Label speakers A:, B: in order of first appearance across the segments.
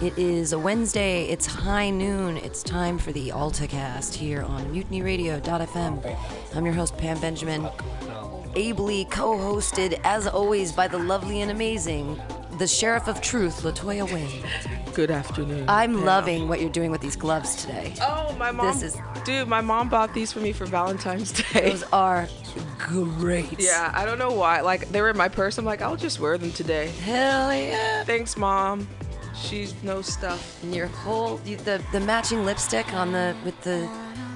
A: It is a Wednesday. It's high noon. It's time for the AltaCast here on MutinyRadio.fm. I'm your host Pam Benjamin, ably co-hosted as always by the lovely and amazing, the Sheriff of Truth, Latoya Wayne.
B: Good afternoon.
A: I'm loving what you're doing with these gloves today.
B: Oh, my mom.
A: This is-
B: dude. My mom bought these for me for Valentine's Day.
A: Those are great.
B: Yeah, I don't know why. Like they were in my purse. I'm like, I'll just wear them today.
A: Hell yeah.
B: Thanks, mom. She's no stuff.
A: And your whole you, the the matching lipstick on the with the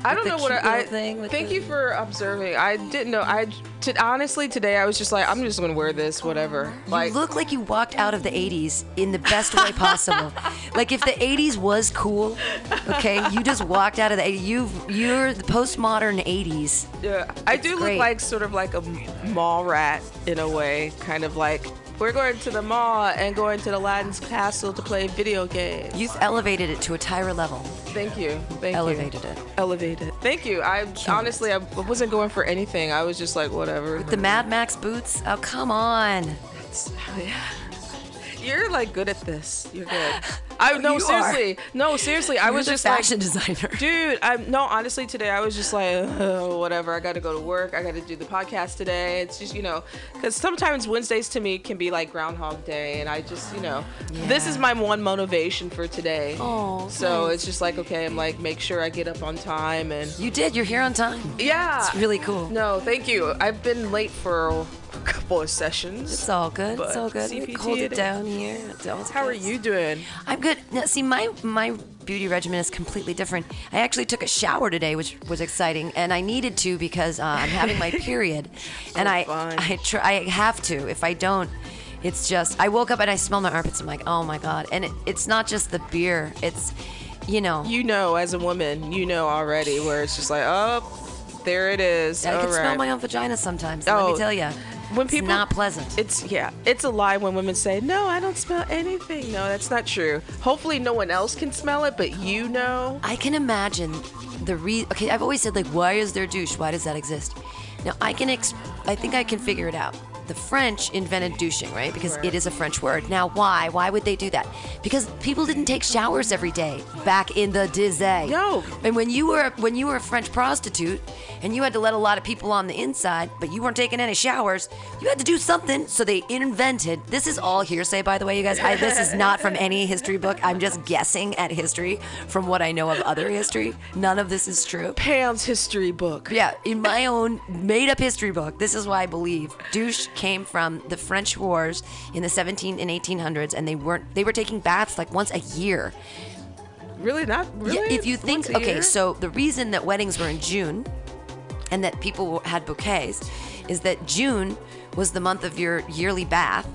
B: I don't
A: the
B: know what
A: cute
B: I.
A: little thing with
B: thank
A: the-
B: you for observing. I didn't know. I to, honestly today I was just like, I'm just gonna wear this, whatever. Like,
A: you look like you walked out of the 80s in the best way possible. like if the 80s was cool, okay, you just walked out of the 80s. You've, you're the postmodern 80s.
B: yeah, I do
A: great.
B: look like sort of like a m- mall rat in a way, kind of like. We're going to the mall and going to Aladdin's castle to play video games.
A: You've elevated it to a Tyra level.
B: Thank you. Thank you.
A: elevated it.
B: elevated. Thank you. I honestly, I wasn't going for anything. I was just like, whatever.
A: The Mad Max boots? Oh, come on. Oh,
B: You're like good at this. You're good. I no
A: Oh, You are.
B: seriously, no seriously. I
A: You're
B: was
A: the
B: just
A: fashion
B: like,
A: designer.
B: dude. I'm no honestly today. I was just like, "Ugh, whatever. I got to go to work. I got to do the podcast today. It's just you know, because sometimes Wednesdays to me can be like Groundhog Day, and I just you know, this is my one motivation for today.
A: Oh,
B: so
A: nice.
B: it's just like okay, I'm like make sure I get up on time and
A: You did. You're here on time.
B: yeah,
A: It's really cool.
B: No, thank you. I've been late for a couple of sessions.
A: It's all good. It's all good.
B: But
A: We
B: CPT
A: cooled
B: it
A: it
B: is.
A: down here. It's all
B: How are
A: good.
B: you doing?
A: I'm good. Now, see, my my beauty regimen is completely different. I actually took a shower today, which was exciting, and I needed to because uh, I'm having my period, and I
B: fun.
A: I tr- I have to. If I don't, it's just I woke up and I smell my armpits. I'm like, oh my god, and it, it's not just the beer. It's you know.
B: You know, as a woman, you know already where it's just like, oh, there it is.
A: I
B: All
A: can smell
B: right.
A: my own vagina sometimes. let
B: Oh,
A: me tell you,
B: when
A: it's
B: people-
A: not pleasant.
B: It's yeah, it's a lie when women say, "No, I don't smell anything." No, that's not true. Hopefully, no one else can smell it, but you know.
A: I can imagine the re. Okay, I've always said like, why is there douche? Why does that exist? Now I can ex. I think I can figure it out. The French invented douching, right? Because it is a French word. Now, why? Why would they do that? Because people didn't take showers every day back in the dizzy.
B: No.
A: And when you were when you were a French prostitute, and you had to let a lot of people on the inside, but you weren't taking any showers, you had to do something. So they invented. This is all hearsay, by the way, you guys. I, this is not from any history book. I'm just guessing at history from what I know of other history. None of this is true.
B: Pam's history book.
A: Yeah, in my own made up history book, this is why I believe douche came from the French wars in the 17 and 1800s, and they weren't they were taking baths like once a year.
B: Really not really.
A: Yeah, if you think,
B: Once a
A: okay,
B: year?
A: so the reason that weddings were in June and that people had bouquets is that June was the month of your yearly bath.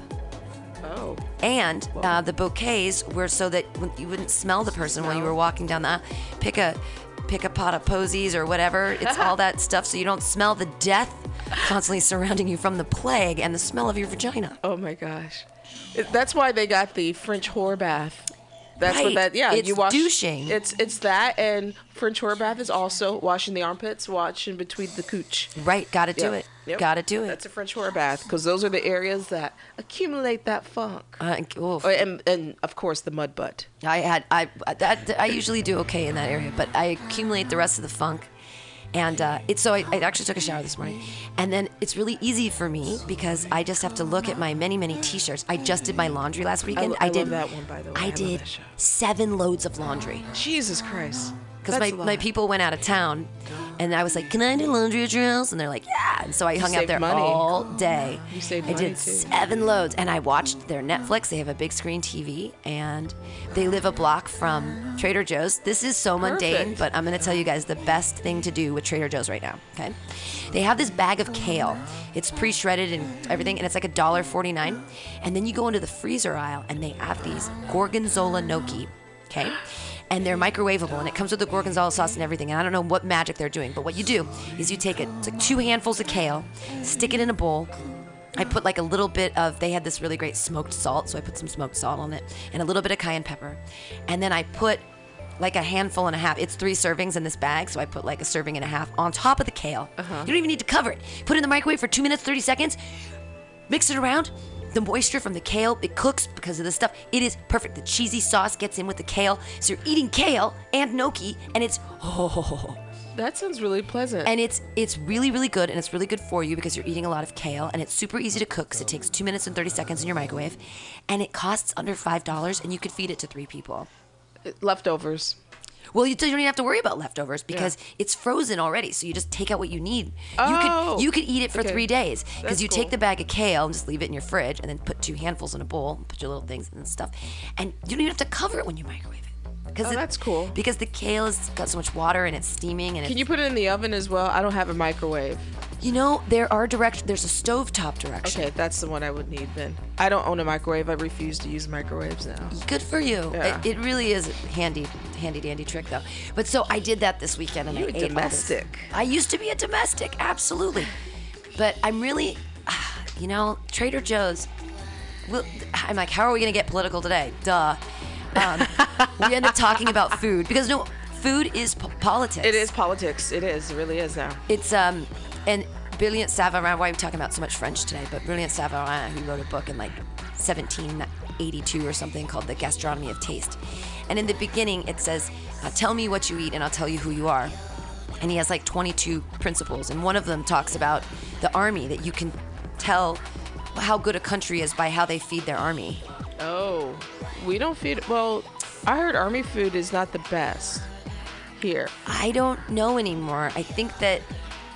B: Oh.
A: And uh, the bouquets were so that when- you wouldn't smell the person while you were walking down the aisle. Pick a pick a pot of posies or whatever. It's all that stuff, so you don't smell the death constantly surrounding you from the plague and the smell of your vagina.
B: Oh my gosh. It- That's why they got the French whore bath. That's
A: Right.
B: what that yeah,
A: It's
B: you wash
A: douching.
B: It's it's that and French whore bath is also washing the armpits, washing between the cooch.
A: Right? Got to do
B: Yep.
A: it.
B: Yep.
A: Got to do it.
B: That's a French whore bath cuz those are the areas that accumulate that funk.
A: Uh, oof.
B: Oh, and and of course the mud butt.
A: I had I that I usually do okay in that area, but I accumulate the rest of the funk, and uh, it's so I, I actually took a shower this morning, and then it's really easy for me because I just have to look at my many many t-shirts. I just did my laundry last weekend.
B: I love
A: did
B: that one, by the way. I
A: I
B: love
A: did
B: that show.
A: seven loads of laundry
B: Jesus Christ.
A: because my,
B: That's a
A: my
B: lot.
A: people went out of town, and I was like, "Can I do laundry at your house?" And they're like, "Yeah." And so I hung out
B: saved
A: there
B: money.
A: all day.
B: You saved
A: I
B: money,
A: did
B: too.
A: seven loads, and I watched their Netflix. They have a big screen TV, and they live a block from Trader Joe's. This is so mundane,
B: Perfect.
A: but I'm going to tell you guys the best thing to do with Trader Joe's right now. Okay, they have this bag of kale. It's pre-shredded and everything, and it's like a dollar forty-nine. And then you go into the freezer aisle, and they have these gorgonzola gnocchi. Okay. And they're microwavable, and it comes with the gorgonzola sauce and everything. And I don't know what magic they're doing, but what you do is you take it, it's like two handfuls of kale, stick it in a bowl, I put like a little bit of they had this really great smoked salt, so I put some smoked salt on it and a little bit of cayenne pepper. And then I put like a handful and a half. It's three servings in this bag, so I put like a serving and a half on top of the kale. You don't even need to cover it. Put it in the microwave for two minutes, 30 seconds, mix it around, the moisture from the kale, it cooks because of the stuff. It is perfect. The cheesy sauce gets in with the kale. So you're eating kale and gnocchi, and it's oh,
B: That sounds really pleasant.
A: and it's it's really really good, and it's really good for you because you're eating a lot of kale, and it's super easy to cook. 'cause it takes two minutes and thirty seconds in your microwave, and it costs under five dollars, and you could feed it to three people.
B: Uh, Leftovers.
A: Well, you don't even have to worry about leftovers because it's frozen already. So you just take out what you need.
B: Oh.
A: you could you could eat it for
B: Okay.
A: three days because
B: That's
A: you
B: cool.
A: take the bag of kale and just leave it in your fridge, and then put two handfuls in a bowl, and put your little things and stuff, and you don't even have to cover it when you microwave it. Because
B: Oh, that's cool.
A: Because the kale has got so much water and it's steaming and it's,
B: Can you put it in the oven as well? I don't have a microwave.
A: you know there are direct there's a stovetop direction.
B: Okay, that's the one I would need then. I don't own a microwave. I refuse to use microwaves now.
A: Good for you.
B: Yeah.
A: It, it really is a handy, handy dandy trick though. But so I did that this weekend, and
B: You a
A: I ate all this.
B: domestic.
A: I used to be a domestic, absolutely. But I'm really, you know, Trader Joe's. Well, I'm like, how are we gonna get political today? Duh. Um, we end up talking about food because no, food is po- politics.
B: It is politics. It is. It really is now.
A: It's um and brilliant Savarin. Why are we talking about so much French today? But brilliant Savarin, who wrote a book in like 1782 or something called The Gastronomy of Taste. And in the beginning, it says, uh, "Tell me what you eat, and I'll tell you who you are." And he has like 22 principles, and one of them talks about the army that you can tell how good a country is by how they feed their army.
B: Oh, we don't feed. Well, I heard army food is not the best here.
A: I don't know anymore. I think that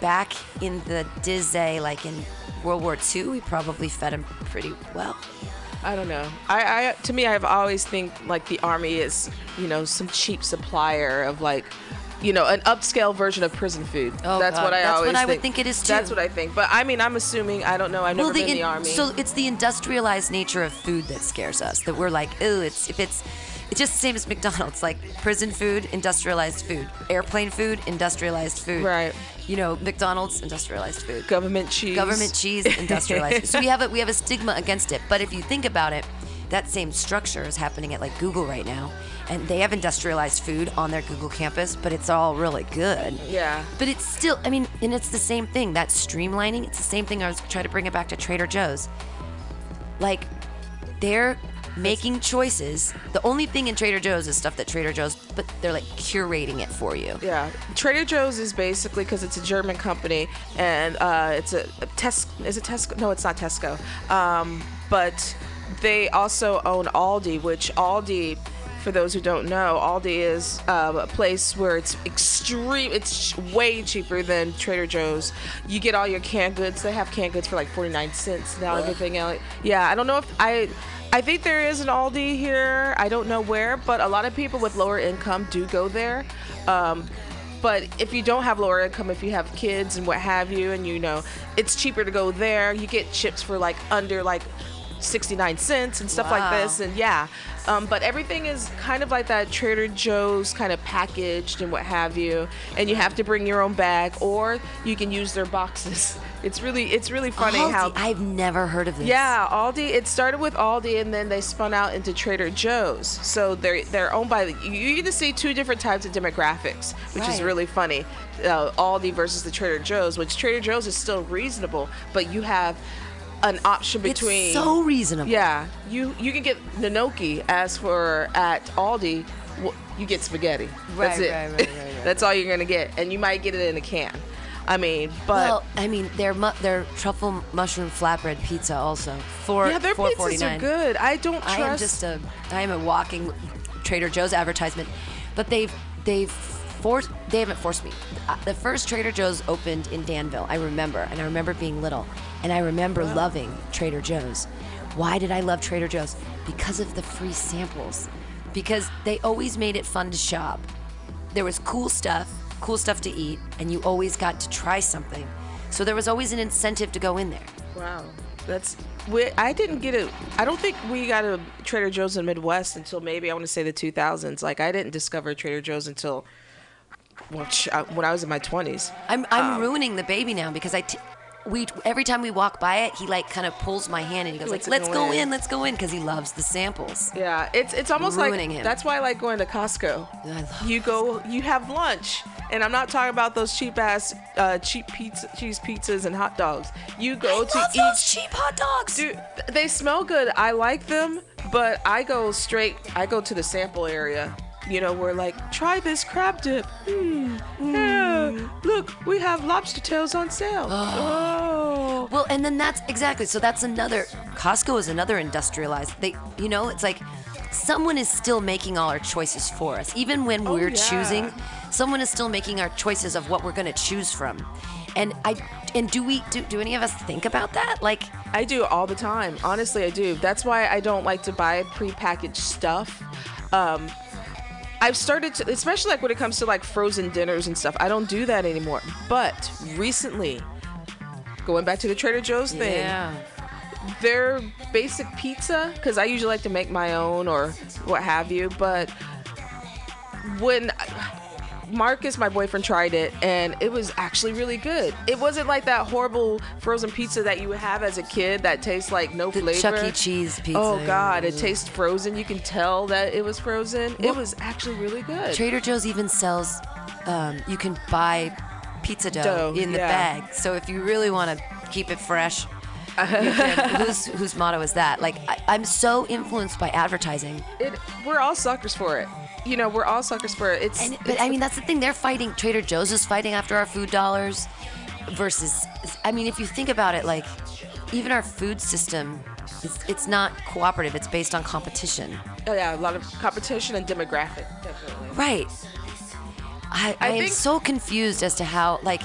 A: back in the Dizay, like in World War II, we probably fed them pretty well.
B: I don't know. I, I to me, I've always think like the army is, you know, some cheap supplier of like, you know, an upscale version of prison food.
A: Oh,
B: that's
A: God.
B: what I
A: That's what
B: always.
A: I would think it is,
B: That's
A: too.
B: what I think. But I mean, I'm assuming. I don't know. I've never been in the army.
A: So it's the industrialized nature of food that scares us. That we're like, ooh, it's if it's it's just the same as McDonald's, like prison food, industrialized food, airplane food, industrialized food.
B: Right.
A: You know, McDonald's, industrialized food.
B: government cheese.
A: Government cheese, industrialized. food. so we have a we have a stigma against it. But if you think about it, that same structure is happening at like Google right now. And they have industrialized food on their Google campus, but it's all really good.
B: Yeah.
A: But it's still, I mean, and it's the same thing. That streamlining, it's the same thing. I was trying to bring it back to Trader Joe's. Like, they're making choices. The only thing in Trader Joe's is stuff that Trader Joe's, but they're like curating it for you.
B: Yeah, Trader Joe's is basically because it's a German company and uh, it's a, a Tes Is it Tesco? No, it's not Tesco. Um, but they also own Aldi, which Aldi, for those who don't know, Aldi is um, a place where it's extreme. It's way cheaper than Trader Joe's. You get all your canned goods. They have canned goods for like forty nine cents now. Everything else. Yeah, I don't know if I. I think there is an Aldi here. I don't know where, but a lot of people with lower income do go there. Um, but if you don't have lower income, if you have kids and what have you, and you know, it's cheaper to go there. You get chips for like under like 69 cents and stuff like
A: Wow.
B: this. And yeah, um, but everything is kind of like that Trader Joe's kind of packaged and what have you. And you have to bring your own bag or you can use their boxes. It's really, it's really funny
A: Aldi,
B: how
A: I've never heard of this.
B: yeah, Aldi. It started with Aldi, and then they spun out into Trader Joe's. So they're they're owned by. You either see two different types of demographics, which is
A: Right.
B: really funny. Uh, Aldi versus the Trader Joe's, which Trader Joe's is still reasonable, but you have an option
A: It's
B: between.
A: so reasonable.
B: Yeah, you you can get gnocchi. As for at Aldi, w- you get spaghetti. That's
A: Right,
B: it.
A: right, right, right, right,
B: That's all you're gonna get, and you might get it in a can. I mean, but.
A: Well, I mean, their mu- their truffle mushroom flatbread pizza also for
B: yeah, their
A: four
B: pizzas
A: forty
B: are
A: nine.
B: good. I don't trust.
A: I am just a I am a walking Trader Joe's advertisement, but they've they've forced they haven't forced me. Uh, The first Trader Joe's opened in Danville, I remember, and I remember being little, and I remember loving Trader Joe's. Why did I love Trader Joe's? Because of the free samples, because they always made it fun to shop. There was cool stuff, cool stuff to eat, and you always got to try something. So there was always an incentive to go in there.
B: Wow, that's. We, I didn't get a. I don't think we got a Trader Joe's in Midwest until maybe I want to say the 2000s. Like I didn't discover Trader Joe's until well, ch- I- when I was in my 20s. Um,
A: I'm I'm ruining the baby now because I t- we every time we walk by it, he like kind of pulls my hand and he goes
B: wants
A: like,
B: to
A: "Let's
B: go
A: go
B: in."
A: in, let's go in," because he loves the samples.
B: Yeah, it's it's almost like
A: Ruining him.
B: that's why I like going to Costco.
A: Yeah, I love
B: you go, you have lunch, and I'm not talking about those cheap ass uh, cheap pizza, cheese pizzas and hot dogs. You go to
A: Love
B: eat.
A: those cheap hot dogs.
B: Dude, they smell good. I like them, but I go straight. I go to the sample area. You know, we're like, try this crab dip. Hmm. Yeah. Look, we have lobster tails on sale. Oh.
A: Well, and then that's exactly so. That's another Costco is another industrialized. They, you know, it's like someone is still making all our choices for us, even when we're
B: Oh, yeah.
A: choosing. Someone is still making our choices of what we're going to choose from, and I and do we do, do any of us think about that? Like,
B: I do all the time. Honestly, I do. That's why I don't like to buy prepackaged stuff. Um, I've started to, especially like when it comes to like frozen dinners and stuff. I don't do that anymore. But recently, going back to the Trader Joe's thing, their basic pizza because I usually like to make my own or what have you. But when Marcus, my boyfriend, tried it and it was actually really good. It wasn't like that horrible frozen pizza that you would have as a kid that tastes like no
A: The
B: flavor.
A: Chuck E. Cheese pizza.
B: Oh God, it tastes frozen. You can tell that it was frozen. It
A: Well-
B: was actually really good.
A: Trader Joe's even sells. Um, you can buy pizza
B: Dough,
A: dough, in the
B: yeah.
A: bag. So if you really want to keep it fresh, you can, whose whose motto is that? Like I, I'm so influenced by advertising,
B: It, we're all suckers for it. You know, we're all suckers for it. It's
A: and but I mean that's the thing. They're fighting. Trader Joe's is fighting after our food dollars, versus. I mean, if you think about it, like even our food system. It's, it's not cooperative. It's based on competition.
B: oh, yeah, a lot of competition and demographic, definitely.
A: Right. I, I,
B: I
A: am
B: think-
A: so confused as to how, like,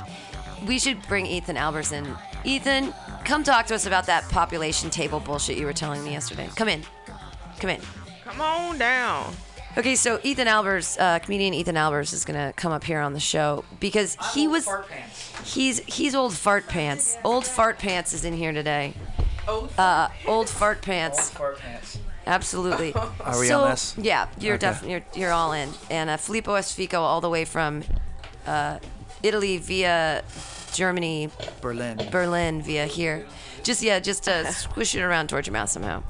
A: we should bring Ethan Albers in. Ethan, come talk to us about that population table bullshit you were telling me yesterday. Come in. Come in.
B: Come on down.
A: Okay, so Ethan Albers, uh, comedian Ethan Albers, is gonna come up here on the show because he was, he's he's old fart pants. Old fart pants is in here today.
B: Oh,
A: Uh, old fart pants. Uh, Absolutely.
C: Are we
A: so,
C: on this?
A: Yeah, you're
C: Okay.
A: definitely you're, you're all in. And uh, Filippo Esfico, all the way from uh, Italy via Germany,
C: Berlin.
A: Berlin via here. Just yeah, just uh, squish it around towards your mouth somehow.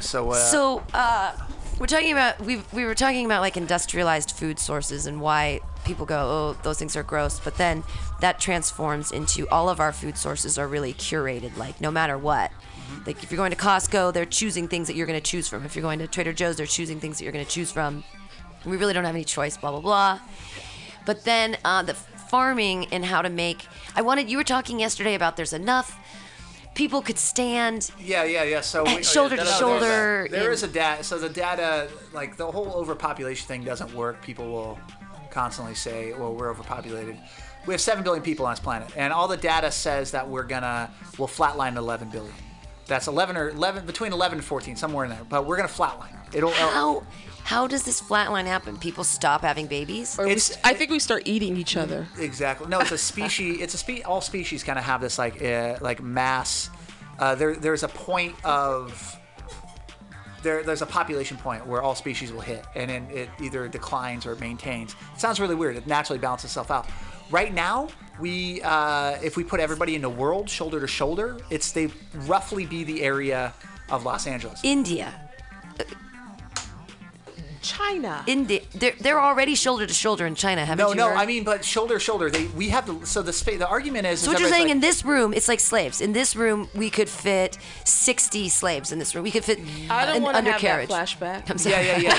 C: so, uh,
A: So uh, we're talking about we we were talking about like industrialized food sources and why people go oh those things are gross, but then that transforms into all of our food sources are really curated like no matter what. Like if you're going to Costco, they're choosing things that you're going to choose from. If you're going to Trader Joe's, they're choosing things that you're going to choose from. We really don't have any choice. Blah blah blah. But then uh, the farming and how to make. I wanted you were talking yesterday about there's enough people could stand.
C: yeah, yeah, yeah. So we,
A: shoulder to
C: oh, yeah, that-
A: shoulder
C: There
A: in-
C: is a data. So the data, like the whole overpopulation thing, doesn't work. People will constantly say, "Well, we're overpopulated." We have seven billion people on this planet, and all the data says that we're gonna we'll flatline to eleven billion. That's eleven or eleven between eleven and fourteen, somewhere in there. But we're gonna flatline. It'll.
A: How how does this flatline happen? People stop having babies.
B: Or we
C: It's-
B: s- I think we start eating each other.
C: Exactly. No, it's a species. It's a spe- All species kind of have this like uh, like mass. Uh, there, there's a point of there, there's a population point where all species will hit, and then it either declines or it maintains. It sounds really weird. It naturally balances itself out. Right now, we uh, if we put everybody in the world shoulder to shoulder, it's they roughly be the area of Los Angeles.
A: India,
B: China.
A: India, they're, they're already shoulder to shoulder in China, haven't
C: no,
A: you?
C: no,
A: heard?
C: I mean, but shoulder to shoulder, they we have the so the spa- the argument is.
A: So
C: is
A: what you're
C: everybody's
A: saying
C: like-
A: in this room, it's like slaves. In this room, we could fit 60 slaves in this room. We could fit
B: I don't
A: an
B: want to have
A: undercarriage.
B: that flashback.
A: I'm sorry.
C: yeah, yeah, yeah.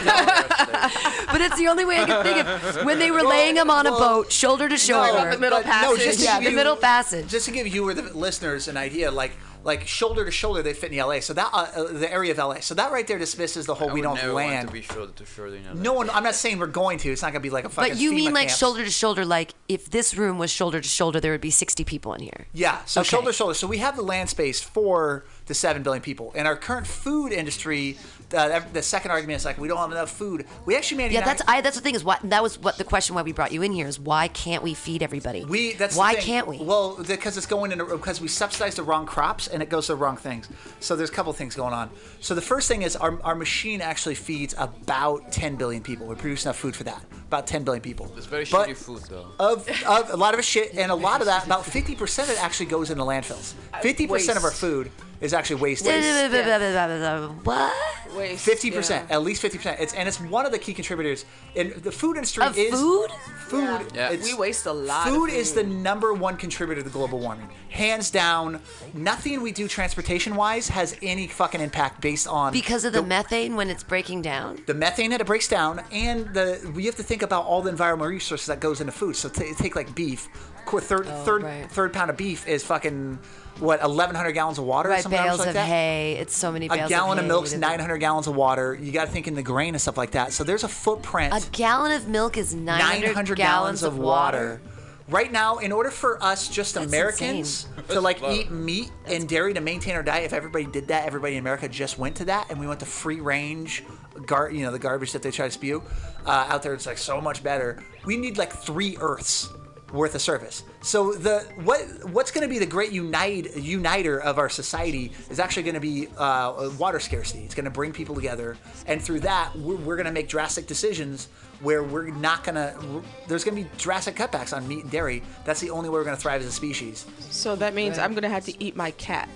C: No,
A: but it's the only way I can think of when they were laying them on a
C: well,
A: boat, shoulder to
C: No,
A: shoulder.
B: the middle
C: but no,
B: passage.
C: just to
A: Yeah,
C: give
A: the
C: you-
A: middle passage.
C: Just to give you or the listeners an idea, like like shoulder to shoulder, they fit in the LA. So that uh, uh, the area of LA. So that right there dismisses the whole
D: I
C: we
D: would
C: don't
D: never
C: land.
D: Want to be shoulder to shoulder in LA.
C: no one. I'm not saying we're going to. It's not going to be like a fucking.
A: but you
C: FEMA
A: mean like
C: camp.
A: shoulder to shoulder, like if this room was shoulder to shoulder, there would be 60 people in here.
C: Yeah, so
A: Okay.
C: shoulder to shoulder. So we have the land space for the seven billion people, and our current food industry. Uh, the second argument is like we don't have enough food. We actually manage.
A: Yeah, that's I. That's the thing is why that was what the question why we brought you in here is why can't we feed everybody?
C: We that's the
A: why
C: thing.
A: can't we?
C: Well, because it's going into because we subsidize the wrong crops and it goes to the wrong things. So there's a couple things going on. So the first thing is our, our machine actually feeds about 10 billion people. We produce enough food for that, about 10 billion people.
D: It's very
C: But-
D: shitty food though.
C: of, of a lot of shit, and a lot of that, about 50% of it actually goes into landfills.
A: Uh,
C: 50% of our
B: waste.
C: food is actually wasted.
A: What?
B: Waste.
C: 50%,
B: yeah.
C: at least 50%. It's and it's one of the key contributors. And the food industry
A: Of
C: is
A: food?
C: Food.
D: Yeah.
C: it's-
B: We waste a lot of
C: Food is the
B: food.
C: number one contributor to global warming, hands down. Nothing we do transportation wise has any fucking impact based on
A: Because of the methane when it's breaking down?
C: the methane that it breaks down, and the we have to think about all the environmental resources that goes into food. So t- take like beef, qu- third third
A: Oh, right.
C: third pound of beef is fucking what 1,100 gallons of water or
A: Right,
C: something
A: bales
C: like
A: of
C: that.
A: hay. It's so many bales
C: A gallon
A: of
C: of
A: hay.
C: milk's
A: It is-
C: 900 gallons of water. You got to think in the grain and stuff like that. So there's a footprint.
A: A gallon of milk is 900,
C: 900 gallons of water. Right now, in order for us just
A: That's
C: Americans to like eat meat and dairy to maintain our diet, if everybody did that, everybody in America just went to that, and we went to free range, gar- you know, the garbage that they try to spew uh, out there. It's like so much better. We need like three Earths worth of service. So the what what's going to be the great unite uniter of our society is actually going to be uh, water scarcity. It's going to bring people together, and through that, we're, we're going to make drastic decisions where we're not going to. There's going to be drastic cutbacks on meat and dairy. That's the only way we're going to thrive as a species.
B: So that means I'm gonna have to eat my cat.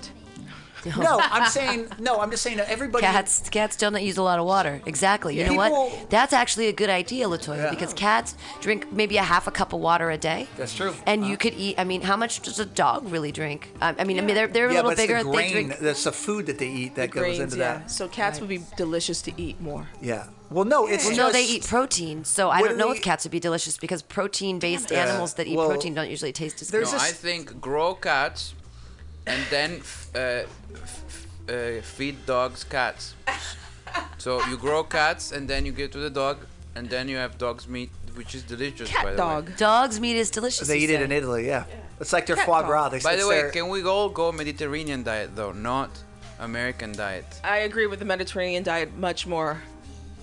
C: No, I'm saying no. I'm just saying uh, that everybody.
A: Cats, cats don't use a lot of water. Exactly. You
C: Yeah.
A: know
C: People-
A: what? That's actually a good idea, Latoya,
C: Yeah.
A: because cats drink maybe a half a cup of water a day.
C: That's true. Uh-huh.
A: And you could eat. I mean, how much does a dog really drink? Um, I, I mean, I mean, they're they're a
C: yeah,
A: little
C: but it's
A: bigger.
C: the grain.
A: they drink.
C: That's the food that they eat that goes
B: Grains,
C: into
B: yeah.
C: that.
B: So cats would be delicious to eat more.
C: Yeah. Well, no, it's
A: Well,
C: just,
A: no, they eat protein, so I
C: What
A: don't
C: do
A: know
C: they-
A: if cats would be delicious because protein-based
C: Yeah.
A: animals that eat
C: Well,
A: protein don't usually taste as good.
C: there's
D: No, I
C: this-
D: think grow cats and then f- uh, f- f- uh, feed dogs cats. So you grow cats and then you give to the dog and then you have dog's meat, which is delicious. by
B: Cat
D: the
B: dog.
D: way.
A: Dog's meat is delicious.
C: They
A: you
C: eat it
A: say.
C: in Italy. Yeah. It's like their
B: Cat
C: foie
B: dog.
C: gras. They
D: By
C: it's
D: the way,
C: their-
D: can we all go Mediterranean diet though, not American diet?
B: I agree with the Mediterranean diet much more.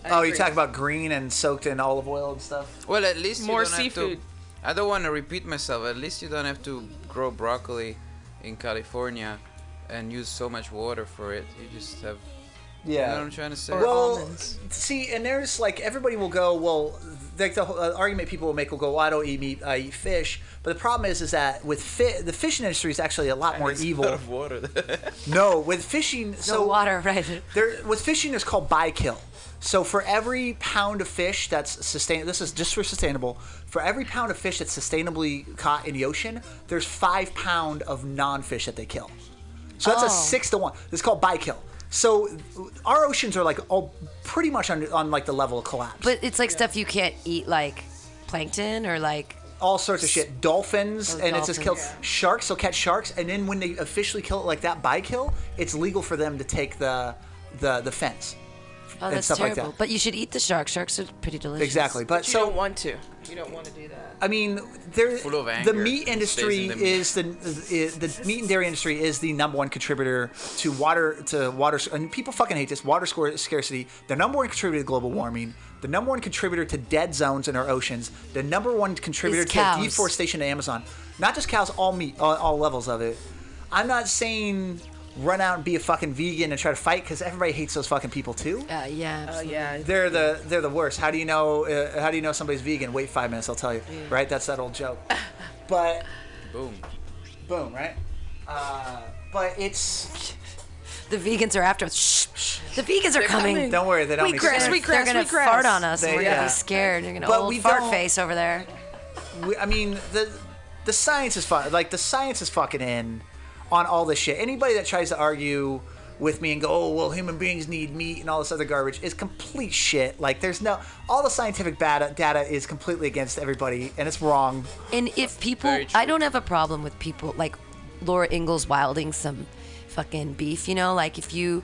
B: I
C: Oh, you
B: agree.
C: talk about green and soaked in olive oil and stuff.
D: Well, at least
B: More
D: you don't
B: seafood.
D: Have to, I don't want to repeat myself. At least you don't have to grow broccoli in California and use so much water for it. You just have. You know what I'm trying to say?
B: Or
C: Well,
B: almonds.
C: see, and there's like everybody will go. Well, like the whole, uh, argument people will make will go. Well, I don't eat meat. I eat fish. But the problem is, is that with fi- the fishing industry is actually a lot more evil.
D: water.
C: No, with fishing,
A: No
C: so
A: water, right?
C: There, with fishing, it's called bykill. So for every pound of fish that's sustain, this is just for sustainable. For every pound of fish that's sustainably caught in the ocean, there's five pound of non-fish that they kill. So that's a
A: Oh.
C: six to one. It's called bykill. So our oceans are like all pretty much on, on like the level of collapse.
A: But it's like stuff you can't eat, like plankton or like.
C: all sorts of shit. Dolphins,
A: Those
C: and it's just killed.
A: dolphins.
C: Sharks, they'll catch sharks, and then when they officially kill it like that by kill, it's legal for them to take the the the fence
A: Oh,
C: and
A: that's
C: stuff
A: terrible.
C: like that.
A: but you should eat the shark. Sharks are pretty delicious.
C: exactly, but,
B: But you
C: so
B: don't want to. You don't want to do that.
C: I mean, there
D: Full of
C: the
D: anger.
C: meat
D: It
C: industry
D: stays in them.
C: is the is, the meat and dairy industry is the number one contributor to water to water and people fucking hate this water scar- scarcity. The number one contributor to global warming. The number one contributor to dead zones in our oceans. The number one contributor
A: Is
C: to
A: cows.
C: deforestation in Amazon. Not just cows, all meat, all, all levels of it. I'm not saying run out and be a fucking vegan and try to fight because everybody hates those fucking people too.
A: Uh, yeah.
B: Oh yeah.
C: They're the they're the worst. How do you know uh, how do you know somebody's vegan? Wait five minutes, I'll tell you. Right? That's that old joke. But
D: Boom.
C: boom, right? Uh, but it's
A: The vegans are after us. Shh, shh. The vegans are coming.
B: coming.
C: don't worry, they don't.
A: Wheat
C: be
A: grass,
C: scared.
B: wheat
A: They're
B: grass,
A: gonna
B: wheat grass.
A: fart on us.
C: They-
A: and we're gonna
C: yeah.
A: be scared. You're gonna
C: But
A: old
C: we
A: fart
C: don't-
A: face over there.
C: We- I mean the the science is fun. Like the science is fucking in on all this shit. Anybody that tries to argue with me and go, oh well, human beings need meat and all this other garbage is complete shit. Like there's no all the scientific data data is completely against everybody and it's wrong.
A: And if people,
D: Very true.
A: I don't have a problem with people like Laura Ingalls wilding some fucking beef. You know, like if you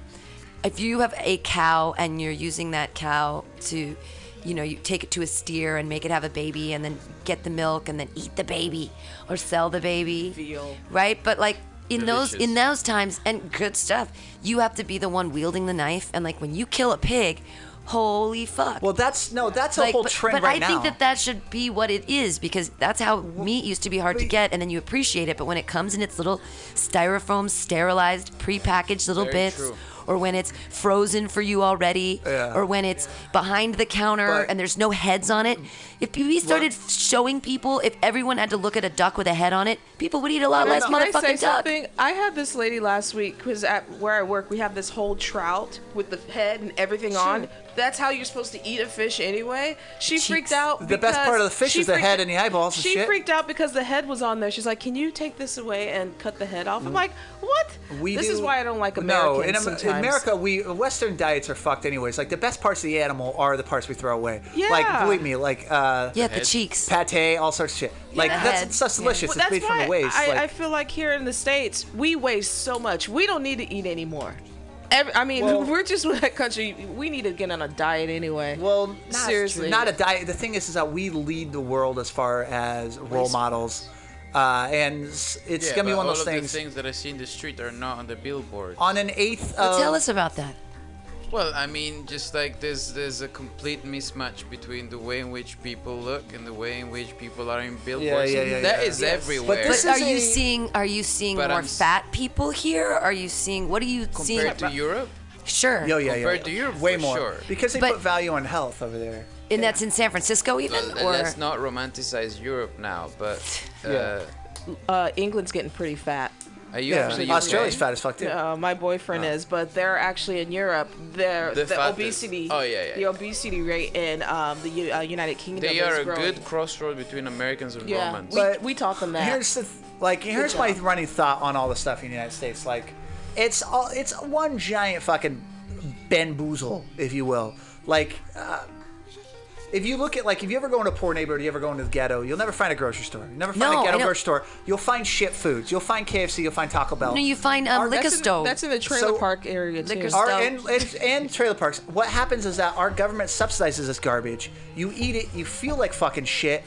A: if you have a cow and you're using that cow to, you know, you take it to a steer and make it have a baby and then get the milk and then eat the baby or sell the baby.
B: Veal.
A: Right, but like. In those
D: Delicious.
A: in those times and good stuff, you have to be the one wielding the knife and like when you kill a pig, holy fuck.
C: Well, that's no, that's a
A: Like,
C: whole
A: but,
C: trend
A: but
C: right
A: I
C: now.
A: think that that should be what it is because that's how meat used to be hard to get, and then you appreciate it. But when it comes in its little styrofoam, sterilized, prepackaged little
D: Very
A: bits,
D: true.
A: or when it's frozen for you already,
C: Yeah.
A: or when it's behind the counter
C: But-
A: and there's no heads on it. If we started showing people, if everyone had to look at a duck with a head on it, people would eat a lot less
B: Can I say
A: motherfucking duck.
B: something? I had this lady last week because at where I work, we have this whole trout with the head and everything on. That's how you're supposed to eat a fish anyway. She freaked out.
C: The best
B: because-
C: part of the fish
B: she
C: is the
B: freaked-
C: head and the eyeballs and
B: She
C: shit.
B: freaked out because the head was on there. She's like, "Can you take this away and cut the head off?" I'm like, "What?"
C: Mm. We
B: this
C: do-
B: is why I don't like Americans
C: No, in, Am-
B: sometimes.
C: in America, we Western diets are fucked anyways. Like the best parts of the animal are the parts we throw away. Like
B: Yeah.
C: believe me, like uh,
A: yeah, the
D: Head.
A: cheeks.
C: pate, all sorts of shit. Like
A: Yeah.
C: that's stuff's
A: Yeah.
C: delicious.
B: Well,
C: It's
B: that's
C: made
B: why
C: from the waste.
B: I,
C: like,
B: I feel like here in the states we waste so much. We don't need to eat anymore. Every, I mean,
C: Well-
B: we're just that country. We need to get on a diet anyway.
C: Well,
B: Seriously.
C: not a diet. The thing is, is that we lead the world as far as role models, uh, and s- it's
D: Yeah,
C: gonna be
D: but
C: one of
D: all
C: those
D: of
C: things.
D: the things that I see in the street are not on the billboard.
C: On an eighth
A: Well,
C: of
A: tell us about that.
D: Well, I mean, just like there's there's a complete mismatch between the way in which people look and the way in which people are in billboards.
C: yeah, yeah,
D: That
C: yeah.
D: is
C: Yes.
D: everywhere.
C: But
A: But
C: this
A: are
C: is
A: you
C: a-
A: seeing are you seeing more
D: But I'm s-
A: fat people here? Are you seeing what are you seeing?
D: compared to Europe,
A: Sure.
C: Yo, yeah,
D: compared
C: yeah.
D: to Europe,
C: way
D: for
C: more
D: sure.
C: because they
A: But-
C: put value on health over there.
A: and that's in San Francisco even
D: Well,
A: or
D: let's not romanticize Europe now. But uh,
C: Yeah.
B: uh, England's getting pretty fat.
D: I
C: Yeah,
D: usually
C: Australia's fat as fuck too.
B: Uh, my boyfriend is, but they're actually in Europe. They're,
D: The
B: the,
D: fattest-
B: obesity,
D: oh, yeah, yeah,
B: the
D: yeah.
B: obesity rate in um, the U- uh, United Kingdom
D: They
B: is
D: are a
B: growing.
D: good crossroad between Americans and
B: Yeah,
D: Romans.
B: we- taught them that.
C: Here's the th- like here's my running thought on all the stuff in the United States. Like it's all it's one giant fucking bamboozle, if you will. Like uh, if you look at like if you ever go into a poor neighborhood, you ever go into the ghetto, you'll never find a grocery store. You never find
A: No,
C: a
A: I
C: ghetto
A: know.
C: grocery store. You'll find shit foods. You'll find KFC. You'll find Taco Bell.
A: no, you find um,
C: Our-
A: liquor
B: that's, in,
A: stove.
B: that's in the trailer
C: So-
B: park area too.
A: Liquor
C: our,
A: stove.
C: and, and, and trailer parks. What happens is that our government subsidizes this garbage. You eat it, you feel like fucking shit.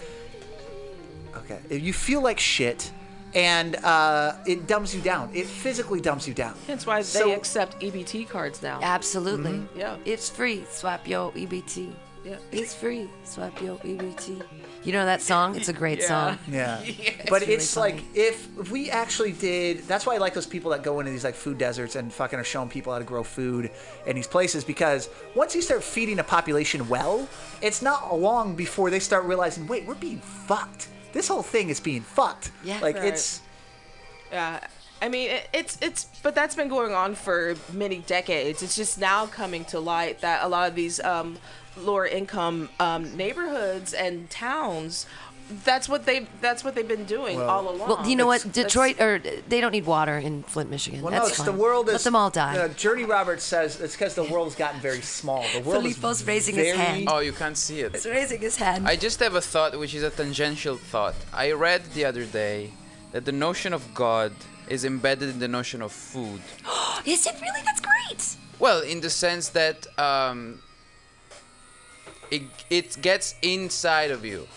C: Okay, you feel like shit, and uh, it dumps you down. It physically dumps you down.
B: That's why they
C: So-
B: accept EBT cards now.
A: Absolutely.
C: Mm-hmm.
B: Yeah.
A: It's free. Swap yo EBT.
B: Yeah.
A: It's free. Swap yo EBT. You know that song? It's a great
B: Yeah.
A: song.
C: Yeah. but
A: really
C: it's
A: funny.
C: like if if we actually did that's why I like those people that go into these like food deserts and fucking are showing people how to grow food in these places because once you start feeding a population well, it's not long before they start realizing, wait, we're being fucked. This whole thing is being fucked.
A: Yeah.
C: Like
B: Right.
C: it's
B: Yeah. I mean, it, it's it's, but that's been going on for many decades. It's just now coming to light that a lot of these um, lower income um, neighborhoods and towns, that's what they that's what they've been doing all along.
A: Well, you know what?
B: It's- it's-
A: Detroit, or they don't need water in Flint, Michigan.
C: well,
A: That's
C: no, it's
A: fine.
C: the world is
A: Let them all die.
C: Uh, Journey Roberts says it's because the world's gotten very small. The world
A: Filippo's
C: is
A: raising
C: very,
A: his hand.
D: oh, you can't see it.
A: He's raising his hand.
D: I just have a thought, which is a tangential thought. I read the other day that the notion of God is embedded in the notion of food.
A: Is it really? That's great.
D: Well, in the sense that um, it it gets inside of you.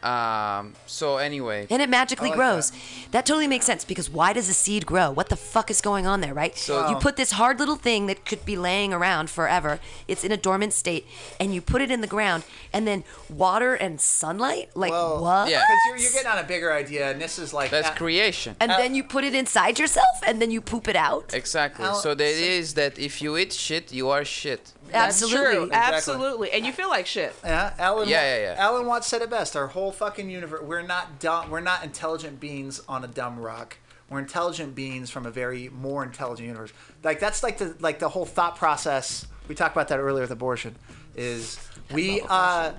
D: Um, so anyway,
A: And it magically
C: I like
A: grows. That. totally makes sense because why does a seed grow? What the fuck is going on there, right?
D: So-
A: you put this hard little thing that could be laying around forever, it's in a dormant state, and you put it in the ground, and then water and sunlight? Like,
C: Well,
A: what?
D: yeah.
C: Because you're, you're getting on a bigger idea, and this is like
D: that's
C: that-
D: creation.
A: And then you put it inside yourself, and then you poop it out?
D: Exactly.
C: Al-
D: so the idea is that if you eat shit, you are shit.
B: That's
A: Absolutely.
B: true. Absolutely. And you feel like shit.
C: Yeah, Alan.
D: Yeah, yeah, yeah.
C: Alan Watts said it best. Our whole fucking universe. We're not dumb. We're not intelligent beings on a dumb rock. We're intelligent beings from a very more intelligent universe. Like that's like the like the whole thought process. We talked about that earlier with abortion. Is we uh,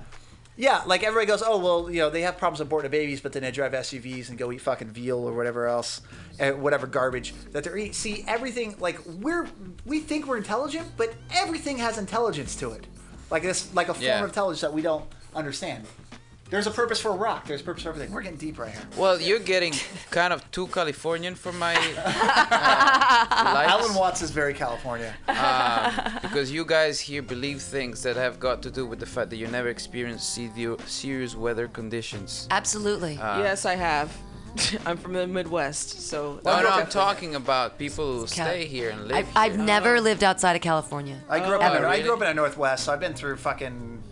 C: yeah, like everybody goes, oh well, you know they have problems aborting babies, but then they drive SUVs and go eat fucking veal or whatever else, and whatever garbage that they're eating. See everything like we're we think we're intelligent, but everything has intelligence to it, like this like a form
D: Yeah.
C: of intelligence that we don't understand. There's a purpose for a rock. There's a purpose for everything. We're getting deep right here.
D: Well, you're getting kind of too Californian for my uh,
C: Alan
D: likes,
C: Watts is very California.
D: uh, because you guys here believe things that have got to do with the fact that you never experienced seri- serious weather conditions.
A: Absolutely.
D: Uh,
B: yes, I have. I'm from the Midwest, so.
D: No, no, I'm talking about people who stay here and live.
A: I've, I've
D: here. Uh-huh.
A: never lived outside of California.
C: I grew up.
D: Oh,
C: in, I
D: really?
C: grew up in the Northwest, so I've been through fucking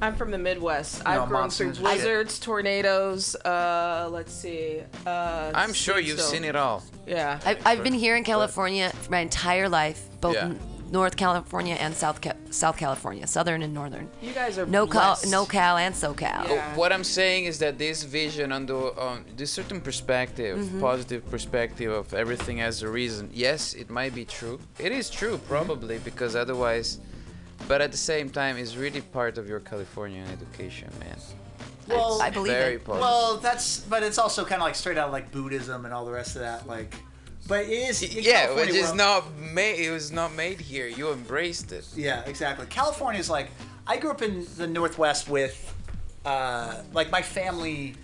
B: I'm from the Midwest.
C: No,
B: I've grown through
C: monsters and shit.
B: blizzards, tornadoes. Uh, let's see. Uh,
D: I'm sure you've seen it all.
B: Yeah.
A: I, I've been here in California for my entire life, both
D: Yeah.
A: n- North California and South Ca- South California, Southern and Northern.
B: you guys are
A: No cal,
B: blessed.
A: no cal, and SoCal.
B: Yeah.
D: Oh, What I'm saying is that this vision under um, this certain perspective,
A: Mm-hmm.
D: positive perspective of everything as a reason. Yes, it might be true. It is true
A: Mm-hmm.
D: probably because otherwise, but at the same time, it's really part of your Californian education, man.
C: Well,
A: I believe
D: Very
A: it.
D: positive.
C: well, that's but it's also kind of like straight out of like Buddhism and all the rest of that. Like, but it is in
D: yeah,
C: California,
D: which is
C: we're-
D: not made. It was not made here. You embraced it.
C: Yeah, exactly. California is like I grew up in the Northwest with, uh, like my family.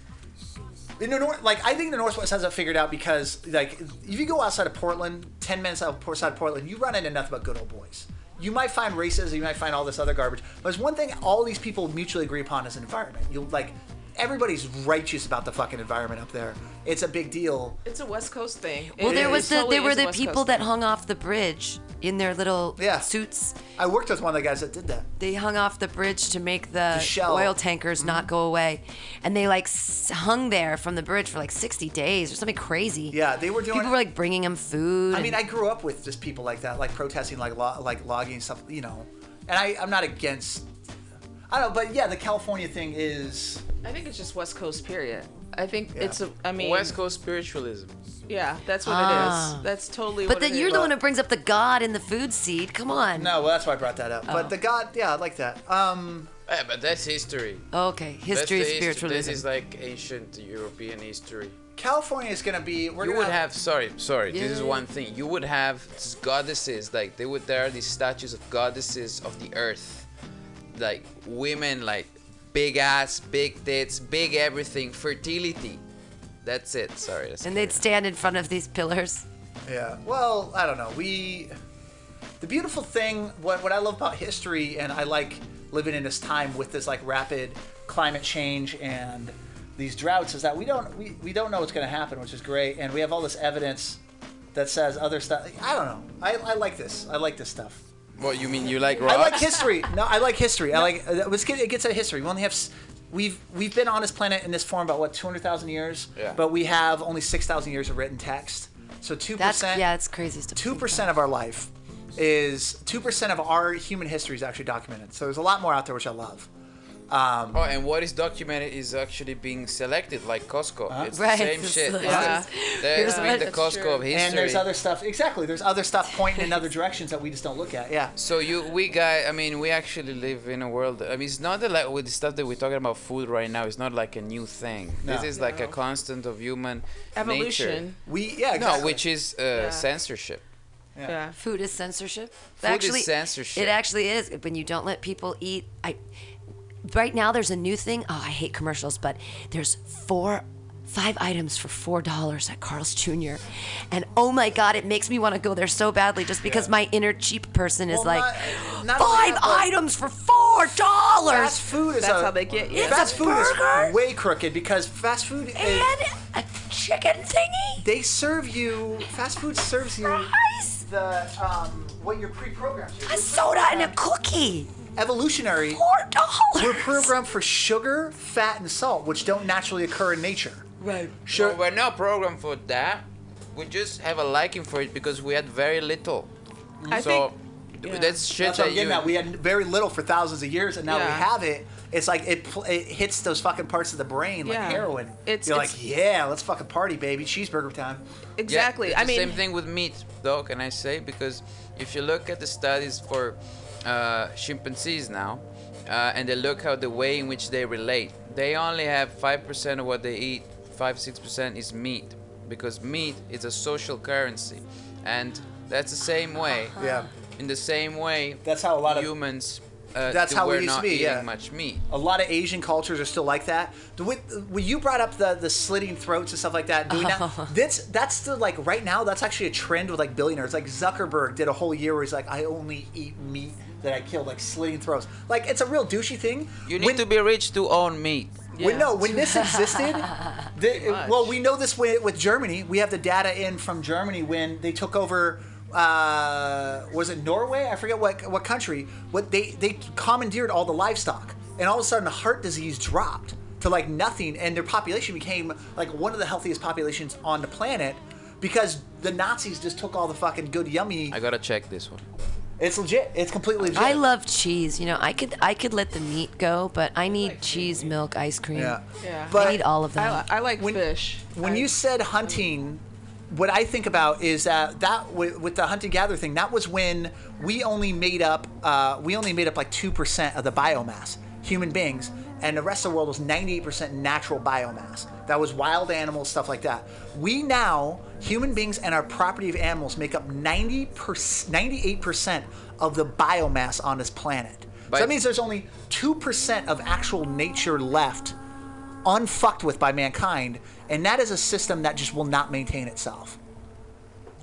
C: You know, nor- like I think the Northwest has it figured out because like if you go outside of Portland, ten minutes outside of Portland, you run into nothing but good old boys. You might find racism, you might find all this other garbage, but there's one thing all these people mutually agree upon is environment. You'll like everybody's righteous about the fucking environment up there. It's a big deal.
B: It's a West Coast thing.
A: Well,
B: It-
A: there
B: it
A: was the
B: totally
A: there were
B: is a
A: the
B: West
A: people
B: Coast
A: that
B: thing.
A: hung off the bridge in their little
C: Yeah.
A: suits.
C: I worked with one of the guys that did that.
A: They hung off the bridge to make the,
C: The shell. Mm-hmm.
A: oil tankers not go away, and they like s- hung there from the bridge for like 60 days or something crazy.
C: Yeah, they were doing
A: People were like bringing them food.
C: I mean,
A: and-
C: I grew up with just people like that, like protesting, like lo- like logging and stuff, you know. And I, I'm not against. I don't know, but yeah, the California thing is.
B: I think it's just West Coast. Period. I think
C: Yeah.
B: it's. A, I mean,
D: West Coast spiritualism.
B: Yeah, that's what it is. That's totally.
A: Ah. but
B: what
A: then
B: it
A: you're
B: is.
A: the one who brings up the god in the food seed. Come on.
C: No, well, that's why I brought that up.
A: Oh.
C: But the God, yeah, I like that. Um,
D: Yeah, but that's history.
A: Okay, history,
D: that's the hist-
A: spiritualism.
D: This is like ancient European history.
C: California is gonna be. We're
D: you
C: gonna
D: would have sorry sorry this is
A: Yeah.
D: one thing you would have s- goddesses like they would there are these statues of goddesses of the earth like women like big ass big tits big everything fertility that's it sorry that's
A: and they'd stand in front of these pillars.
C: Yeah. Well, I don't know. We. The beautiful thing, what, what I love about history, and I like living in this time with this like rapid climate change and these droughts, is that we don't we, we don't know what's going to happen, which is great, and we have all this evidence that says other stuff. I don't know. I, I like this. I like this stuff.
D: what you mean you like
C: I like
D: rocks
C: history. No, I like history. I like. uh, Let's get it gets at history. We only have. s- We've we've been on this planet in this form about what two hundred thousand years,
D: Yeah.
C: but we have only six thousand years of written text. So two
A: That's
C: percent
A: yeah, it's crazy stuff.
C: two percent of our life is two percent of our human history is actually documented. So there's a lot more out there, which I love.
D: oh and what is documented is actually being selected like Costco it's
A: Right,
D: the same
A: it's
D: shit
A: like-
B: Yeah.
D: there's
A: Yeah.
D: the
A: That's
D: Costco
B: true.
D: of history
C: And there's other stuff. Exactly, there's other stuff pointing in other directions that we just don't look at. Yeah.
D: So you, we guy, I mean, we actually live in a world. I mean, it's not that like with the stuff that we're talking about food right now. It's not like a new thing. This
C: No.
D: is like a constant of human
B: evolution.
C: We
D: Nature.
C: yeah. Exactly.
D: No, which is uh, censorship.
B: Yeah.
A: Food is censorship.
D: Food is censorship.
A: It actually is. When you don't let people eat, I. Right now, there's a new thing. Oh, I hate commercials, but there's four, five items for four dollars at Carl's Jr. And oh my God, it makes me want to go there so badly just because my inner cheap person is
C: Well,
A: like,
C: not- not only
A: five
C: that, but-
A: items for four
C: Fast
A: dollars.
C: food is
B: That's
C: a-
B: how they get you. It's
C: Fast
A: a
C: food
A: burger.
C: is way crooked because fast food is,
A: and a chicken thingy.
C: they serve you. Fast food serves you
A: Fries.
C: the um, what you're pre-programmed.
A: A soda and a cookie.
C: Evolutionary.
A: Four
C: We're
A: dollars.
C: programmed for sugar, fat, and salt, which don't naturally occur in nature.
A: Right.
C: Sure.
D: Well, we're not programmed for that. We just have a liking for it because we had very little.
B: I
D: so
B: think.
D: th-
B: yeah.
D: that's shit
C: That's what
D: that
C: I'm getting
D: you.
C: at. We had very little for thousands of years, and now we
B: Yeah.
C: have it. It's like it, pl- it hits those fucking parts of the brain like
B: Yeah.
C: heroin.
B: It's-
C: You're
B: it's-
C: like, yeah, let's fucking party, baby. Cheeseburger time.
D: Yeah,
B: Exactly.
D: it's
B: I
D: the
B: mean,
D: same thing with meat, though. Can I say because if you look at the studies for uh, chimpanzees now, uh, and they look how the way in which they relate, they only have five percent of what they eat. Five six percent is meat because meat is a social currency, and that's the same way.
C: Yeah.
D: In the same way.
C: That's how a lot of-
D: humans. Uh,
C: That's
D: do-
C: how we
D: we're
C: used to
D: not
C: be,
D: eating
C: yeah.
D: much meat.
C: A lot of Asian cultures are still like that. The- With, when you brought up the, the slitting throats and stuff like that, doing that, that's that's the like right now. That's actually a trend with like billionaires. Like Zuckerberg did a whole year where he's like, I only eat meat that I kill, like slitting throats. Like it's a real douchey thing.
D: You need
C: When-
D: to be rich to own meat.
C: When,
B: Yeah.
C: no, when this existed, the, well, we know this with, with Germany. We have the data in from Germany when they took over. Uh, was it Norway? I forget what what country. What they they commandeered all the livestock. and all of a sudden heart disease dropped to like nothing, and their population became like one of the healthiest populations on the planet because the Nazis just took all the fucking good yummy.
D: I gotta check this one.
C: It's legit. It's completely legit.
A: I love cheese. You know, I could I could let the meat go, but I need cheese, milk, ice cream.
C: Yeah.
B: Yeah.
C: But-
A: I need all of
B: I,
A: that.
B: li- I like
C: When-
B: fish.
C: When
B: I-
C: you said hunting, what I think about is that that with, with the hunting gather thing, that was when we only made up uh, we only made up like two percent of the biomass human beings, and the rest of the world was ninety eight percent natural biomass. That was wild animals, stuff like that. We now human beings and our property of animals make up ninety ninety eight percent of the biomass on this planet.
D: But-
C: so that means there's only two percent of actual nature left unfucked with by mankind, and that is a system that just will not maintain itself.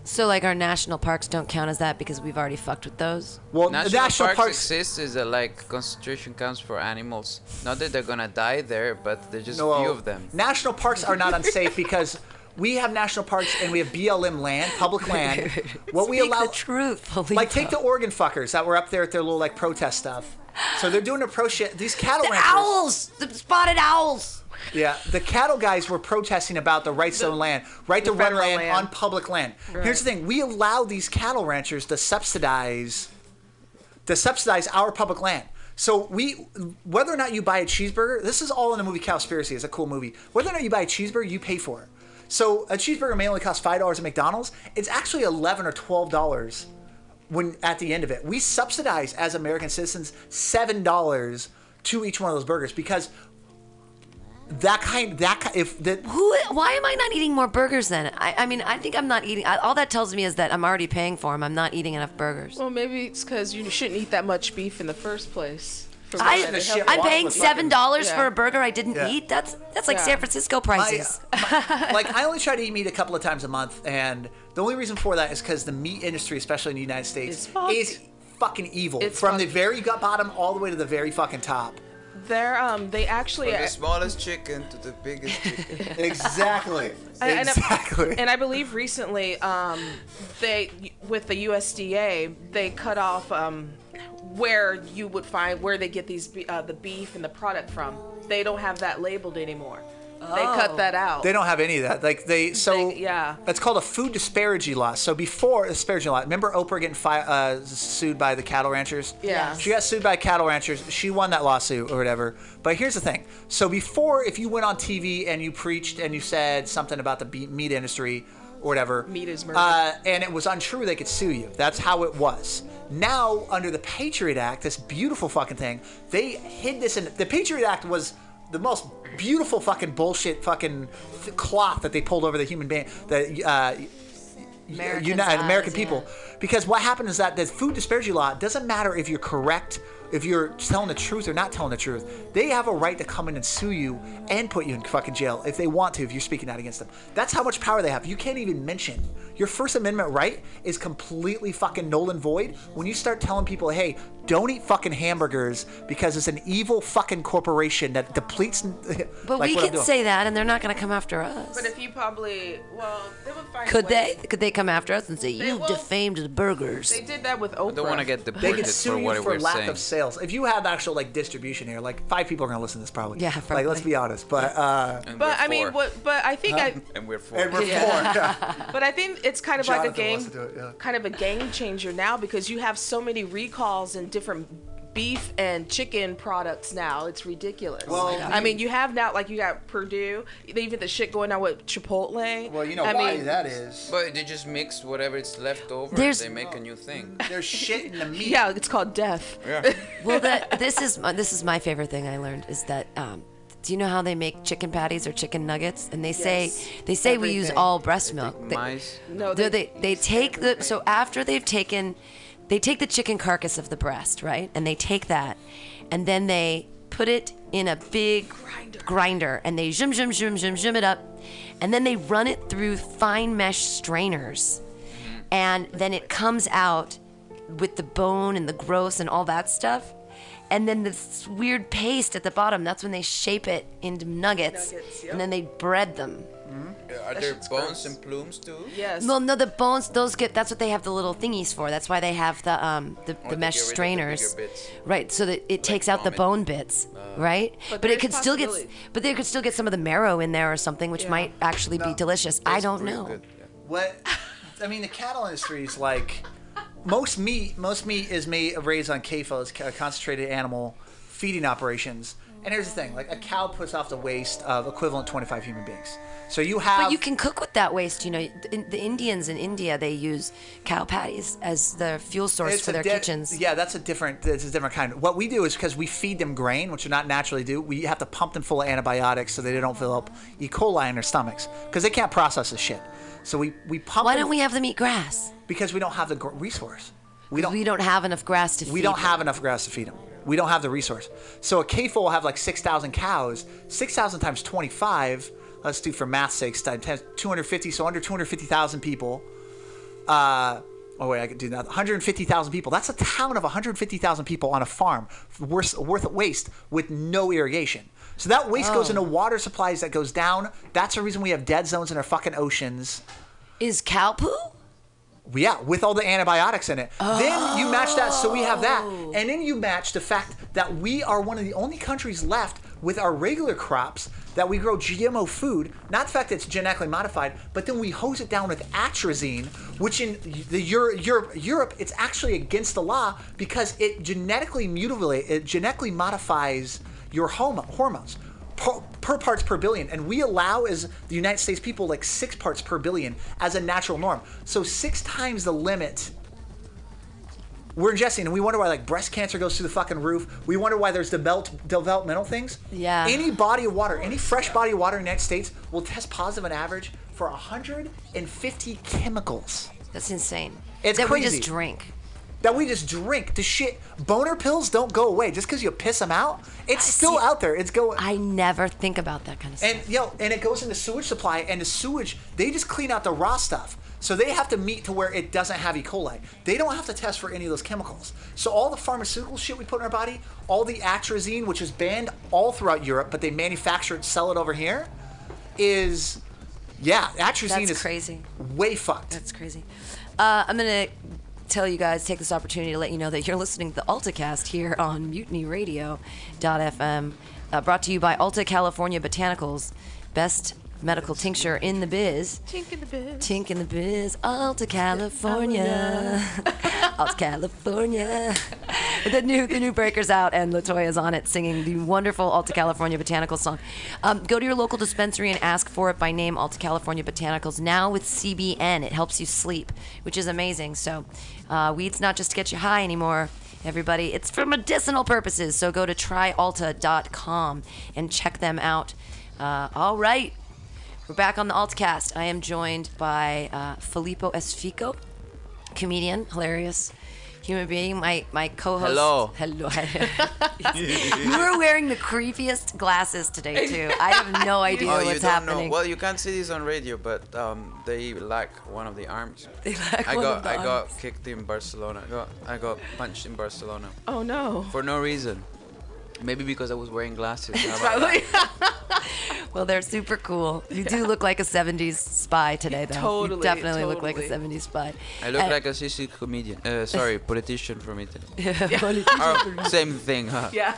A: so like our national parks don't count as that because we've already fucked with those.
C: Well,
D: National,
C: the national
D: parks,
C: parks.
D: exist is a, like concentration camps for animals. Not that they're gonna die there, but there's just
C: well,
D: few of them.
C: National parks are not unsafe because we have national parks and we have BLM land, public land. What we
A: Speak
C: allow.
A: the truth, Polito.
C: Like take the Oregon fuckers that were up there at their little like protest stuff. So they're doing their pro shit. These cattle
A: The
C: ranchers.
A: owls, the spotted owls.
C: Yeah, the cattle guys were protesting about the rights to land, right to run
B: federal
C: land,
B: land.
C: on public land. Here's the thing: we allow these cattle ranchers to subsidize, to subsidize our public land. So we, whether or not you buy a cheeseburger, this is all in the movie Cowspiracy. It's a cool movie. Whether or not you buy a cheeseburger, you pay for it. So a cheeseburger may only cost five dollars at McDonald's. It's actually eleven or twelve dollars when at the end of it, we subsidize as American citizens seven dollars to each one of those burgers because that kind that ki- if that
A: Who? Why am I not eating more burgers then? I, I mean, I think I'm not eating. I, all that tells me is that I'm already paying for them. I'm not eating enough burgers.
B: Well, maybe it's because you shouldn't eat that much beef in the first place. For
A: I,
B: women to
C: shit
B: help
A: I'm
C: walk
A: paying
C: with
A: seven dollars for
B: Yeah.
A: a burger I didn't
C: Yeah.
A: eat. That's that's like
B: Yeah.
A: San Francisco
C: I, uh,
A: prices.
C: my- like I only try to eat meat a couple of times a month, and the only reason for that is because the meat industry, especially in the United States,
B: It's fucked.
C: is fucking evil
B: It's
C: from the
B: fucked.
C: very gut bottom all the way to the very fucking top.
B: They're um they actually
D: From the smallest chicken to the biggest chicken.
C: Exactly.
B: And- and I-
C: exactly.
B: and I believe recently, um, they with the USDA they cut off um, where you would find where they get these be- uh, the beef and the product from. They don't have that labeled anymore. They
A: Oh.
B: cut that out.
C: They don't have any of that. Like they so
B: They- yeah.
C: That's called a food disparity law. So before disparity law, remember Oprah getting fi- uh, sued by the cattle ranchers?
B: Yeah.
C: She got sued by cattle ranchers. She won that lawsuit or whatever. But here's the thing. So before, if you went on TV and you preached and you said something about the be- meat industry or whatever,
B: Meat is murder.
C: Uh, and it was untrue, they could sue you. That's how it was. Now, under the Patriot Act, this beautiful fucking thing, they hid this in. The Patriot Act was the most beautiful fucking bullshit fucking th- cloth that they pulled over the human being, the uh,
A: Americans'
C: Uni-
A: eyes,
C: American
A: yeah.
C: people. Because what happened is that the food disparity law doesn't matter if you're correct, if you're telling the truth or not telling the truth. They have a right to come in and sue you and put you in fucking jail if they want to, if you're speaking out against them. That's how much power they have. You can't even mention. Your First Amendment right is completely fucking null and void when you start telling people, hey, don't eat fucking hamburgers because it's an evil fucking corporation that depletes.
A: But
C: like
A: we
C: what I'm
A: can
C: doing.
A: say that, and they're not going to come after us.
B: But if you probably well, they would find
A: could
B: ways.
A: they? Could they come after us and say you
B: will.
A: defamed the burgers?
B: They did that with Oprah.
D: I don't want to get
C: They
D: deported
C: could
D: for
C: sue you
D: what
C: for
D: we're
C: lack
D: saying.
C: of sales. If you have actual like distribution here, like five people are gonna listen to this probably.
A: Yeah,
C: Like let's
A: probably.
C: be honest, but uh,
D: And
B: But
D: we're
B: I mean,
D: four.
B: what? But I think I.
D: And we're four.
C: and we're
B: Yeah.
C: poor. Yeah.
B: But I think it's kind of like a
C: Jonathan
B: game,
C: wants to do it, yeah.
B: kind of a game changer now because you have so many recalls and different beef and chicken products now. It's ridiculous.
C: Well, Oh my God.
B: I mean, you have now like you got Purdue, even the shit going on with Chipotle.
C: Well, you know
B: I
C: why
B: mean,
C: that is.
D: But they just mix whatever is left over.
A: There's-
D: they make a new thing.
C: There's shit in the meat.
B: Yeah, it's called death.
D: Yeah.
A: well, that, this is my, this is my favorite thing I learned is that. Um, do you know how they make chicken patties or chicken nuggets? And they say
B: Yes.
A: they say we use
B: Everything.
A: all breast milk. They-
D: mice.
B: No,
A: they,
B: they-
A: they, they take the so after they've taken, they take the chicken carcass of the breast, right? And they take that, and then they put it in a big grinder, and they zoom zoom zoom zoom zoom it up, and then they run it through fine mesh strainers, and then it comes out with the bone and the gross and all that stuff. And then this weird paste at the bottom, that's when they shape it into nuggets.
B: Nuggets,
A: And then they bread them.
D: Uh, Are there bones
B: shit's gross.
D: and plumes too?
B: Yes.
A: Well, no, the bones. Those get. That's what they have the little thingies for. That's why they have the um
C: Oh,
A: the, the
D: to
A: mesh
D: get rid of the
A: strainers,
D: bigger bits.
A: right? So that it takes out the bone
D: vomit.
A: bits,
C: Uh.
A: right? But, it
B: there's
A: could still get. s-
B: possibility.
A: But they could still get some of the marrow in there or something, which
B: Yeah.
A: might actually be
C: No.
A: delicious. I don't
D: Pretty
A: know.
D: good, yeah.
C: What? I mean, the cattle industry is like most meat. Most meat is made raised on CAFOs, ca- concentrated animal feeding operations. And here's the thing: like a cow puts off the waste of equivalent 25 human beings. So you have.
A: But you can cook with that waste. You know, the, the Indians in India they use cow patties as their fuel source for
C: a
A: their
C: di-
A: kitchens.
C: Yeah, that's a different. That's a different kind. What we do is because we feed them grain, which they not naturally do. We have to pump them full of antibiotics so they don't develop E. coli in their stomachs because they can't process this shit. So we we pump.
A: Why
C: them
A: don't we have them eat grass?
C: Because we don't have the gr- resource. We
A: 'Cause
C: don't.
A: We don't have enough grass to.
C: we
A: feed
C: don't
A: them.
C: have enough grass to feed them. We don't have the resource. So a CAFO will have like 6,000 cows. 6,000 times 25, let's do for math's sake, times 250, so under 250,000 people. Uh, oh, wait, I could do that. 150,000 people. That's a town of 150,000 people on a farm worth, worth of waste with no irrigation. So that waste
A: Oh.
C: goes into water supplies that goes down. That's the reason we have dead zones in our fucking oceans.
A: Is cow poo?
C: Yeah, with all the antibiotics in it. Then you match that, so we have that. And then you match the fact that we are one of the only countries left with our regular crops that we grow GMO food, not the fact that it's genetically modified, but then we hose it down with atrazine, which in the Euro, Europe, Europe it's actually against the law because it genetically mutilate, it genetically modifies your homo- hormones per, per parts per billion, and we allow as the United States people like six parts per billion as a natural norm. So six times the limit we're ingesting, and we wonder why like breast cancer goes through the fucking roof. We wonder why there's develop, developmental things.
A: Yeah.
C: Any body of water, any fresh body of water in the United States will test positive on average for 150 chemicals
A: That's insane.
C: It's
A: that we
C: crazy.
A: just drink.
C: that we just drink. The shit boner pills don't go away just because you piss them out. It's still
A: see-
C: out there. It's going.
A: I never think about that kind of stuff.
C: And yo, and it goes into sewage supply, and the sewage they just clean out the raw stuff. So they have to meet to where it doesn't have E. coli. They don't have to test for any of those chemicals. So all the pharmaceutical shit we put in our body, all the atrazine, which is banned all throughout Europe, but they manufacture it, sell it over here, is yeah, atrazine
A: That's
C: is
A: crazy.
C: way fucked.
A: That's crazy. Uh, I'm gonna tell you guys, take this opportunity to let you know that you're listening to the AltaCast here on MutinyRadio.fm, uh, brought to you by Alta California Botanicals, best medical tincture in the biz.
B: Tink in the bit.
A: Tink in the biz, Alta California, Alta California. the new the new breakers out, and Latoya's on it singing the wonderful Alta California Botanicals song. Um, go to your local dispensary and ask for it by name, Alta California Botanicals. Now with CBN, it helps you sleep, which is amazing. So, uh, weed's not just to get you high anymore. Everybody, it's for medicinal purposes. So go to tryalta.com and check them out. Uh, all right. We're back on the Altcast. I am joined by uh, Filippo Esfico, comedian, hilarious human being. My my co-host.
D: Hello.
A: Hello. you were wearing the creepiest glasses today too. I have no idea
D: Oh, you
A: what's
D: don't
A: happening.
D: know. Well, you can't see this on radio, but um, they lack one of the arms.
A: They lack
D: I
A: one
D: got
A: of the
D: I
A: arms.
D: got kicked in Barcelona. I got I got punched in Barcelona
B: Oh no.
D: for no reason. Maybe because I was wearing glasses. How about that?
B: Probably.
A: Well, they're super cool. You do look like a '70s spy today, though.
B: Totally,
A: you definitely look like a
B: totally.
A: '70s spy.
D: I look
A: And-
D: like a Sicily comedian. Uh, sorry, politician from Italy.
A: Holy
D: Oh, same thing, huh?
B: yeah.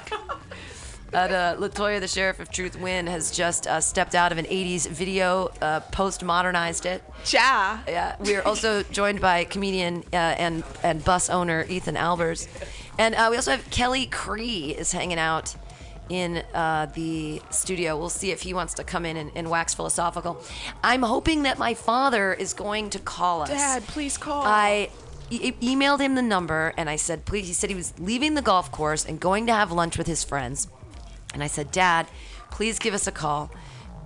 A: But, uh, Latoya, the sheriff of Truth Win, has just uh, stepped out of an '80s video, uh, post-modernized it.
B: Ja.
A: Yeah, we are also joined by comedian uh, and and bus owner Ethan Albers, and uh, we also have Kelly Cree is hanging out in uh, the studio. We'll see if he wants to come in and, and wax philosophical. I'm hoping that my father is going to call us.
B: Dad, please call.
A: I
B: Oh.
A: e- e- emailed him the number and I said, please. He said he was leaving the golf course and going to have lunch with his friends. And I said, Dad, please give us a call.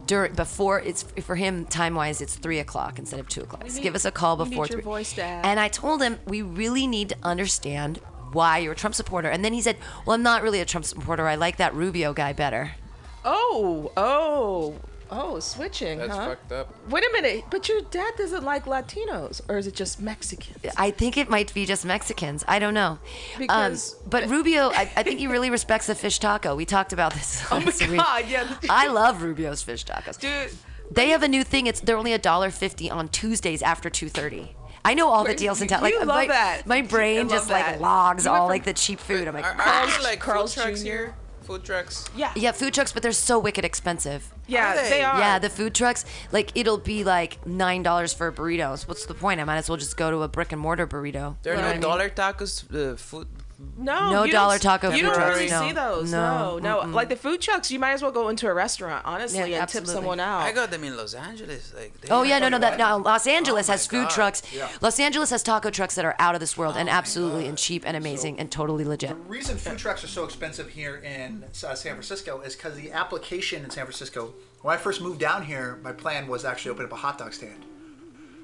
A: During, before it's for him time wise it's three o'clock instead of two o'clock. Just give
B: need-
A: us a call
B: we need
A: before
B: your
A: three.
B: voice, Dad.
A: And I told him we really need to understand why you're a Trump supporter. And then he said, "Well, I'm not really a Trump supporter. I like that Rubio guy better."
B: Oh, oh, oh, switching,
D: That's
B: huh?
D: fucked up.
B: Wait a minute, but your dad doesn't like Latinos, or is it just Mexicans?
A: I think it might be just Mexicans. I don't know. Um,
B: Because-
A: but Rubio, I, I think he really respects the fish taco. We talked about this.
B: Oh my
A: last week.
B: God, yeah.
A: I love Rubio's fish tacos.
B: Dude,
A: They have a new thing. It's they're only a dollar fifty on Tuesdays after two thirty. I know all the deals in town. Like
B: You love
A: my,
B: that.
A: my
B: I
A: brain
B: love
A: just
B: that.
A: like logs
B: You went
A: all
B: from-
A: like the cheap food. I'm like,
D: Are,
A: "Ah."
D: are there like
B: Carl's
D: food trucks
B: Jr.
D: here? Food trucks.
B: Yeah.
A: yeah, food trucks, but they're so wicked expensive.
B: Yeah,
D: Are they?
B: they are.
A: Yeah, the food trucks, like it'll be like nine dollars for burritos. What's the point? I might as well just go to a brick and mortar burrito.
D: There
A: You
D: are no
A: know what I mean?
D: dollar tacos. Uh, food.
B: No,
A: No
B: Oh, you
A: dollar
B: don't,
A: taco
B: You
A: food
B: don't
D: trucks,
B: really
A: no.
B: see those.
A: No,
B: No, no. Like the food trucks, you might as well go into a restaurant, honestly,
A: Yeah,
B: and
A: absolutely.
B: tip someone out.
D: I got them in Los Angeles. Like. they
A: Oh
D: have
A: yeah, no,
D: like
A: no, that
D: what?
A: no. Los Angeles
D: Oh my
A: has food
D: God.
A: trucks. Los Angeles has taco trucks that are out of this world
C: Oh
A: and absolutely and cheap and amazing and totally legit.
C: The reason food trucks are so expensive here in uh, San Francisco is because the application in San Francisco. When I first moved down here, my plan was to actually open up a hot dog stand.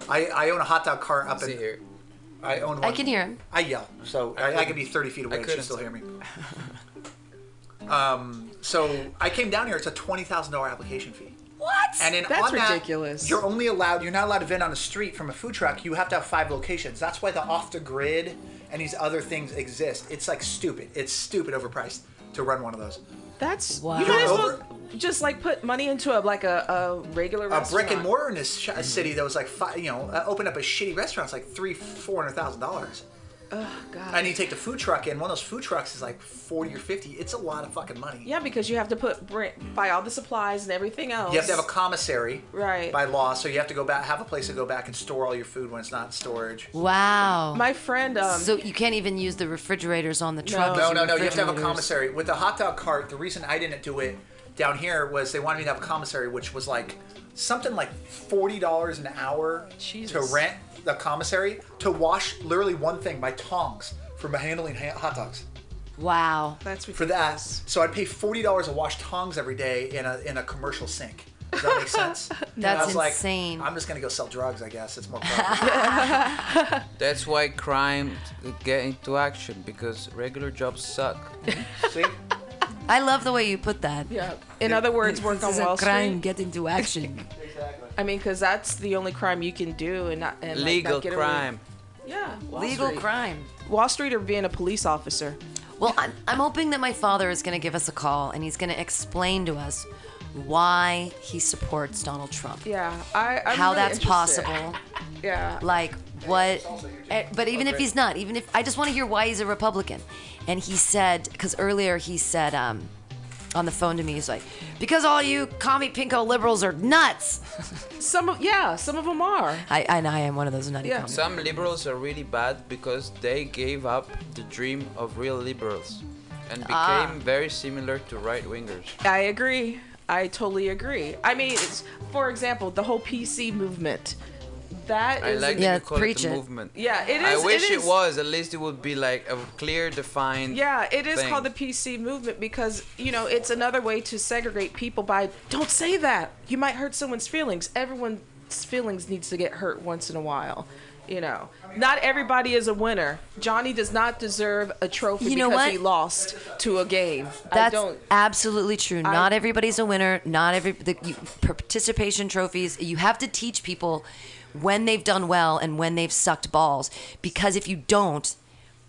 C: I, I own a hot dog cart up
D: See
C: in.
D: here.
C: I own one.
A: I can hear him.
C: I yell, so I, I, could be 30 feet away and she
D: couldn't
C: still
D: say.
C: hear me. um, so I came down here. It's a twenty thousand dollar application fee.
A: What?
C: And in
B: That's
C: on that,
B: ridiculous.
C: you're only allowed. You're not allowed to vend on the street from a food truck. You have to have five locations. That's why the off the grid and these other things exist. It's like stupid. It's stupid overpriced to run one of those.
B: That's
A: Wow.
B: you might as
C: Over-
B: well just like put money into a like a, a regular
C: A brick and
B: restaurant.
C: mortar in this sh- city that was like five, you know, uh, opened up a shitty restaurant. It's like three, four hundred thousand dollars.
B: God.
C: And you take the food truck in. One of those food trucks is like forty or fifty. It's a lot of fucking money.
B: Yeah, because you have to put bri- buy all the supplies and everything else.
C: You have to have a commissary,
B: Right.
C: By law, so you have to go back, have a place to go back and store all your food when it's not in storage.
A: Wow.
B: My friend, um,
A: so you can't even use the refrigerators on the truck.
C: No,
A: as
C: no, no. You have to have a
A: refrigerators.
C: commissary with the hot dog cart. The reason I didn't do it down here was they wanted me to have a commissary, which was like something like forty dollars an hour
B: Jesus.
C: to rent the commissary to wash literally one thing, my tongs for my handling ha- hot dogs.
A: Wow.
B: that's
C: For that,
B: ridiculous.
C: so I'd pay forty dollars to wash tongs every day in a in a commercial sink. Does that make sense? And I
A: That's
C: was like,
A: insane.
C: I'm just gonna go sell drugs. I guess it's more. profitable.
D: That's why crime get into action because regular jobs suck.
C: See.
A: I love the way you put that.
B: Yeah. In other words, work
A: This
B: on
A: is
B: Wall
A: a crime.
B: Street.
A: Get into action.
B: I mean, because that's the only crime you can do, and not and like, not
D: Legal
B: get away-
D: crime.
B: Yeah. Wall
A: Legal
B: Street.
A: crime.
B: Wall Street or being a police officer.
A: Well, I'm, I'm hoping that my father is going to give us a call and he's going to explain to us why he supports Donald Trump.
B: Yeah. I. I'm
A: How
B: really
A: that's
B: interested.
A: possible.
B: Yeah.
A: like what
C: also your
A: eh, but even if he's not even if i just want to hear why he's a republican and he said because earlier he said um, on the phone to me he's like because all you commie pinko liberals are nuts
B: Some. Of, yeah. Some of them are.
A: i and i am one of those nutty
B: Yeah.
A: commies.
D: Some liberals are really bad because they gave up the dream of real liberals and
A: Ah.
D: became very similar to right wingers.
B: I agree. I totally agree. I mean, it's, for example, the whole PC movement. That
D: I
B: is.
D: like
B: a-
D: that
A: Yeah,
D: you call
A: preach
D: it
A: it.
D: a movement.
B: Yeah, it
D: I
B: is-
D: wish
B: it
D: it,
B: is.
D: was. At least it would be like a clear, defined.
B: Yeah, it is
D: thing.
B: called the PC movement because, you know, it's another way to segregate people by don't say that. You might hurt someone's feelings. Everyone's feelings needs to get hurt once in a while. You know, not everybody is a winner. Johnny does not deserve a trophy
A: You know
B: because
A: what?
B: he lost to a game. I
A: that's
B: don't.
A: absolutely true not everybody's a winner not every the you, participation trophies you have to teach people when they've done well and when they've sucked balls because if you don't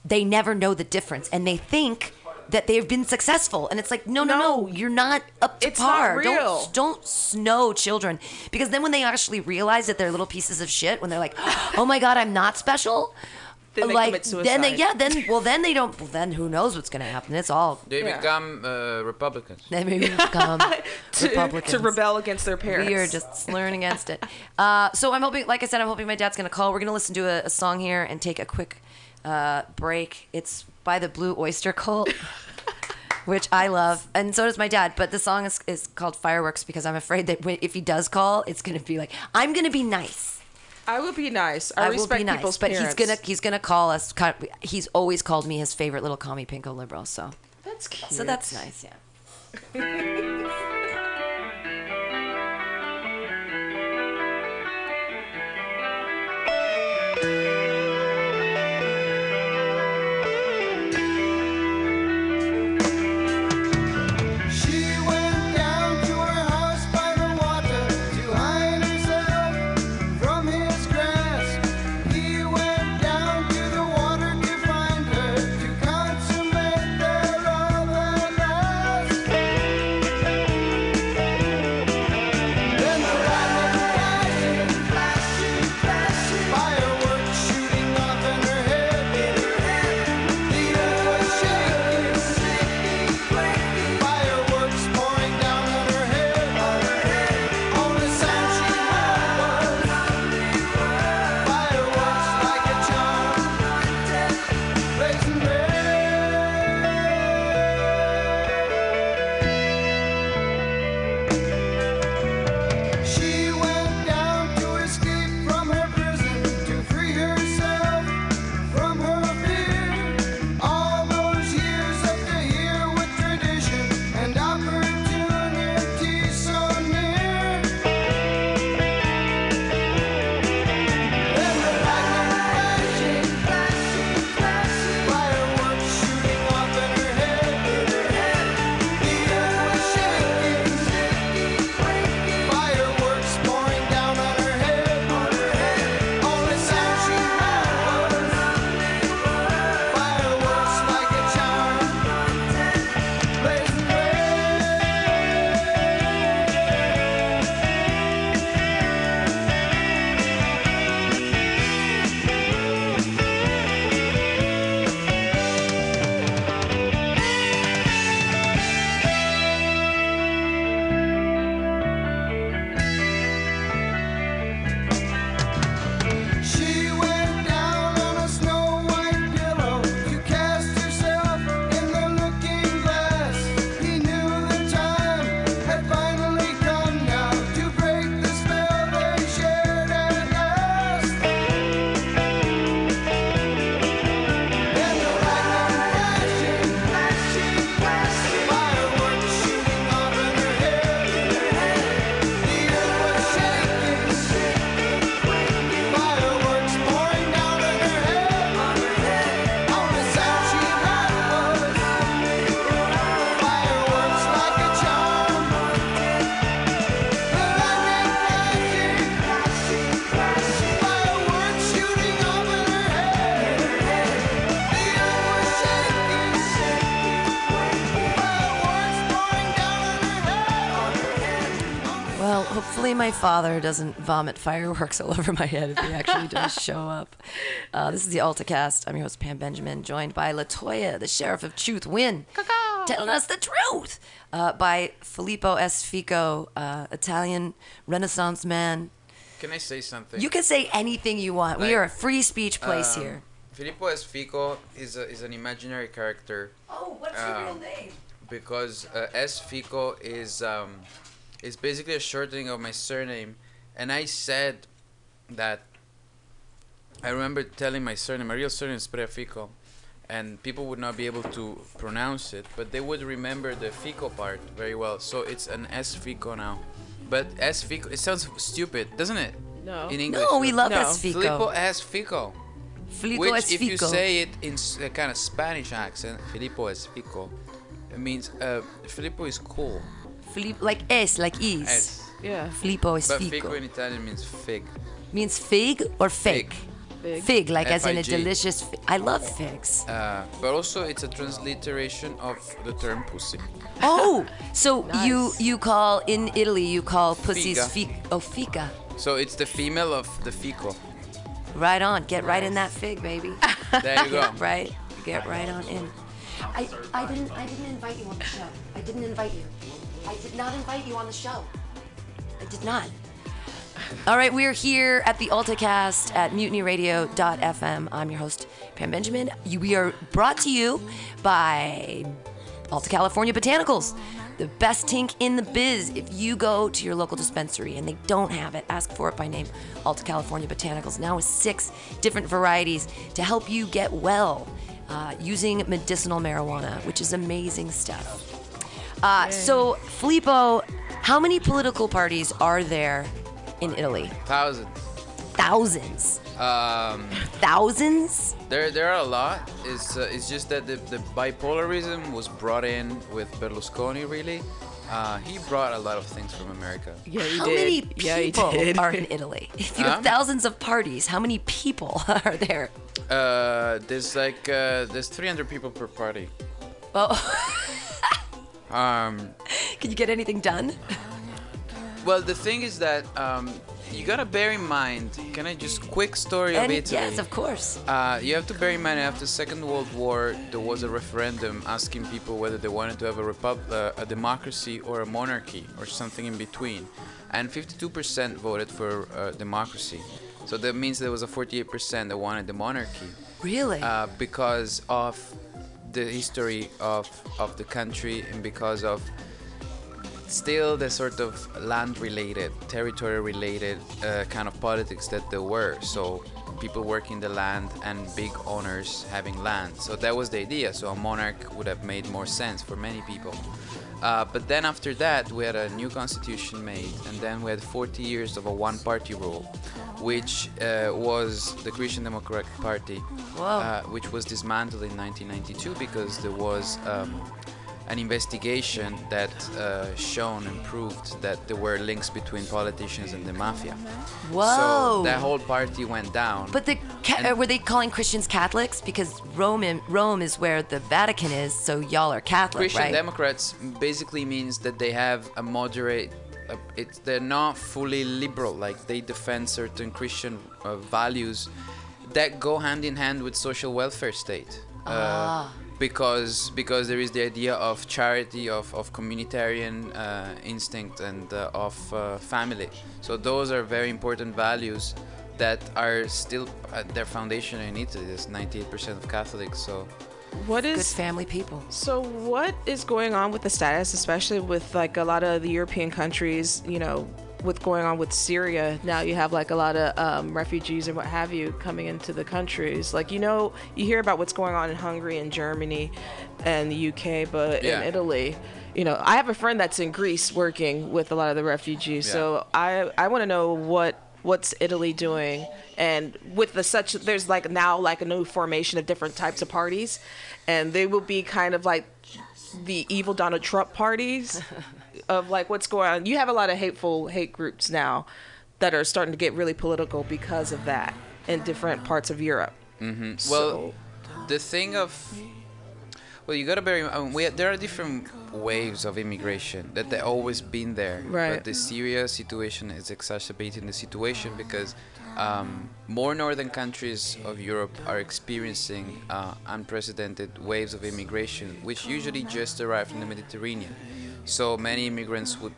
A: they never know the difference and they think that they've been successful and it's like no no no,
B: No.
A: you're not up to
B: It's not
A: par
B: real.
A: don't don't snow children because then when they actually realize that they're little pieces of shit when they're like oh my god i'm not special
B: Then they
A: like
B: commit
A: then they
B: suicide.
A: yeah then well then they don't well, then who knows what's gonna happen it's all
D: They
B: Yeah.
D: become uh, Republicans.
A: then we become
B: To,
A: Republicans.
B: to rebel against their parents.
A: We are just slurring against it. Uh, so I'm hoping, like I said, I'm hoping my dad's going to call. We're going to listen to a, a song here and take a quick uh, break. It's by the Blue Oyster Cult, which I love, and so does my dad. But the song is, is called Fireworks because I'm afraid that when, if he does call, it's going to be like I'm going to be nice.
B: I will be nice. I,
A: I, will
B: respect
A: be nice,
B: people's
A: but
B: parents.
A: he's gonna he's gonna call us. Kind of- He's always called me his favorite little commie pinko liberal. So
B: That's cute.
A: so that's nice. Yeah.
E: She went down to her house by the water to hide herself from his grasp. He went down to the water to find her to consummate their love and last.
A: Hopefully, my father doesn't vomit fireworks all over my head if he actually does show up. Uh, this is the AltaCast. I'm your host, Pam Benjamin, joined by Latoya, the Sheriff of Truth, Win, telling us the truth, uh, by Filippo S. Fico, uh, Italian Renaissance man.
D: Can I say something?
A: You can say anything you want. Uh, we
D: Like, um,
A: are a free speech place here.
D: Filippo Esfico is a, is an imaginary character
A: Oh, what's
D: your um, real name? because uh, Esfico is um, is basically a shortening of my surname, and I said that I remember telling my surname, my real surname is Prefico, and people would not be able to pronounce it, but they would remember the Fico part very well. So it's an S Fico now. But S Fico, it sounds stupid, doesn't it?
B: No.
D: In English.
A: No, we love
B: No.
A: us,
D: Filippo
A: Fico.
D: S Fico.
A: Filippo
D: Which,
A: es
D: if you
A: Fico.
D: say it in s- a kind of Spanish accent, Filippo es Fico, it means uh, Filippo is cool.
A: Filip- like es, like is.
D: Es.
B: Yeah.
A: Filippo es
D: But
A: Fico.
D: Fico in Italian means fig.
A: Means fig or fig?
B: Fig.
A: Fig, like as in a
D: F I G.
A: delicious. Fi- I love figs.
D: Uh, but also, it's a transliteration of the term pussy.
A: Oh, so you you call in Italy you call pussies
D: Figa.
A: fig. Oh, fica.
D: So it's the female of the Fico.
A: Right on. Get right in that fig, baby.
D: There you go.
A: Get right. Get right on in. I, I didn't I didn't invite you on the show. I didn't invite you. I did not invite you on the show. I did not. All right, we are here at the AltaCast at mutinyradio.fm. I'm your host, Pam Benjamin. You- We are brought to you by Alta California Botanicals, the best tink in the biz. If you go to your local dispensary and they don't have it, ask for it by name. Alta California Botanicals now with six different varieties to help you get well uh, using medicinal marijuana, which is amazing stuff. Uh, so, Filippo, how many political parties are there in Italy?
D: Thousands.
A: Thousands.
D: Um,
A: Thousands?
D: there, there are a lot. It's, uh, it's just that the, the bipolarism was brought in with Berlusconi, really. Uh, he brought a lot of things from America.
B: Yeah, you
A: How
B: did.
A: many
B: yeah, you
A: people
B: did.
A: are in Italy? If you have
D: Huh?
A: thousands of parties, how many people are there?
D: Uh, there's like uh, there's 300 people per party.
A: Oh,
D: Um,
A: can you get anything done?
D: well, the thing is that um, you gotta bear in mind. Can I just quick story of
A: And
D: Italy?
A: yes, of course.
D: Uh, you have to bear in mind after Second World War there was a referendum asking people whether they wanted to have a repub- uh, a democracy or a monarchy or something in between, and 52% voted for uh, democracy. So that means there was a 48% that wanted the monarchy
A: Really?
D: uh, because of the history of of the country and because of still the sort of land related territory related uh, kind of politics that there were so people working the land and big owners having land so that was the idea so a monarch would have made more sense for many people uh, but then after that we had a new constitution made and then we had 40 years of a one party rule which uh, was the christian democratic party uh, which was dismantled in 1992 because there was um, an investigation that uh, shown and proved that there were links between politicians and the mafia.
A: Whoa.
D: So that whole party went down.
A: but the ca-
D: and-
A: uh, were they calling Christians Catholics because Roman Rome is where the Vatican is, so y'all are Catholic,
D: Christian
A: right?
D: Democrats basically means that they have a moderate. Uh, it's they're not fully liberal. Like they defend certain Christian uh, values that go hand in hand with social welfare state. Uh,
A: Ah.
D: Because because there is the idea of charity, of of communitarian uh, instinct, and uh, of uh, family. So those are very important values that are still at their foundation in Italy. There's 98% of Catholics. So.
B: What
A: Good
B: is
A: family people.
B: So what is going on with the status, especially with like a lot of the European countries, you know, with going on with Syria now, you have like a lot of um, refugees and what have you coming into the countries. Like you know, you hear about what's going on in Hungary and Germany, and the UK, but
D: Yeah.
B: in Italy, you know, I have a friend that's in Greece working with a lot of the refugees. So I I want to know what what's Italy doing and with the such there's like now like a new formation of different types of parties and they will be kind of like the evil Donald Trump parties of like what's going on. You have a lot of hateful hate groups now that are starting to get really political because of that in different parts of Europe.
D: Mm-hmm. Well, the thing of well, you gotta bear in mind we, um, there are different waves of immigration that they always been there
B: Right.
D: but the syria situation is exacerbating the situation because um, more northern countries of europe are experiencing uh, unprecedented waves of immigration which usually just arrive from the mediterranean so many immigrants would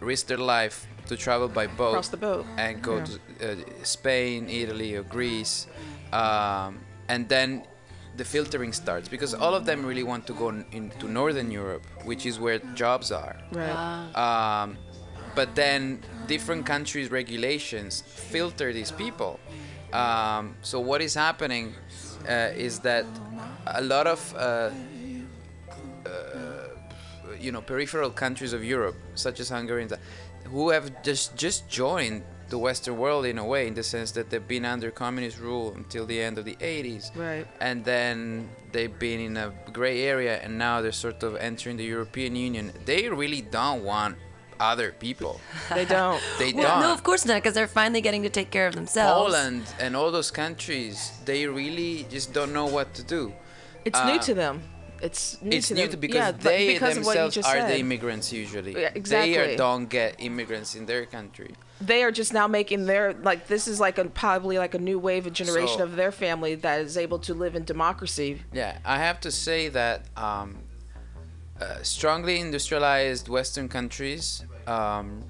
D: risk their life to travel by boat
B: Cross the boat.
D: and go
B: Yeah.
D: to uh, Spain, Italy, or Greece, um, and then the filtering starts because all of them really want to go n- into Northern Europe, which is where jobs are.
B: Right.
D: Um, but then different countries' regulations filter these people. Um, so what is happening uh, is that a lot of uh, you know peripheral countries of Europe, such as Hungary, and that, who have just just joined the Western world in a way, in the sense that they've been under communist rule until the end of the 80s,
B: Right.
D: And then they've been in a gray area, and now they're sort of entering the European Union. They really don't want other people.
B: They don't.
D: They
A: Well,
D: don't.
A: no, of course not, because they're finally getting to take care of themselves.
D: Poland and all those countries, they really just don't know what to do.
B: It's
D: Uh,
B: new to them. It's new
D: it's
B: to
D: new
B: them.
D: to because
B: yeah, th-
D: they
B: because of what you
D: themselves are
B: just
D: the
B: said.
D: immigrants usually.
B: Yeah,
D: They
B: exactly.
D: are, don't get immigrants in their country.
B: they are just now making their like this is like a probably like a new wave of generation
D: So-
B: of their family that is able to live in democracy.
D: Yeah, I have to say that um, uh, strongly industrialized Western countries um,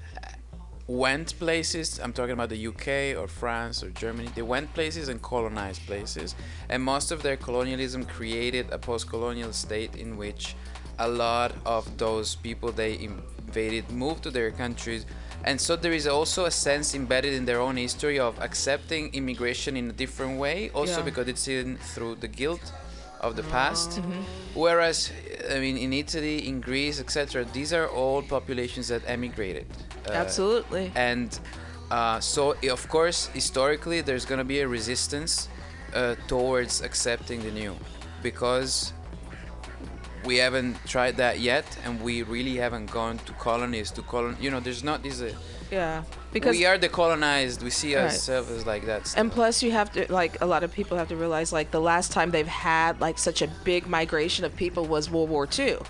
D: went places. I'm talking about the UK or France or Germany. They went places and colonized places, and most of their colonialism created a post-colonial state in which a lot of those people they invaded moved to their countries. And so there is also a sense embedded in their own history of accepting immigration in a different way, also
B: Yeah.
D: because it's in through the guilt of the past.
B: Mm-hmm.
D: Whereas, I mean, in Italy, in Greece, etc., these are all populations that emigrated. uh,
B: Absolutely.
D: and uh, so, i- of course, historically, there's going to be a resistance uh, towards accepting the new because we haven't tried that yet and we really haven't gone to colonies to colon you know there's not this uh,
B: Yeah. Because
D: we are the colonized we see
B: Right.
D: ourselves as like that
B: and plus you have to like a lot of people have to realize like the last time they've had like such a big migration of people was World War II. Wi-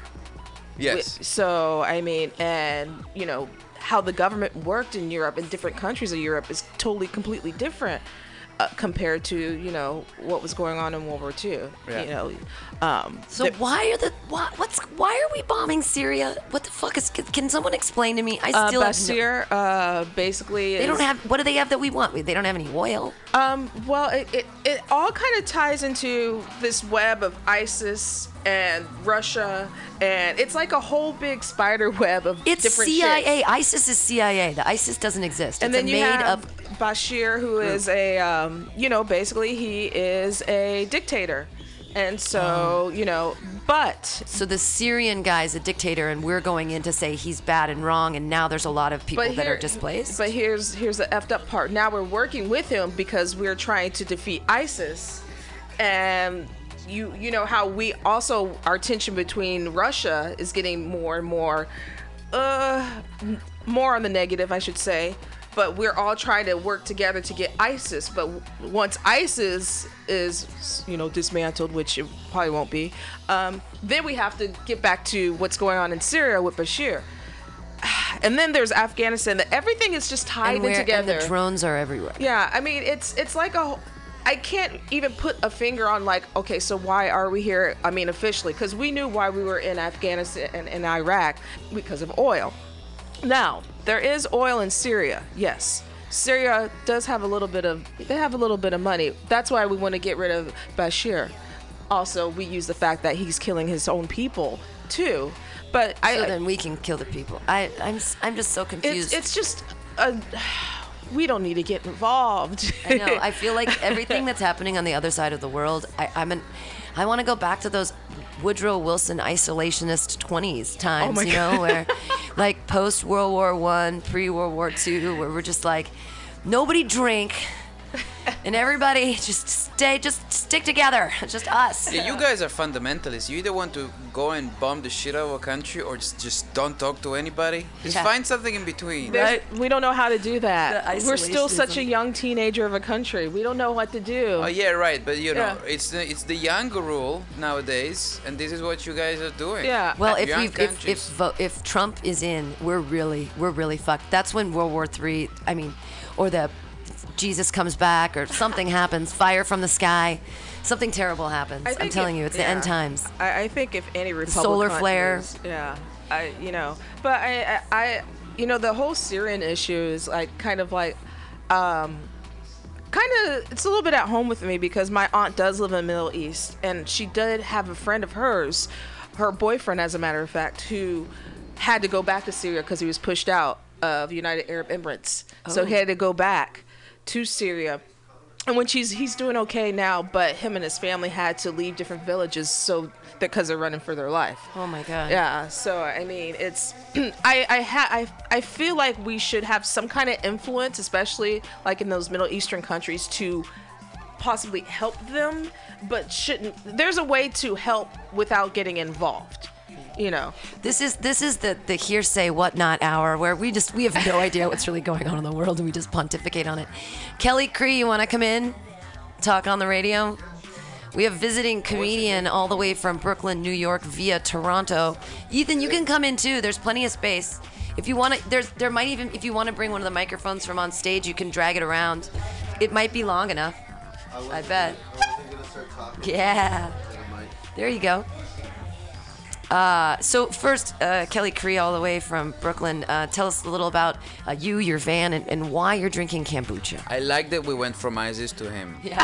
D: yes
B: So I mean, and you know how the government worked in Europe in different countries of Europe is totally completely different uh, compared to you know what was going on in World War II.
D: Yeah.
B: You know, um,
A: So
B: there-
A: why are the why, what's why are we bombing Syria? What the fuck is? Can, can someone explain to me? I
B: uh,
A: still have no-
B: Bashir uh, basically
A: they don't
B: is-
A: have. What do they have that we want? We- They don't have any oil.
B: Um, well, it, it, it all kind of ties into this web of ISIS and Russia, and it's like a whole big spider web of
A: It's
B: different shit.
A: CIA. ISIS is CIA. The ISIS doesn't exist.
B: and
A: it's
B: then
A: a
B: you
A: made Hmm.
B: have
A: up.
B: Bashir, who is a, um, you know, basically he is a dictator, and
A: Oh.
B: so you know, but
A: So the Syrian guy is a dictator, and we're going in to say he's bad and wrong. And now there's a lot of people
B: but
A: that are
B: here-
A: displaced.
B: But here's here's the effed up part. Now we're working with him because we're trying to defeat ISIS, and you you know how we also our tension between Russia is getting more and more, uh, m- more on the negative, I should say. But we're all trying to work together to get ISIS. But w- once ISIS is, you know, dismantled, which it probably won't be, um, then we have to get back to what's going on in Syria with Bashir. And then there's Afghanistan. That everything is just tied
A: and,
B: in
A: where- and
B: together.
A: the drones are everywhere.
B: yeah, I mean it's it's like a wh- I can't even put a finger on like okay, so why are we here? I mean officially because we knew why we were in Afghanistan and, and Iraq because of oil. Now there is oil in Syria. Yes. Syria does have a little bit of they have a little bit of money. That's why we want to get rid of Bashir. Also, we use the fact that he's killing his own people too. But I
A: So then we can kill the people. I, I'm, s- I'm just so confused.
B: it's, it's just a, we don't need to get involved
A: I know. I feel like everything that's happening on the other side of the world, I, I'm an, I want to go back to those Woodrow Wilson isolationist 20s times,
B: my
A: you know, where like post World War One, pre World War Two, where we're just like, nobody drink, and everybody just stay, just stick together. It's just us.
D: Yeah, you guys are fundamentalists. You either want to go and bomb the shit out of a country or just, just don't talk to anybody. Just
A: Yeah.
D: find something in between.
B: There's- We don't know how to do that.
A: The
B: We're still such
A: isolationism.
B: a young teenager of a country. We don't know what to do.
D: Oh yeah, right. But you know,
B: Yeah.
D: it's the, it's the young rule nowadays, and this is what you guys are doing.
B: Yeah.
A: Well,
D: Uh,
A: if
D: young
A: we if if,
D: countries.
A: vo- if Trump is in, we're really we're really fucked. That's when World War Three. I mean, or the Jesus comes back, or something happens, fire from the sky, something terrible happens.
B: I
A: I'm
B: think
A: telling
B: if-
A: you, it's the end
B: yeah.
A: times.
B: I, I think if any Republican
A: solar flare.
B: is- yeah, I you know, but I, I I you know the whole Syrian issue is like kind of like, um, kind of it's a little bit at home with me because my aunt does live in the Middle East and she did have a friend of hers, her boyfriend as a matter of fact, who had to go back to Syria because he was pushed out of United Arab Emirates, so he
A: Oh.
B: had to go back to Syria and when she's he's doing okay now, but him and his family had to leave different villages so because they're running for their life.
A: Oh my God.
B: Yeah, so I mean, it's I I ha, I I feel like we should have some kind of influence, especially like in those Middle Eastern countries, to possibly help them, but shouldn't. There's a way to help without getting involved, you know.
A: This is this is the the hearsay whatnot hour where we just we have no idea what's really going on in the world and we just pontificate on it. Kelly Cree, you want to come in, talk on the radio? We have visiting comedian all the way from Brooklyn, New York, via Toronto. Ethan, you can come in too. There's plenty of space. If you want to, there's there might even if you want to bring one of the microphones from on stage, you can drag it around. It might be long enough. I bet. Yeah. There you go. Uh, so first, uh, Kelly Cree, all the way from Brooklyn, uh, tell us a little about uh, you, your van, and, and why you're drinking kombucha.
D: I like that we went from ISIS to him. Yeah.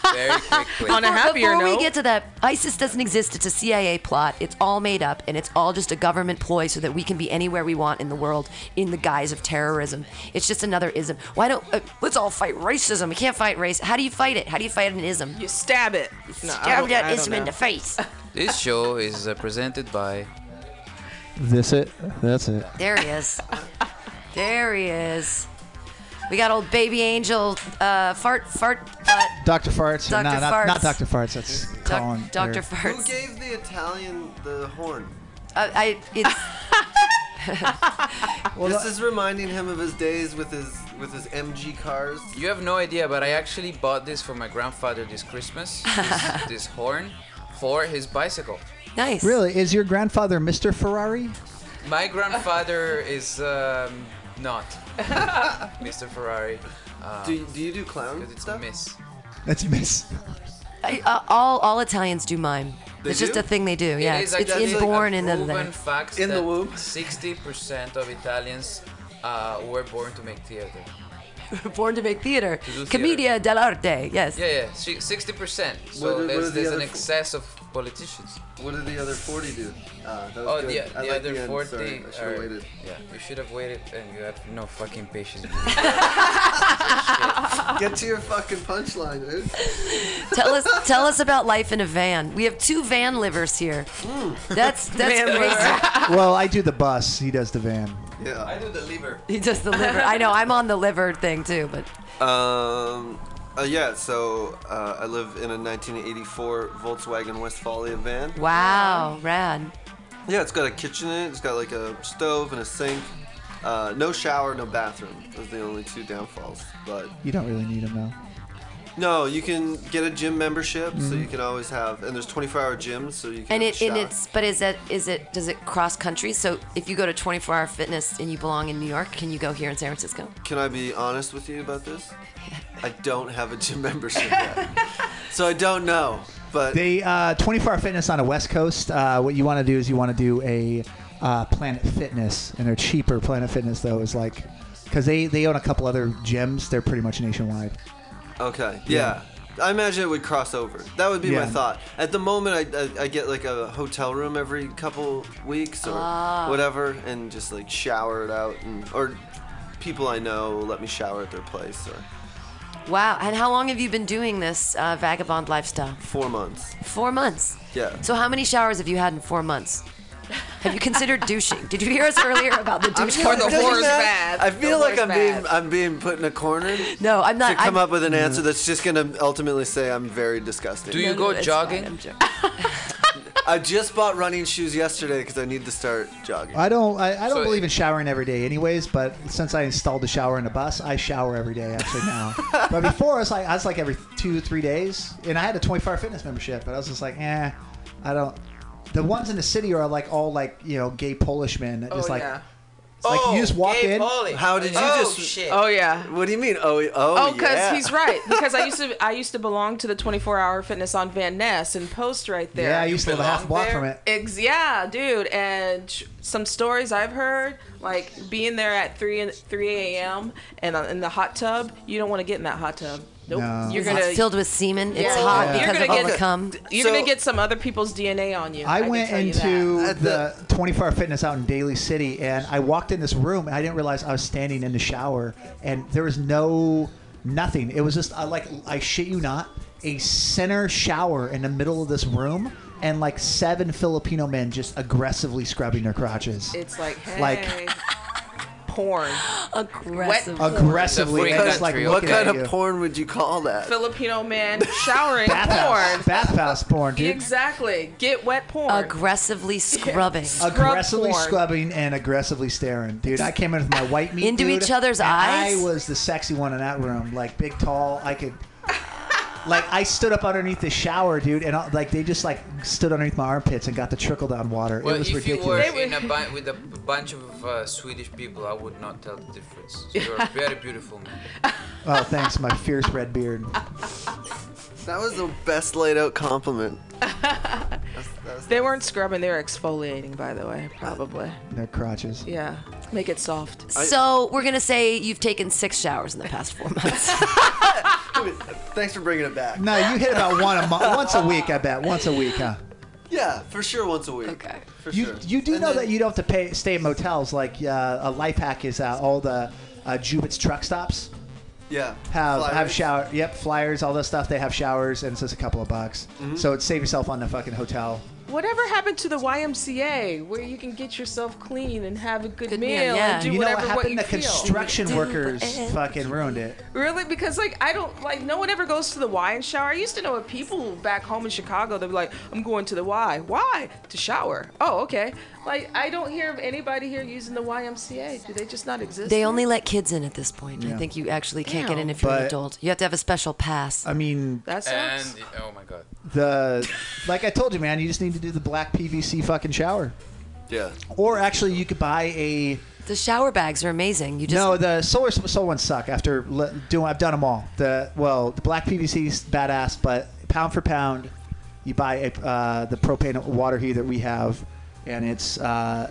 D: Very quickly.
B: On a happier
A: Before
B: note,
A: we get to that, ISIS doesn't exist. It's a CIA plot. It's all made up, and it's all just a government ploy so that we can be anywhere we want in the world in the guise of terrorism. It's just another ism. Why don't uh, let's all fight racism? We can't fight race. How do you fight it? How do you fight an ism?
B: you stab it. No, I
A: Stab
B: don't- I
A: that
B: don't
A: ism in
B: know.
A: the face.
D: this show is uh, presented by.
C: This it. That's it.
A: There he is. there he is. We got old baby angel uh, fart fart butt.
C: Doctor Farts.
A: Dr.
C: No, not, not
A: Farts.
C: Doctor Farts. That's Colin.
A: Doc, Doctor
C: or-
F: Who
A: Farts.
F: gave the Italian the horn?
A: Uh, I it's
F: this is reminding him of his days with his with his MG cars.
D: You have no idea, but I actually bought this for my grandfather this Christmas. This, this horn for his bicycle.
A: nice.
C: Really, is your grandfather Mr. Ferrari?
D: My grandfather is um, not Mr. Ferrari. Um,
F: Do you, do you do clown
D: It's
F: stuff?
D: Miss.
C: That's Miss.
A: I, uh, all all Italians do mime.
F: They
A: it's just
F: do?
A: a thing they do. Yeah,
D: it
A: it's,
D: is
A: it's
D: actually
A: inborn
D: a
A: in them.
D: proven
A: there.
D: fact
F: In the
D: that
F: womb.
D: 60% of Italians uh, were born to make theater.
A: Born to make theater.
D: do theater.
A: Commedia dell'arte. Yes.
D: Yeah, yeah, si- 60%.
F: What are-
D: So
F: what are
D: there's,
F: the
D: there's
F: other
D: an
F: fo-
D: excess of politicians.
F: What did the other 40 do? Uh, that was
D: Oh,
F: good.
D: the,
F: I
D: the
F: like
D: other
F: the end.
D: 40
F: Sorry, I should
D: are-
F: have waited.
D: Yeah, you should have waited and you have no fucking patience.
F: Get to your fucking punchline, dude.
A: tell us tell us about life in a van. We have two van livers here. That's that's
B: Van
A: crazy.
C: well, I do the bus. He does the van.
F: Yeah.
D: do the lever.
A: he does the liver. I know. I'm on the liver thing too, but
F: Um. Uh, yeah. So uh, I live in a 1984 Volkswagen Westfalia van.
A: wow, rad.
F: Yeah, it's got a kitchen in it. It's got like a stove and a sink. Uh, no shower, no bathroom. Those are the only two downfalls. But
C: You don't really need him now.
F: no, you can get a gym membership, so
D: Mm-hmm.
F: you can always have. And there's 24-hour gyms, so you can. have
A: And it
F: a
A: and
F: shower.
A: it's but is that is it does it cross country? So if you go to 24 Hour Fitness and you belong in New York, can you go here in San Francisco?
F: Can I be honest with you about this? I don't have a gym membership yet, so I don't know. But
C: They uh, 24 Hour Fitness on the West Coast. Uh, what you want to do is you want to do a uh, Planet Fitness, and they're cheaper. Planet Fitness though is like because they they own a couple other gyms. They're pretty much nationwide.
F: Okay. Yeah. I imagine it would cross over. That would be my
C: Yeah.
F: thought. At the moment, I, I, I get like a hotel room every couple weeks or whatever, and just like shower it out, and, or people I know let me shower at their place. Or
A: Wow. And how long have you been doing this uh, vagabond lifestyle?
F: four months.
A: Four months.
F: Yeah.
A: So how many showers have you had in four months? Have you considered douching? Did you hear us earlier about the douche
B: Or
A: part?
B: the
A: of douching?
B: horse bath.
F: I feel
B: The
F: like
B: horse
F: I'm being
B: bath.
F: I'm being put in a corner
A: No, I'm
F: to
A: not.
F: come
A: I'm, Mm.
F: up with an answer that's just gonna ultimately say I'm very disgusting.
D: Do you
A: no,
D: go
A: it's
D: jogging?
A: fine, I'm joking.
F: I just bought running shoes yesterday because I need to start jogging.
C: I don't. I, I don't
D: So-
C: believe in showering every day, anyways. But since I installed the shower in the bus, I shower every day actually now. but before, I was like, I was like every two, three days, and I had a 24 hour fitness membership. But I was just like, eh, I don't. The ones in the city are like all like you know gay Polish men that just
B: Oh,
C: like
B: yeah.
C: it's like you just walk
G: gay
C: in.
G: Polish.
F: How did you
G: oh,
F: just-
G: Shit.
B: Oh yeah.
F: What do you mean? Oh, oh, oh
B: Oh, because he's right. Because I used to I used to belong to the 24 hour fitness on Van Ness and Post right there.
C: Yeah, I used to live a half block from it.
B: Ex- yeah, dude. And sh- some stories I've heard, like being there at three and three a.m. and uh, in the hot tub. You don't want to get in that hot tub. Nope.
C: No.
B: You're
A: It's
B: gonna
A: filled with semen. It's
B: Yeah.
A: hot
B: You're
A: because
B: gonna
A: of all
B: get-
A: the cum.
B: You're
F: So-
B: gonna get some other people's DNA on you.
C: I,
B: can
C: went
B: tell you
C: into
F: that. At
C: the,
F: the-
C: 24 Hour Fitness out in Daly City, and I walked in this room, and I didn't realize I was standing in the shower, and there was no nothing. It was just I like I shit you not, a center shower in the middle of this room, and like seven Filipino men just aggressively scrubbing their crotches,
B: that. It's like hey,
C: Like-
B: porn.
A: Aggressive.
C: aggressively,
D: It's a
C: and
D: free
C: just like
D: country,
F: what
C: looking
F: kind
C: at
F: of
C: you.
F: porn would you call that?
B: Filipino man showering porn.
C: Bathhouse, bathhouse porn, dude.
B: Exactly. Get wet porn.
A: Aggressively scrubbing.
C: aggressively
B: porn.
C: scrubbing and aggressively staring, dude. I came in with my white meat
A: Into
C: dude,
A: each other's
C: and
A: eyes?
C: I was the sexy one in that room, like big, tall. I could, like, I stood up underneath the shower, dude, and I, like they just like stood underneath my armpits and got the trickle down water.
D: Well,
C: it was
D: if
C: ridiculous.
D: you were in a bu- with a b- bunch of uh, Swedish people, I would not tell the difference. You're a very beautiful man.
C: Oh, thanks, my fierce red beard.
F: That was the best laid out compliment.
B: They weren't scrubbing, they were exfoliating, by the way, probably.
C: Their crotches.
B: Yeah. Make it soft.
A: So we're gonna say you've taken six showers in the past four months.
F: Thanks for bringing it back.
C: No, you hit about one a mo- once a week, I bet. Once a week, huh?
F: Yeah, for sure, once a week.
A: Okay.
F: For
C: You
F: sure.
C: you do
F: And
C: know
F: then-
C: that you don't have to pay stay in motels. Like uh, a life hack is uh, all the uh, Jubits truck stops.
F: yeah
C: have have
F: Flyers.
C: shower. Yep, flyers, all that stuff. They have showers, and it's just a couple of bucks.
F: Mm-hmm.
C: So it save yourself on the fucking hotel.
B: Whatever happened to the YMCA where you can get yourself clean and have a good,
A: Good
B: meal,
A: meal, yeah.
B: and do
C: you know
B: whatever
C: what
B: what
C: happened?
B: you
C: the
B: feel?
C: construction
A: Do
C: workers
A: it.
C: fucking ruined it.
B: really? Because like I don't like no one ever goes to the Y and shower. I used to know of people back home in Chicago they'd be like, I'm going to the Y. Why? To shower. Oh, okay. Like I don't hear of anybody here using the YMCA. Do they just not exist?
A: They
B: here?
A: only let kids in at this point. I think you actually can't get in if you're an
C: But-
A: adult. You have to have a special pass.
C: I mean,
B: that sucks.
D: And oh my god,
C: the like I told you, man, you just need to do the black PVC fucking shower.
F: Yeah.
C: Or actually, you could buy a
A: the shower bags are amazing. You just
C: no. The solar solar ones suck. After le- doing, I've done them all. The well, the black PVC's badass, but pound for pound, you buy a, uh, the propane water heater that we have, and it's uh,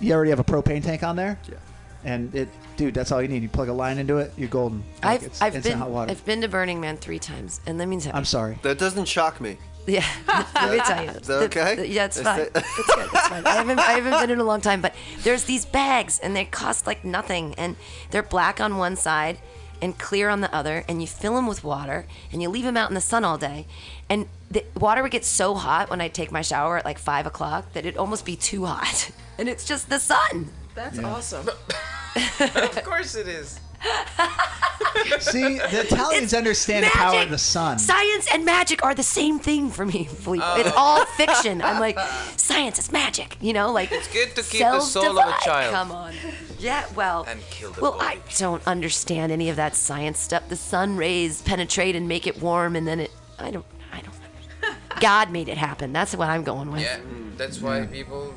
C: you already have a propane tank on there. Yeah. And it, dude, that's all you need. You plug a line into it, you're golden. Like,
A: I've
C: it's
A: I've
C: instant
A: been
C: hot water.
A: I've been to Burning Man three times, and that means
C: I'm sorry.
F: That doesn't shock me.
A: Yeah, let me tell you.
F: Is that okay?
A: yeah, it's
F: Is
A: fine.
F: that-
A: It's good. It's fine. I haven't, I haven't been in a long time, but there's these bags, and they cost like nothing, and they're black on one side and clear on the other, and you fill them with water, and you leave them out in the sun all day, and the water would get so hot when I take my shower at like five o'clock that it'd almost be too hot, and it's just the sun.
B: That's awesome.
D: of course it is.
C: See, the Italians understand
A: magic.
C: the power of the sun.
A: Science and magic are the same thing for me, Philippe. It's all fiction. I'm like, science is magic, you know, like it's
D: good to keep the soul of a child.
A: Come on. Yeah, well
D: And kill the
A: Well,
D: body.
A: I don't understand any of that science stuff. The sun rays penetrate and make it warm and then it I don't I don't understand. God made it happen. That's what I'm going with.
D: Yeah, that's why
A: Mm.
D: people.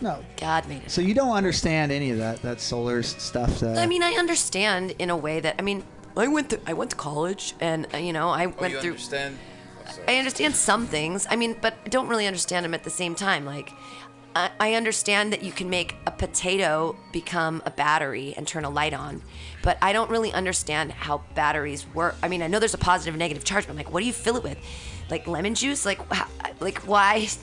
C: No.
A: God made it.
C: So you don't understand any of that that solar s- stuff. That,
A: I mean, I understand in a way that I mean, I went to I went to college and uh, you know, I
D: Oh,
A: went
D: you
A: through
D: understand?
A: I understand some things. I mean, but I don't really understand them at the same time. Like, I, I understand that you can make a potato become a battery and turn a light on, but I don't really understand how batteries work. I mean, I know there's a positive and negative charge, but I'm like, what do you fill it with? Like lemon juice? Like, wh- like why?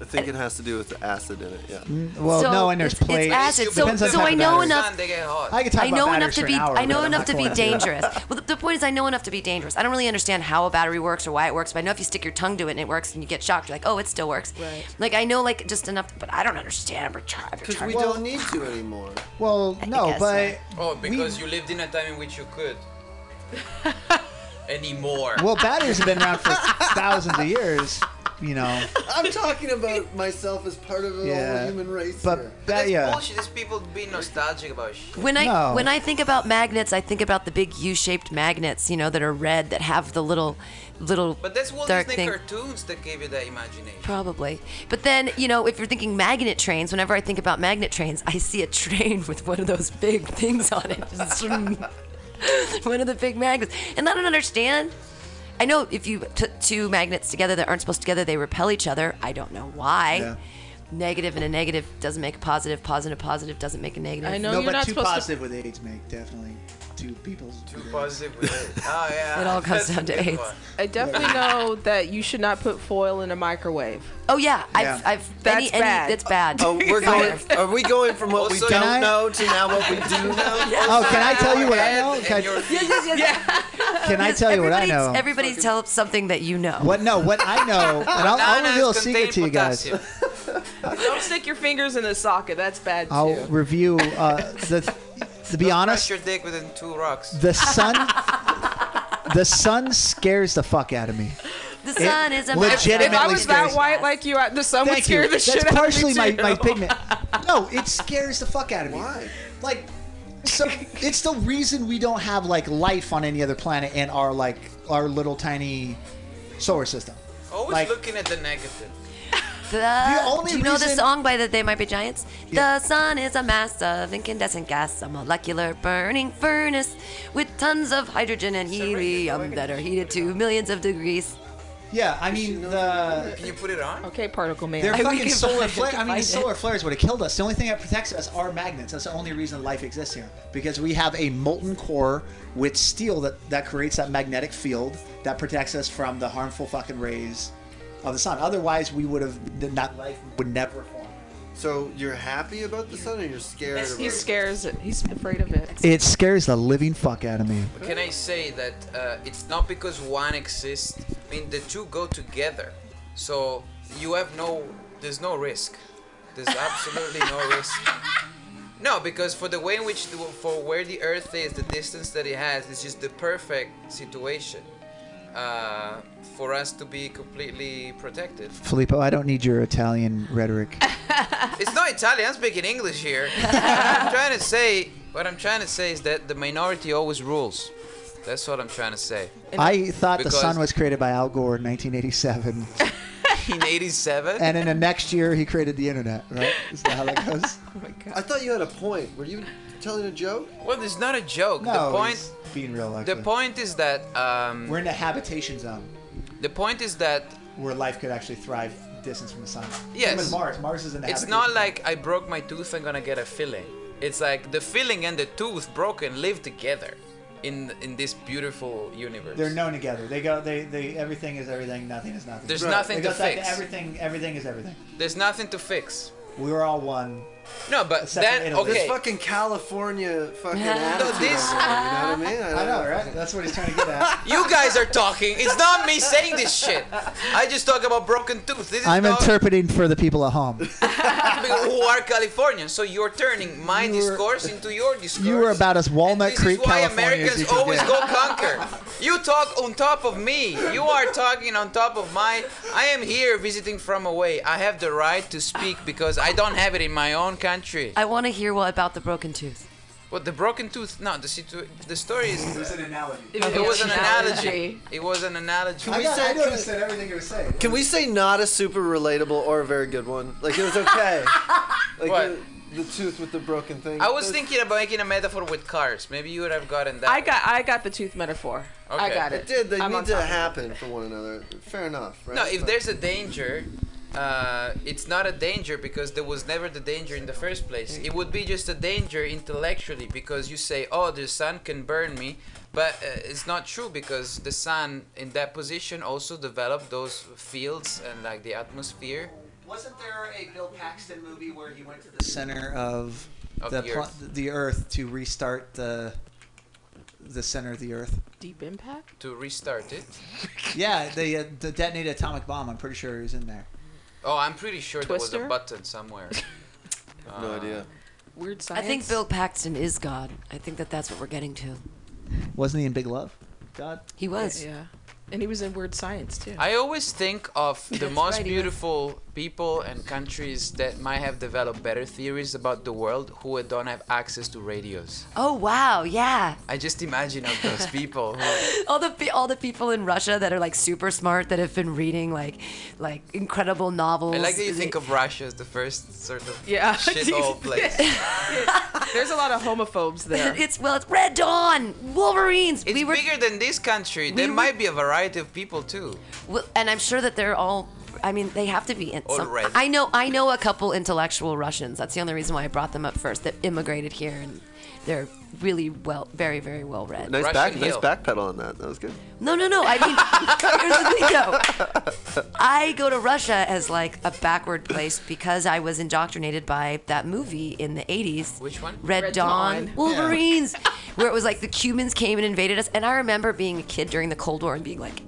F: I think it has to do with the acid in it. Yeah.
C: Mm, Well,
A: So
C: no, and there's
A: it's- it's
C: plates.
A: acid. So-
C: Depends on the
A: so
C: type
A: I
C: of
A: know
C: battery.
A: enough-
D: Son, they get hot.
C: I could talk
A: I
C: about
A: know enough
C: batteries
A: to
C: for
A: be.
C: an hour,
A: I know
C: but I'm
A: enough
C: not
A: to be
C: going do that.
A: dangerous. well, the, the point is, I know enough to be dangerous. I don't really understand how a battery works or why it works, but I know if you stick your tongue to it and it works, and you get shocked, you're like, oh, it still works.
B: Right.
A: Like I know, like just enough, but I don't understand. But try, but
F: Because
A: try.
F: we
C: Well-
F: don't need to anymore.
C: Well, no,
A: guess
C: but
D: Oh,
C: we-
D: because you lived in a time in which you could. Anymore.
C: well, batteries have been around for thousands of years. You know,
F: I'm talking about myself as part of the
C: Yeah.
F: whole human race. here.
C: but that
D: That's
C: yeah.
D: bullshit. These people being nostalgic about shit.
A: When I
C: No.
A: when I think about magnets, I think about the big U-shaped magnets, you know, that are red that have the little little
D: But that's Walt
A: dark
D: Disney
A: thing.
D: cartoons that gave you that imagination.
A: Probably. But then, you know, if you're thinking magnet trains, whenever I think about magnet trains, I see a train with one of those big things on it. Just one of the big magnets. And I don't understand. I know if you put two magnets together that aren't supposed together, they repel each other. I don't know why.
C: Yeah.
A: Negative and a negative doesn't make a positive. Positive, positive doesn't make a negative.
B: I know
C: no,
B: you're
C: but
B: not
C: two
B: supposed
C: positive with AIDS make definitely two people.
D: Too positive with it. Oh yeah.
A: It all comes
D: That's a
A: down to
D: good
A: AIDS.
D: one.
B: to. I definitely know that you should not put foil in a microwave.
A: Oh yeah,
C: Yeah.
A: I've, I've
B: That's
A: any, any,
B: bad.
A: That's bad.
F: Oh, we're going. Are we going from what
D: Also-
F: we
D: Can
F: don't
C: I-
F: know to now what we do know?
C: Oh, can I tell you what I
D: And-
C: know?
D: and
C: Can,
D: your-
C: I- can I tell you what I
A: Everybody-
C: know?
A: Everybody tell something that you know.
C: What no? What I know, and I'll, I'll
D: Bananas
C: reveal a
D: contain
C: secret to you guys.
D: potassium.
B: Don't stick your fingers in the socket. That's bad too.
C: I'll review. Uh, the, to be honest,
D: Crush your dick within two rocks.
C: the sun, the sun scares the fuck out of me.
A: The sun is a
C: legitimately
B: if I
C: Definitely
B: was that
C: scares-
B: white like you, I, the sun would
C: Thank you.
B: scare the
C: That's
B: shit out of me
C: partially
B: too.
C: my, my pigment. No, it scares the fuck out of me.
F: Why?
C: Like, so it's the reason we don't have like life on any other planet in our like our little tiny solar system.
D: Always
C: like-
D: looking at the negative.
A: The,
C: only
A: do you know the
C: reason-
A: song by the They Might Be Giants?
C: Yeah.
A: The sun is a mass of incandescent gas, a molecular burning furnace with tons of hydrogen and helium that are heated to millions of degrees.
C: Yeah, I mean the
D: Can you put it on?
B: Okay, particle man.
C: their
A: we
C: fucking
A: can
C: solar
A: find it,
C: flare.
A: we
C: I
A: can
C: mean, the
A: find
C: solar flares would have killed us. The only thing that protects us are magnets. That's the only reason life exists here because we have a molten core with steel that that creates that magnetic field that protects us from the harmful fucking rays of the sun. Otherwise, we would have not life would never form.
F: So you're happy about the sun, or you're scared? About
B: He
F: it?
B: scares it. He's afraid of it.
C: It scares the living fuck out of me.
D: Can I say that uh, it's not because one exists? I mean, the two go together. So you have no, there's no risk. There's absolutely no risk. No, because for the way in which, the, for where the Earth is, the distance that it has, it's just the perfect situation uh, for us to be completely protected.
C: Filippo, I don't need your Italian rhetoric.
D: It's not Italian. I'm speaking English here. what I'm trying to say, what I'm trying to say is that the minority always rules. That's what I'm trying to say.
C: I thought the
D: Because-
C: sun was created by Al Gore in 1987,
D: In '87.
C: and in the next year he created the internet. Right? Is that how that goes?
F: I thought you had a point. Were you telling a joke?
D: Well, it's not a joke. the
C: he's
D: point,
C: being real.
D: the
C: actually.
D: point is that, um,
C: We're in a habitation zone
D: the point is that
C: where life could actually thrive distance from the sun.
D: Yes.
C: Same with Mars. Mars is in the
D: it's not like I broke my tooth. I'm gonna get a filling. It's like the filling and the tooth broken live together, in in this beautiful universe.
C: they're known together. They go. They. They. Everything is everything. Nothing is nothing.
D: There's Right. nothing
C: It
D: to
C: goes back
D: fix.
C: everything. Everything is everything.
D: There's nothing to fix.
C: We were all one.
D: No, but
C: Except for
D: then
C: Italy.
D: okay.
F: This fucking California fucking attitude.
D: this-
F: over there, you know what I mean?
C: I
F: don't
C: know, right? That's what he's trying to get at.
D: You guys are talking. It's not me saying this shit. I just talk about broken tooth. This is
C: I'm
D: not
C: interpreting for the people at home.
D: people who are Californian. So you're turning my
C: You were-
D: discourse into your discourse.
C: You were about as Walnut
D: and this
C: Creek,
D: is why
C: California. as
D: Americans
C: you could
D: always
C: get.
D: go conquer. You talk on top of me. You are talking on top of my. I am here visiting from away. I have the right to speak because I don't have it in my own country.
A: I want to hear what about the broken tooth.
D: But the broken tooth. No, the situ- The story is.
C: It's an analogy.
D: It was an analogy. It was an analogy.
C: I,
F: we
C: got,
F: say-
C: I noticed that everything you were saying.
F: Can we say not a super relatable or a very good one? Like it was okay. like
D: What?
F: The, the tooth with the broken thing.
D: I was
F: That's-
D: thinking about making a metaphor with cars. Maybe you would have gotten that.
B: I got I got the tooth metaphor. I
D: Okay.
B: got it.
F: It did. They
B: I'm on
F: need to
B: top of it.
F: happen for one another. Fair enough, right?
D: No, if
F: But-
D: there's a danger, uh, it's not a danger because there was never the danger in the first place. It would be just a danger intellectually because you say, "Oh, the sun can burn me," but uh, it's not true because the sun in that position also developed those fields and like the atmosphere
C: Wasn't there a Bill Paxton movie where he went to the center of,
D: Of
C: the
D: the
C: pla-
D: Earth.
C: the Earth to restart the the center of the Earth?
B: Deep Impact?
D: to restart it.
C: Yeah, the uh, the detonated atomic bomb. I'm pretty sure he was in there.
D: Oh, I'm pretty sure there
B: Twister?
D: was a button somewhere. Uh,
F: No idea.
B: Weird
A: I
B: science.
A: think Bill Paxton is God. I think that that's what we're getting to.
C: Wasn't he in Big Love? God.
A: He was.
B: Yeah. And he was in Weird Science too.
D: I always think of the
A: That's
D: most
A: right, he was-
D: beautiful people and countries that might have developed better theories about the world who don't have access to radios.
A: Oh wow, yeah.
D: I just imagine of those people. who-
A: All the pe- all the people in Russia that are like super smart that have been reading like like incredible novels.
D: I like that you think of Russia as the first sort of
B: Yeah.
D: shithole place.
B: There's a lot of homophobes there.
A: it's well, it's Red Dawn, Wolverines.
D: It's
A: we were,
D: bigger than this country. there
A: were-
D: might be a variety of people too.
A: well, and I'm sure that they're all. I mean, they have to be. In
D: All
A: some,
D: red.
A: I know. I know a couple intellectual Russians. That's the only reason why I brought them up first. That immigrated here, and they're really well, very, very well read.
F: Nice
D: Russian
F: back, nice
D: Hill.
F: backpedal on that. That was good.
A: No, no, no. I mean, here's the thing, though. I go to Russia as like a backward place because I was indoctrinated by that movie in the 80s.
D: Which one?
A: Red,
B: Red
A: Dawn,
B: Dawn.
A: Wolverines, where it was like the Cubans came and invaded us. And I remember being a kid during the Cold War and being like,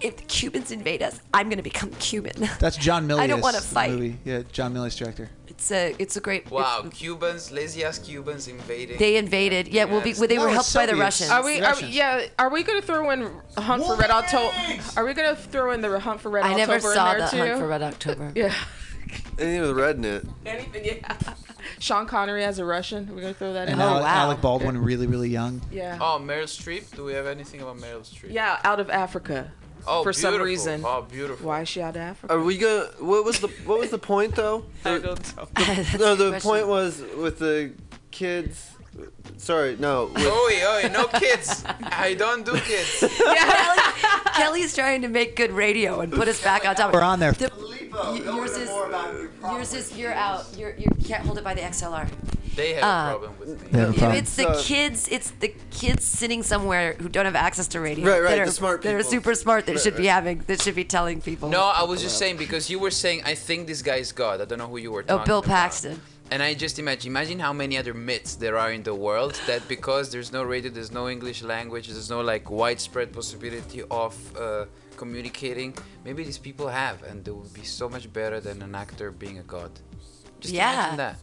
A: if the Cubans invade us, I'm going to become Cuban.
C: That's John Milius.
A: I don't want to fight.
C: Movie. Yeah, John Milius director.
A: It's a, it's a great.
D: Wow, Cubans, lazy ass Cubans invading.
A: They invaded. Yeah, we'll be,
D: Yes.
A: well, they
C: No,
A: were
C: it's
A: helped by the
C: Soviets.
A: Russians.
B: Are we, are we?
C: Russians.
B: Yeah. Are we gonna throw in Hunt for Red October? Are we gonna throw in the Hunt for Red
A: I
B: October
A: never saw
B: in
A: the
B: there too?
A: Hunt for Red October.
B: yeah.
F: Anything with red in it.
B: Anything? Yeah. Sean Connery as a Russian. We're gonna throw that in.
C: And
A: Oh,
C: Ale-
A: wow.
C: Alec Baldwin, really, really young.
B: yeah.
D: Oh, Meryl Streep? Do we have anything about Meryl Streep?
B: Yeah. Out of Africa.
D: Oh,
B: for some
D: beautiful.
B: reason.
D: Oh, beautiful.
B: Why is she out of Africa?
F: Are we gonna? What was the What was the point though?
B: I don't know.
F: no, the
A: Question.
F: point was with the kids. Sorry, no. With,
D: Oi, oi, no kids. I don't do kids.
A: Kelly, Kelly's trying to make good radio and put us back on topic.
C: We're on there.
A: The- y- yours is yours is you're out. You're, you can't hold it by the XLR.
D: They have
A: Uh,
D: a problem with me.
C: They have a problem.
A: It's the
F: So-
A: kids. It's the kids sitting somewhere who don't have access to radio.
F: Right, right,
A: That are,
F: the smart
A: That are
F: people.
A: super smart. That should be having. That should be telling people.
D: No, I was just saying because you were saying I think this guy is God. I don't know who you were
A: Oh,
D: talking
A: Bill
D: about.
A: Paxton.
D: And I just imagine imagine how many other myths there are in the world that because there's no radio, there's no English language, there's no like widespread possibility of uh, communicating. Maybe these people have, and they would be so much better than an actor being a god. Just
A: Yeah.
D: imagine that.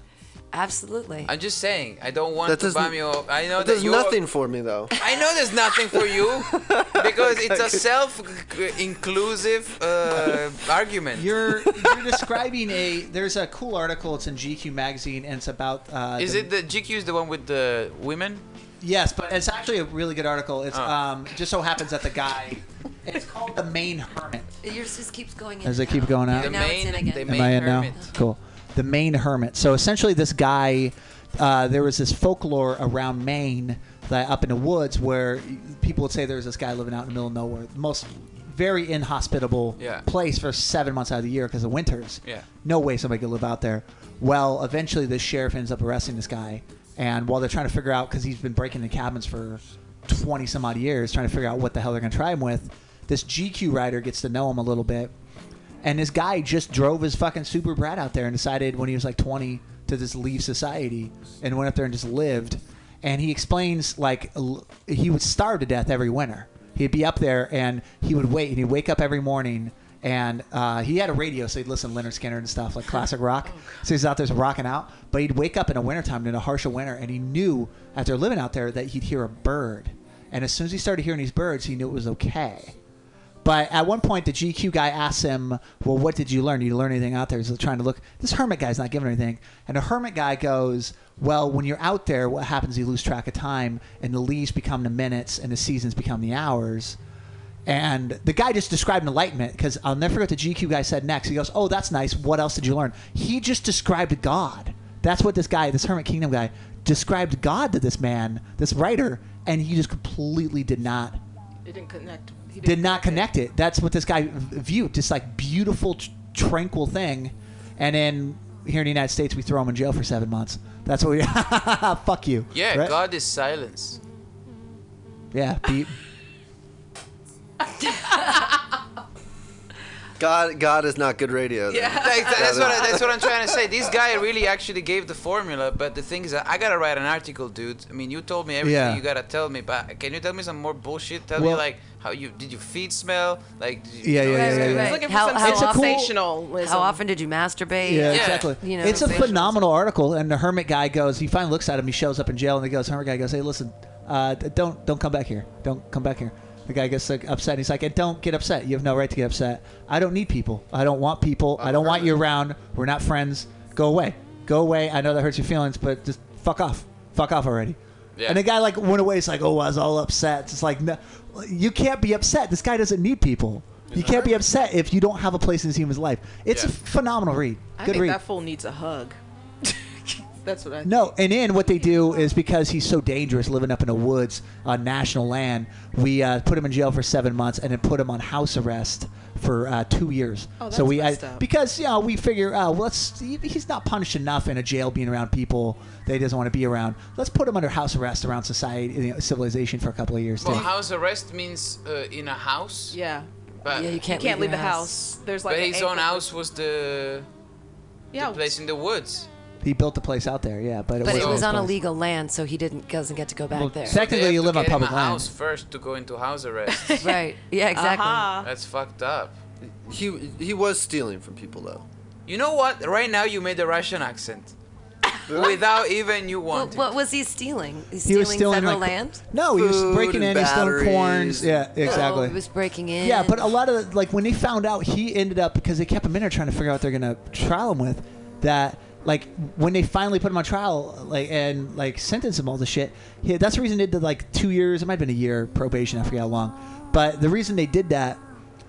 A: Absolutely.
D: I'm just saying. I don't want
F: That
D: to
F: doesn't-
D: bum you. Off. I know that
F: But there's
D: you.
F: nothing for me though.
D: I know there's nothing for you because it's a self-inclusive uh, argument.
C: You're you're describing a. There's a cool article. It's in GQ magazine, and it's about. Uh,
D: Is
C: the-
D: it the GQ is the one with the women?
C: Yes, but it's actually a really good article. It's
D: Oh.
C: um just so happens that the guy. It's called the main hermit.
A: Yours just keeps going. In
C: As
A: and
C: they keep going out?
A: You're
D: The
A: now it's
D: main,
A: in again.
D: the
C: Am
D: main
C: I in
D: hermit.
C: now? Cool. The Maine hermit. So essentially, this guy, uh, there was this folklore around Maine, that up in the woods, where people would say there's this guy living out in the middle of nowhere, the most very inhospitable
D: Yeah.
C: place for seven months out of the year because of winters.
D: Yeah.
C: No way somebody could live out there. Well, eventually, the sheriff ends up arresting this guy, and while they're trying to figure out, because he's been breaking the cabins for 20 some odd years, trying to figure out what the hell they're going to try him with, this GQ writer gets to know him a little bit. And this guy just drove his fucking Super Brad out there and decided when he was like 20 to just leave society and went up there and just lived. And he explains like l- he would starve to death every winter. He'd be up there and he would wait and he'd wake up every morning and uh, he had a radio so he'd listen to Leonard Skinner and stuff like classic rock. so he's out there rocking out. But he'd wake up in a wintertime in a harsher winter and he knew after living out there that he'd hear a bird. And as soon as he started hearing these birds, he knew it was okay. But at one point, the GQ guy asks him, "Well, what did you learn? Did you learn anything out there?" He's trying to look. This hermit guy's not giving anything, and the hermit guy goes, "Well, when you're out there, what happens? is You lose track of time, and the leaves become the minutes, and the seasons become the hours." And the guy just described enlightenment because I'll never forget what the GQ guy said next. He goes, "Oh, that's nice. What else did you learn?" He just described God. That's what this guy, this Hermit Kingdom guy, described God to this man, this writer, and he just completely did not
B: It didn't connect. He
C: did not connect it. That's what this guy v- viewed, this like beautiful, tr- tranquil thing. And then here in the United States, we throw him in jail for seven months. That's what we. fuck you.
D: Yeah,
C: right?
D: God is silence.
C: Yeah. Be,
F: God, God is not good radio. then.
B: Yeah.
D: Like, tha- that's,
F: Yeah,
D: what I, that's what I'm trying to say. This guy really actually gave the formula, but the thing is, that I gotta write an article, dude. I mean, you told me everything
C: Yeah.
D: you gotta tell me, but can you tell me some more bullshit? Tell me
C: Well-
D: like how you did your feet smell? Like did you,
C: Yeah,
D: you know,
C: yeah,
D: this
C: yeah,
D: guy-
C: yeah.
B: He's looking for
A: How-
B: some
A: how often-
B: sensationalism.
A: How often did you masturbate?
C: Yeah,
D: Yeah.
C: exactly.
A: uh, You know,
C: it's a
A: they-
C: phenomenal article, and the hermit guy goes. He finally looks at him. He shows up in jail, and he goes. Hermit guy goes, "Hey, listen, uh, d- don't don't come back here. Don't come back here." The guy gets like, upset. and He's like, "And "Don't get upset. You have no right to get upset. I don't need people. I don't want people. I don't want you around. We're not friends. Go away. Go away. I know that hurts your feelings, but just fuck off. Fuck off already."
D: Yeah.
C: And the guy like went away. He's like, "Oh, I was all upset." It's like, no, you can't be upset. This guy doesn't need people. You can't be upset if you don't have a place in this human's life. It's a
D: Yeah.
C: phenomenal read.
B: I
C: Good
B: think
C: read.
B: that fool needs a hug. That's what I.
C: No, and then what they do is because he's so dangerous living up in the woods on national land, we uh, put him in jail for seven months and then put him on house arrest for uh, two years.
B: Oh,
C: so
B: that's
C: we
B: messed up.
C: because you know we figure uh, well, let's he- he's not punished enough in a jail being around people that he doesn't want to be around. Let's put him under house arrest around society you know, civilization for a couple of years.
D: Well,
C: too.
D: house arrest means uh, in a house.
B: Yeah.
D: But,
A: Yeah, you can't,
B: Can't leave
A: your
B: the house. There's like.
D: but
B: an
D: his own
B: ankle-
D: house was the,
B: Yeah.
D: the place in the woods.
C: he built the place out there, yeah, but it,
A: But it
C: wasn't
A: was
C: his
A: on
C: place.
A: illegal land, so he didn't doesn't get to go back
C: Well,
A: there.
C: sec- Technically,
D: They
C: you
D: have to
C: live on
D: get him
C: public
D: a
C: land.
D: house first to go into house arrest.
A: right? Yeah, exactly.
B: Aha.
D: That's fucked up.
F: He he was stealing from people though.
D: You know what? Right now, you made a Russian accent. Without even you
A: What,
D: wanting.
A: what was he stealing? He's
C: He
A: stealing,
C: was stealing
A: federal
C: like,
A: land.
C: No, he was
F: Food
C: breaking in.
F: and
C: He's stealing corns.
F: batteries.
C: Yeah, exactly.
A: Oh, he was breaking in.
C: Yeah, but a lot of the, like when they found out he ended up because they kept him in there trying to figure out what they're gonna trial him with. That like when they finally put him on trial, like and like sentenced him all the shit. He, that's the reason they did like two years. It might have been a year probation. I forget how long. But the reason they did that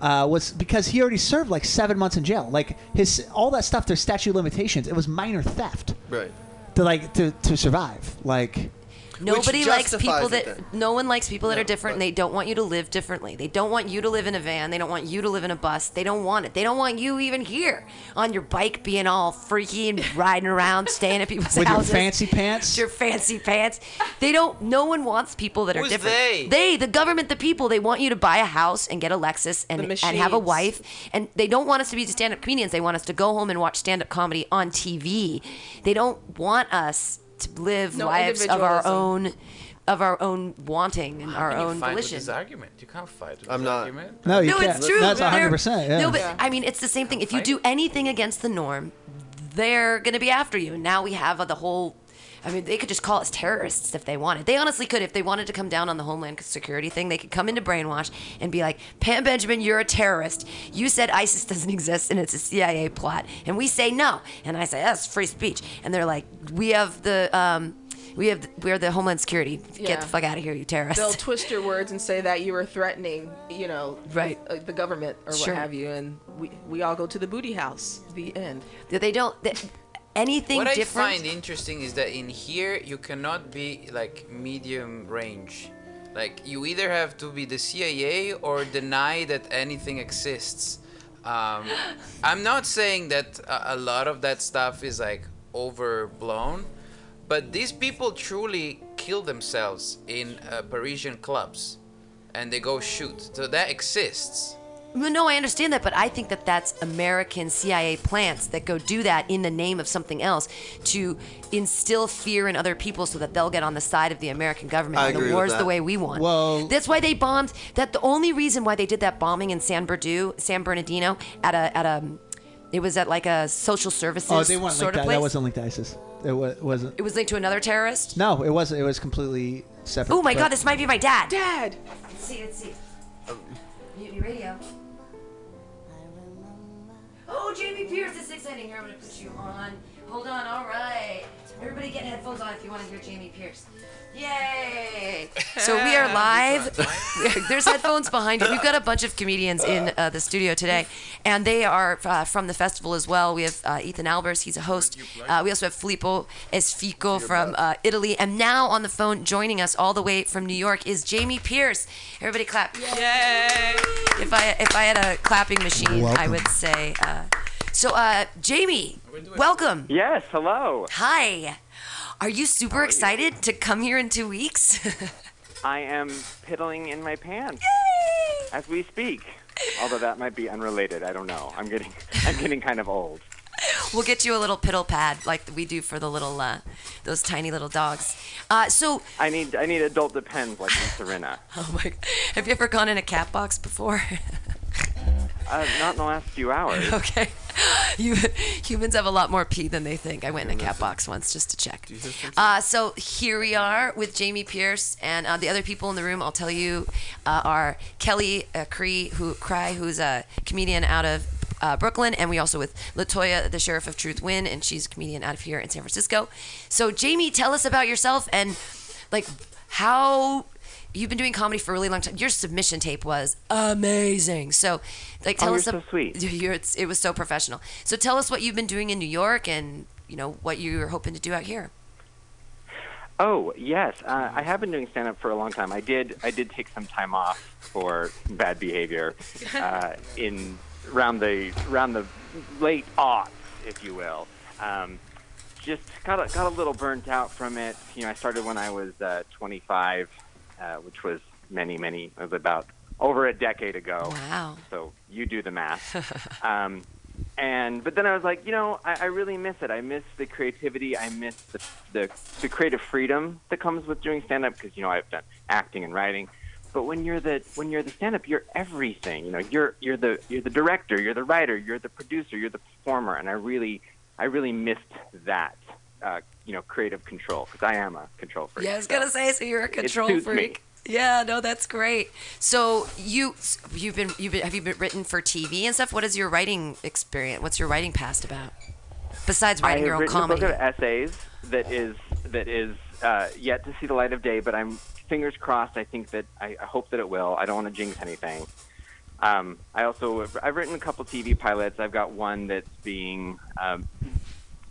C: uh, was because he already served like seven months in jail. Like his all that stuff. There's statute of limitations. It was minor theft
F: Right.
C: to like to to survive. Like
A: Nobody
F: Which
A: likes
F: justifies
A: people
F: it
A: that
F: then.
A: no one likes people that
F: No,
A: are different and
F: but-
A: they don't want you to live differently. They don't want you to live in a van. They don't want you to live in a bus. They don't want it. They don't want you even here on your bike being all freaky and riding around, staying at people's
C: With your
A: houses.
C: fancy pants?
A: With your fancy pants. They don't no one wants people that are
D: Who's
A: different.
D: they?
A: the government, the people, they want you to buy a house and get a Lexus and,
B: The
A: and have a
B: machines.
A: wife. And they don't want us to be stand up comedians. They want us to go home and watch stand up comedy on TV. They don't want us to live
B: No
A: lives of our
B: individualism.
A: own of our own wanting and
D: How
A: our
D: can you
A: own
D: fight with
A: volition.
D: this argument. You can't fight with
F: I'm
D: this
F: not.
D: argument.
C: no, you
A: No,
C: can't.
A: it's true.
C: That's
A: They're-
C: 100. percent Yeah.
A: No, but I mean, it's the same thing. If you do anything against the norm, they're going to be after you. And now we have uh, the whole. I mean, they could just call us terrorists if they wanted. They honestly could. If they wanted to come down on the Homeland Security thing, they could come into Brainwash and be like, Pam Benjamin, you're a terrorist. You said ISIS doesn't exist and it's a CIA plot. And we say no. And I say, that's free speech. And they're like, we have the. Um, we have we're the Homeland Security.
B: Yeah.
A: Get the fuck out of here, you terrorists.
B: They'll twist your words and say that you were threatening, you know,
A: Right.
B: uh, the government or
A: Sure.
B: what have you, and we we all go to the booty house. The end.
A: they don't they, anything
D: What
A: different.
D: I find interesting is that in here you cannot be like medium range. Like you either have to be the CIA or deny that anything exists. Um, I'm not saying that a, a lot of that stuff is like overblown, but these people truly kill themselves in uh, Parisian clubs, and they go shoot. So that exists.
A: Well, No, I understand that, but I think that that's American CIA plants that go do that in the name of something else to instill fear in other people so that they'll get on the side of the American government
F: I
A: and
F: agree
A: the
F: with
A: war's the
F: that.
A: way we want.
C: Well-
A: that's why they bombed. That the only reason why they did that bombing in San Bernardino, San Bernardino, at a at a, it was at like a social services
C: Oh, they weren't
A: sort
C: linked.
A: of
C: That,
A: place.
C: that wasn't linked to ISIS. It wa- wasn't.
A: it was linked to another terrorist.
C: No, it wasn't. It was completely separate.
A: Oh my
C: but- Oh.
A: God, this might be my dad.
B: Dad.
A: Let's see, let's see. Mutiny Radio. Oh, Jamie Pierce is exciting. Here, I'm gonna put you on. Hold on, all right. Everybody get headphones on if you want to hear Jamie Pierce. Yay! So we are live. There's headphones behind you. We've got a bunch of comedians in uh, the studio today, and they are uh, from the festival as well. We have uh, Ethan Albers, he's a host. Uh, we also have Filippo Esfico from uh, Italy, and now on the phone joining us all the way from New York is Jamie Pierce. Everybody clap.
B: Yay.
A: If I if I had a clapping machine, I
C: Welcome.
A: would say. Uh, so, uh, Jamie, welcome.
H: Yes, hello.
A: Hi. Are you super excited to come here in two weeks?
H: I am piddling in my pants as we speak. Although that might be unrelated. I don't know. I'm getting I'm getting kind of old.
A: We'll get you a little piddle pad like we do for the little uh, those tiny little dogs. Uh, so,
H: I need I need adult depends like in Serena.
A: oh my, have you ever gone in a cat box before?
H: Uh, not in the last few hours.
A: okay. You, humans have a lot more pee than they think. I went in a cat box once just to check. Uh, so here we are with Jamie Pierce and uh, the other people in the room. I'll tell you uh, are Kelly uh, Cree, who Cry, who's a comedian out of uh, Brooklyn, and we also with Latoya, the sheriff of Truth Win, and she's a comedian out of here in San Francisco. So Jamie, tell us about yourself and like how you've been doing comedy for a really long time. Your submission tape was amazing. So like tell
H: Oh, you're
A: us
H: so
A: ab-
H: sweet.
A: you're, it's, it was so professional. So tell us what you've been doing in New York and you know what you're hoping to do out here.
H: Oh yes, uh, I have been doing stand up for a long time. I did I did take some time off for bad behavior uh, in around the around the late aughts, if you will. Um, just got a, got a little burnt out from it. You know, I started when I was uh, 25, uh, which was many many it was about over a decade ago.
A: Wow.
H: So you do the math. um, and but then I was like, you know, I, I really miss it. I miss the creativity. I miss the the, the creative freedom that comes with doing stand up because you know I've done acting and writing. But when you're the when you're the stand up, you're everything. You know, you're you're the you're the director, you're the writer, you're the producer, you're the performer, and I really I really missed that. Uh, you know, creative control because I am a control freak.
A: Yeah, I was
H: so.
A: gonna say. So you're a control
H: suits me.
A: freak. Yeah, no, that's great. So you you've been you've been have you been written for TV and stuff? What is your writing experience? What's your writing past about? Besides
H: I
A: writing
H: have
A: your own
H: written
A: comedy.
H: a book of essays that is that is uh, yet to see the light of day, but I'm fingers crossed. I think that I, I hope that it will. I don't want to jinx anything. Um, I also have, I've written a couple TV pilots. I've got one that's being um,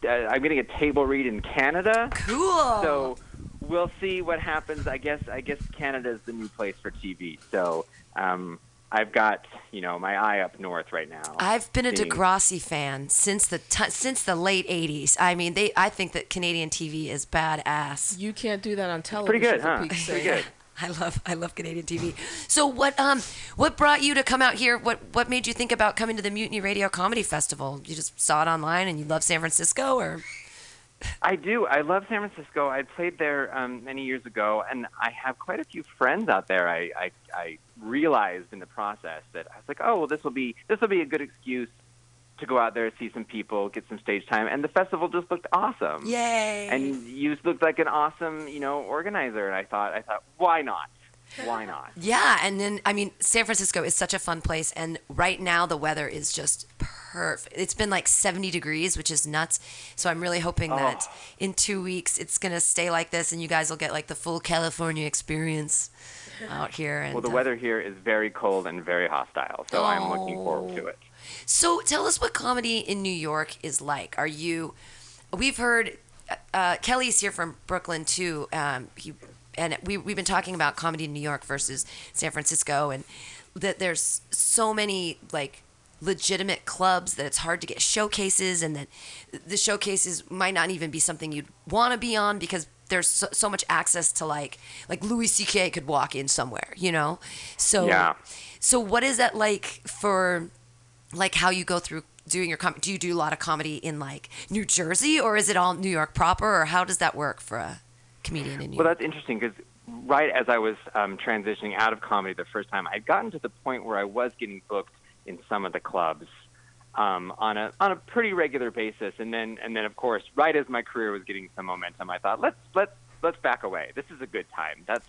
H: uh, I'm getting a table read in Canada,
A: Cool.
H: so we'll see what happens. I guess I guess Canada is the new place for TV. So um, I've got you know my eye up north right now.
A: I've been a
H: Seeing-
A: Degrassi fan since the t- since the late '80s. I mean, they I think that Canadian TV is badass.
B: You can't do that on television.
H: Pretty good,
B: for
H: huh?
B: Pete's
H: Pretty
B: sake.
H: good.
A: I love I love Canadian TV. So what um what brought you to come out here? What what made you think about coming to the Mutiny Radio Comedy Festival? You just saw it online and you love San Francisco, or
H: I do. I love San Francisco. I played there um, many years ago, and I have quite a few friends out there. I, I, I realized in the process that I was like, oh, well, this will be this will be a good excuse to go out there, see some people, get some stage time, and the festival just looked awesome.
A: yay?
H: And you just looked like an awesome, you know, organizer. And I thought, I thought, why not? Why not?
A: Yeah, and then I mean, San Francisco is such a fun place, and right now the weather is just perfect. It's been like 70 degrees, which is nuts. So I'm really hoping
H: Oh.
A: that in two weeks it's gonna stay like this, and you guys will get like the full California experience out here. And
H: Well, the
A: uh,
H: weather here is very cold and very hostile, so I'm looking forward to it.
A: So tell us what comedy in New York is like. Are you? We've heard uh, Kelly's here from Brooklyn too. Um, he and we we've been talking about comedy in New York versus San Francisco, and that there's so many like legitimate clubs that it's hard to get showcases, and that the showcases might not even be something you'd want to be on because there's so, so much access to like like Louis C.K. could walk in somewhere, you know. So
H: Yeah.
A: So what is that like for? like how you go through doing your comedy? Do you do a lot of comedy in like New Jersey, or is it all New York proper, or how does that work for a comedian in New
H: Well,
A: York?
H: that's interesting because right as I was um, transitioning out of comedy the first time, I'd gotten to the point where I was getting booked in some of the clubs um, on a on a pretty regular basis, and then and then of course, right as my career was getting some momentum, I thought let's let's let's back away. This is a good time. That's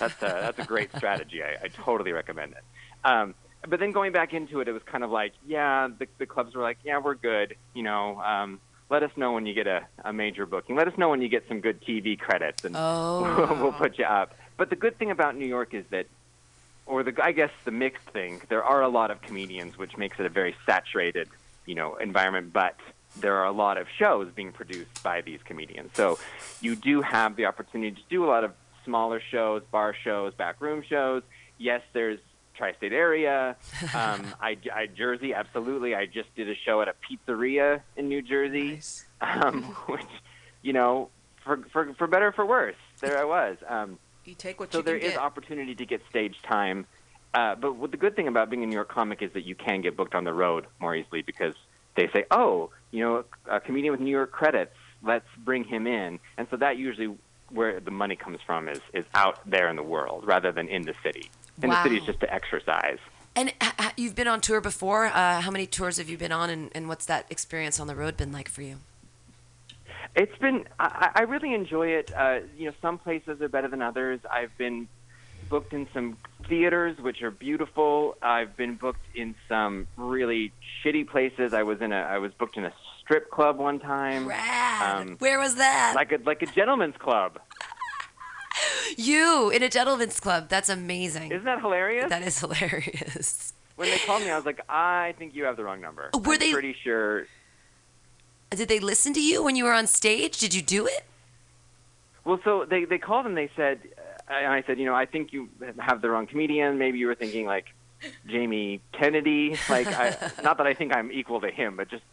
H: that's a, that's a great strategy. I, I totally recommend it. Um, but then going back into it, it was kind of like, yeah, the, the clubs were like, yeah, we're good. You know, um, let us know when you get a, a major booking. Let us know when you get some good TV credits, and we'll, we'll put you up. But the good thing about New York is that, or the I guess the mixed thing, there are a lot of comedians, which makes it a very saturated, you know, environment. But there are a lot of shows being produced by these comedians, so you do have the opportunity to do a lot of smaller shows, bar shows, backroom shows. Yes, there's tri-state area. Um, I, I Jersey, absolutely. I just did a show at a pizzeria in New Jersey
B: Nice.
H: um, which you know, for, for for better or for worse, there I was. Um,
B: You take what
H: so
B: you
H: there
B: can
H: is
B: get.
H: opportunity to get stage time, uh, but what the good thing about being a New York comic is that you can get booked on the road more easily because they say, oh, you know, a comedian with New York credits, let's bring him in. And so that usually where the money comes from is, is out there in the world rather than in the city. In
A: Wow.
H: the city is just to exercise.
A: And h- h- you've been on tour before. Uh, how many tours have you been on, and, and what's that experience on the road been like for you?
H: It's been. I, I I really enjoy it. Uh, you know, some places are better than others. I've been booked in some theaters which are beautiful. I've been booked in some really shitty places. I was in a. I was booked in a strip club one time.
A: Rad.
H: Um,
A: Where was that?
H: Like a like a gentleman's club.
A: you in a gentleman's club. That's amazing.
H: Isn't that hilarious?
A: That is hilarious.
H: when they called me, I was like, I think you have the wrong number.
A: Were
H: I'm
A: they-
H: pretty sure?
A: Did they listen to you when you were on stage? Did you do it?
H: Well, so they they called and they said, uh, and I said, you know, I think you have the wrong comedian. Maybe you were thinking like Jamie Kennedy. Like, I, not that I think I'm equal to him, but just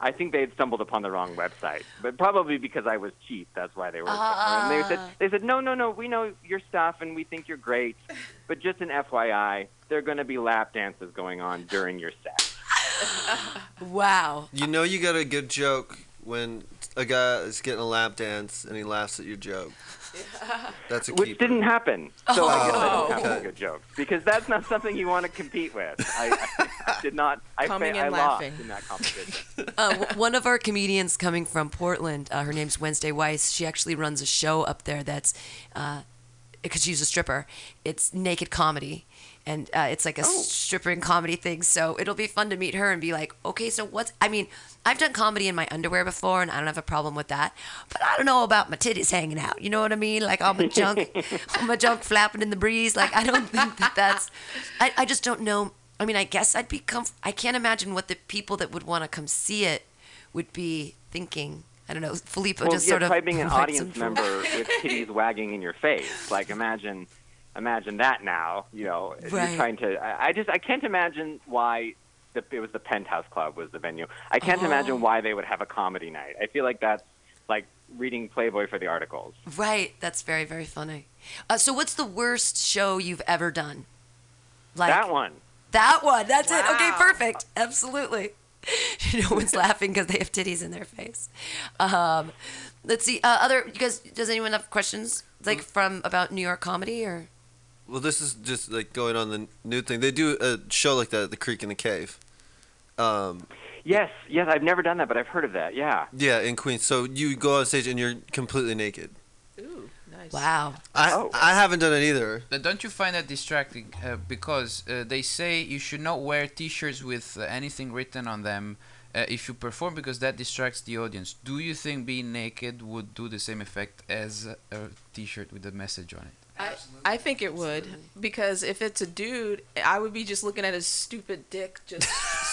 H: I think they had stumbled upon the wrong website. But probably because I was cheap, that's why they were.
B: Ah.
H: and they said they said, no, no, no, we know your stuff and we think you're great, but just an FYI, there are going to be lap dances going on during your set.
A: Wow.
F: You know you got a good joke when a guy is getting a lap dance and he laughs at your joke. That's a
H: Which
F: keeper.
H: didn't happen. So I guess I don't have
F: Oh.
H: a good joke because that's not something you want to compete with. I, I did not. I, fa-
B: Coming
H: I
B: and
H: lost
B: laughing.
H: in that competition.
A: Uh, w- one of our comedians coming from Portland, uh, her name's Wednesday Weiss. She actually runs a show up there that's because she's a stripper. It's naked comedy, and uh, it's like a stripper and comedy thing. So it'll be fun to meet her and be like, okay, so what's? I mean, I've done comedy in my underwear before, and I don't have a problem with that. But I don't know about my titties hanging out. You know what I mean? Like all my junk, all my junk flapping in the breeze. Like I don't think that that's. I, I just don't know. I mean, I guess I'd be comf- I can't imagine what the people that would want to come see it would be thinking. I don't know. Filippo
H: well,
A: just
H: yeah,
A: sort of
H: try being an
A: provides
H: audience
A: some-
H: member with titties wagging in your face. Like imagine, imagine that now. You know,
A: Right.
H: you're trying to. I, I just I can't imagine why. The, it was the Penthouse Club was the venue. I can't imagine
A: Oh.
H: why they would have a comedy night. I feel like that's like reading Playboy for the articles.
A: Right. That's very, very funny. Uh, so, what's the worst show you've ever done? Like
H: that one.
A: That one. That's it. Okay,
B: Wow.
A: perfect. Absolutely. no one's laughing because they have titties in their face. Um, let's see. Uh, other you guys. Does anyone have questions like from about New York comedy or?
F: Well, this is just like going on the new thing. They do a show like that at the Creek in the Cave. Um,
H: Yes, yes. I've never done that, but I've heard of that. Yeah.
F: yeah, in Queens. So you go on stage and you're completely naked.
B: Ooh, nice.
A: Wow.
F: I
H: Oh.
F: I haven't done it either.
D: But don't you find that distracting? Uh, because uh, they say you should not wear T-shirts with uh, anything written on them uh, if you perform, because that distracts the audience. Do you think being naked would do the same effect as a T-shirt with a message on it?
B: I, I think it would because if it's a dude, I would be just looking at his stupid dick just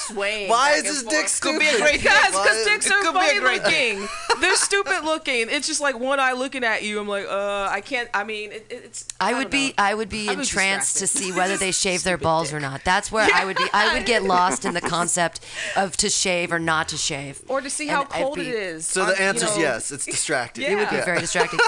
B: swaying.
F: Why is
B: back and
F: his
B: forth.
F: dick stupid? Could be a great
B: Because
F: dick. Why-
B: because dicks
F: it
B: are
F: could be a
B: funny
F: great
B: looking. They're stupid looking. It's just like one eye looking at you. I'm like, uh, I can't. I mean, it, it- it's.
A: I
B: don't
A: would be
B: know.
A: I would be
B: I was
A: entranced to
B: distracted.
A: see whether they shave their balls or not. That's where I would be. I would get lost in the concept of to shave or not to shave.
B: Or to see how
A: And I'd
B: cold
A: be-
B: it is.
F: So
B: Um,
F: the
B: you
F: answer's
B: know,
F: yes. It's distracting.
B: Yeah. It would
A: It'd be very distracting.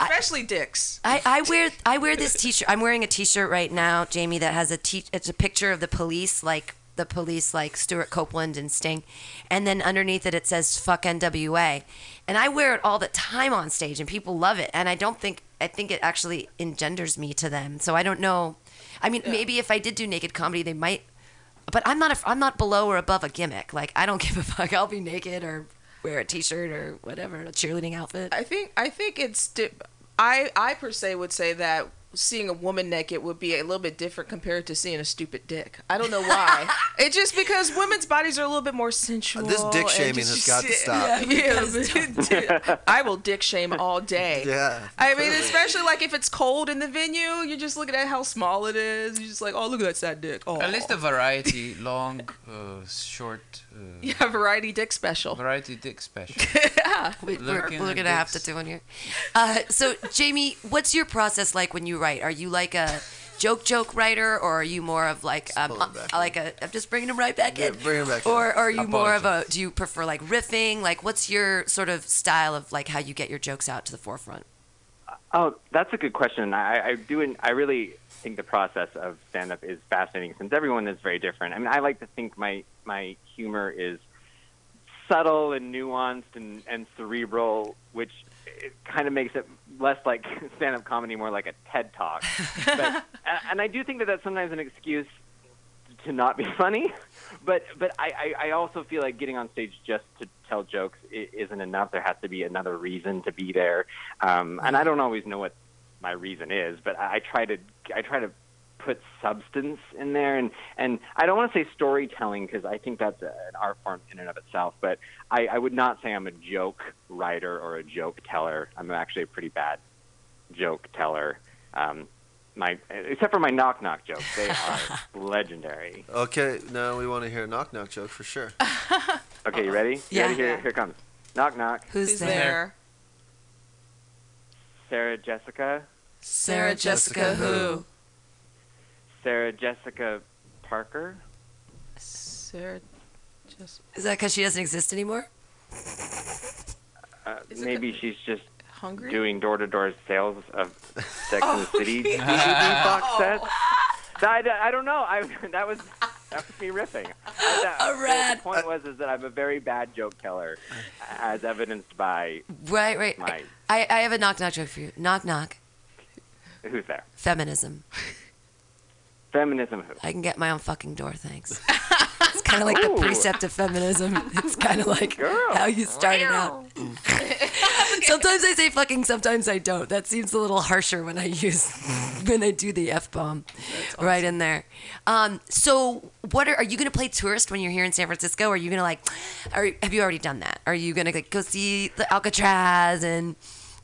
B: Especially dicks.
A: I, I wear I wear this t-shirt. I'm wearing a t-shirt right now, Jamie, that has a t- it's a picture of the police like the police like Stuart Copeland and Sting. And then underneath it it says fuck NWA. And I wear it all the time on stage and people love it and I don't think I think it actually engenders me to them. So I don't know. I mean, maybe if I did do naked comedy, they might but I'm not a, I'm not below or above a gimmick. Like I don't give a fuck. I'll be naked or wear a t-shirt or whatever, a cheerleading outfit.
B: I think I think it's di- I I per se would say that seeing a woman naked would be a little bit different compared to seeing a stupid dick. I don't know why. it's just because women's bodies are a little bit more sensual.
F: This dick
B: and
F: shaming has
B: just-
F: got to stop.
B: Yeah, dude, I will dick shame all day.
F: Yeah.
B: I mean, especially like if it's cold in the venue, you're just looking at how small it is. You're just like, oh, look at that sad dick. Oh,
D: At least the variety, long, uh, short, uh,
B: yeah, variety dick special.
D: variety dick special.
A: We- We're,
D: Looking
A: we're
D: at
A: gonna have to
D: dicks.
A: do one here. Uh, so, Jamie, what's your process like when you write? Are you like a joke joke writer, or are you more of like um,
F: pull 'em back
A: uh, like a? I'm just bringing him right back in.
F: Yeah, bring 'em back in.
A: Or are you more of a? Do you prefer like riffing? Like, what's your sort of style of like how you get your jokes out to the forefront?
H: Oh, that's a good question. I, I do. en- I really think the process of stand up is fascinating since everyone is very different. I mean, I like to think my my humor is subtle and nuanced and, and cerebral, which it kind of makes it less like stand up comedy, more like a TED talk. but, and- and I do think that that's sometimes an excuse to not be funny. But but I, I, I also feel like getting on stage just to tell jokes i- isn't enough. There has to be another reason to be there, um, and I don't always know what my reason is. But I, I try to I try to put substance in there, and and I don't want to say storytelling because I think that's a, an art form in and of itself. But I, I would not say I'm a joke writer or a joke teller. I'm actually a pretty bad joke teller. Um, my except for my knock knock jokes, they are legendary.
F: Okay, now we want to hear a knock knock joke for sure.
H: Okay, you ready? You
A: Yeah.
H: ready? Here, here it comes. Knock knock.
A: Who's,
B: Who's
A: there?
B: there?
H: Sarah Jessica.
A: Sarah Jessica who?
H: Sarah Jessica Parker.
B: Sarah just
A: Is that because she doesn't exist anymore?
H: Uh,
B: Is it
H: maybe she's just
B: hungry. Oh,
H: doing door to door sales of Sex and the City DVD box sets. I, I don't know. I that was that was me riffing. I- that-
A: A rat.
H: The point was is that I'm a very bad joke teller, as evidenced by
A: Right, right.
H: Right.
A: I, I have a knock knock joke for you. Knock knock.
H: who's there?
A: Feminism.
H: Feminism who?
A: I can get my own fucking door, thanks. it's kind of like the
H: Ooh.
A: precept of feminism. It's kind of like
H: Girl.
A: how you started out. sometimes I say fucking, sometimes I don't. That seems a little harsher when I use when I do the f bomb right in there. Um, so, what are, are you going to play tourist when you're here in San Francisco? Are you going to like? Are, have you already done that? Are you going to like, go see the Alcatraz and?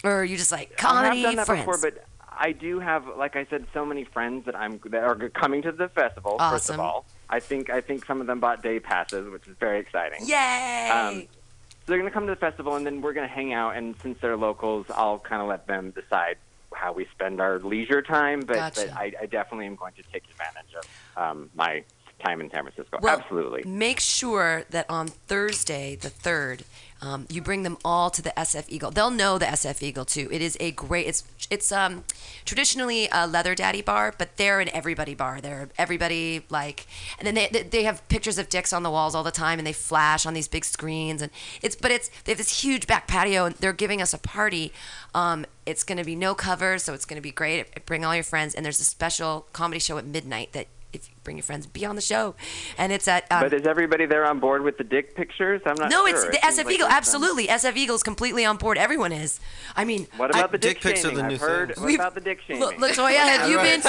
A: Or are you just like comedy
H: I have done that
A: friends?
H: before, but I do have, like I said, so many friends that I'm that are coming to the festival. First
A: Awesome.
H: of all, I think I think some of them bought day passes, which is very exciting.
A: Yay!
H: Um, So they're going to come to the festival, and then we're going to hang out. And since they're locals, I'll kind of let them decide how we spend our leisure time. But,
A: Gotcha.
H: but I, I definitely am going to take advantage of um, my time in San Francisco.
A: Well,
H: Absolutely.
A: Make sure that on Thursday, the 3rd, um, you bring them all to the SF Eagle. They'll know the SF Eagle too. It is a great. It's it's um, traditionally a leather daddy bar, but they're an everybody bar. They're everybody like, and then they they have pictures of dicks on the walls all the time, and they flash on these big screens. And it's but it's they have this huge back patio, and they're giving us a party. Um, it's going to be no cover, so it's going to be great. Bring all your friends, and there's a special comedy show at midnight that if you bring your friends, be on the show. And it's at um,
H: but is everybody there on board with the dick pictures? I'm not
A: no,
H: sure.
A: it's the
H: It seems
A: SF
H: like
A: Eagle.
H: there's some-
A: Absolutely, SF Eagle's completely on board. Everyone is. I mean,
H: What
A: I-
H: about the dick,
F: Dick pics are the
H: shaming?
F: new
H: I've heard.
F: thing.
H: What
A: We've-
H: about the dick shaming?
A: La- Latoya? Have you been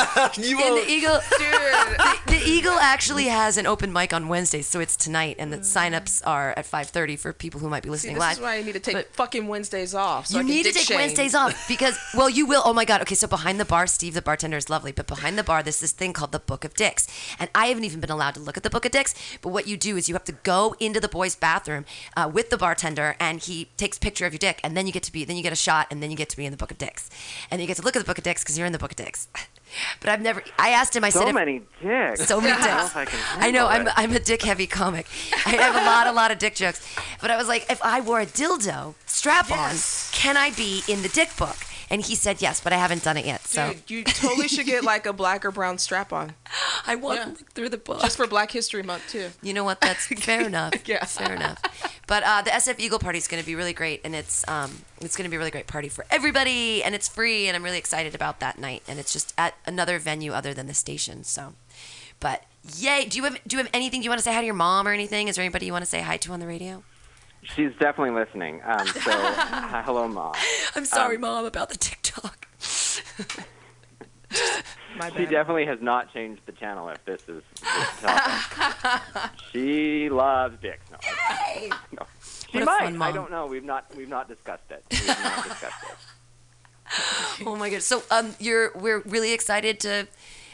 F: you
A: in
F: won't-
A: the Eagle?
B: Dude.
A: The, the Eagle actually has an open mic on Wednesdays, so it's tonight, and the sign-ups are at 5:30 for people who might be
B: See,
A: listening
B: this
A: live.
B: is why I need to take
A: But-
B: fucking Wednesdays off. So
A: you
B: I can
A: need to
B: dick
A: take
B: shame.
A: Wednesdays off because, well, you will. Oh my God. Okay, so behind the bar, Steve, the bartender, is lovely, but behind the bar, there's this thing called the Book of Dicks. And I haven't even been allowed to look at the Book of Dicks. But what you do is you have to go into the boys' bathroom uh, with the bartender, and he takes a picture of your dick, and then you get to be, then you get a shot, and then you get to be in the Book of Dicks. And you get to look at the Book of Dicks because you're in the Book of Dicks. but I've never, I asked him, I
H: so
A: said, if-
H: many dicks. Oh
A: so many
H: I don't know if
A: dicks.
H: I, can
A: I know I'm
H: handle it.
A: I'm a dick heavy comic. I have a lot a lot of dick jokes. But I was like, if I wore a dildo strap on, can I be in the dick book? And he said yes, but I haven't done it yet. So
B: Dude, you totally should get like a black or brown strap on
A: I want
B: yeah.
A: to look through the book.
B: just for Black History Month too.
A: you know what? That's fair enough.
B: Yeah.
A: fair enough. But uh, the SF Eagle Party is going to be really great, and it's um, it's going to be a really great party for everybody, and it's free, and I'm really excited about that night. And it's just at another venue other than the station, so. But yay! Do you have do you have anything you want to say hi to your mom or anything? Is there anybody you want to say hi to on the radio?
H: She's definitely listening. Um, so, uh, hello, Um, mom.
A: I'm sorry, mom, about the TikTok.
B: My
H: She
B: bad.
H: definitely has not changed the channel. If this is this topic. she loves dicks. No, I- no. she
A: What a
H: might.
A: fun
H: I
A: mom.
H: don't know. We've not we've not discussed it. We've not discussed it.
A: Oh my goodness! So um, you're we're really excited to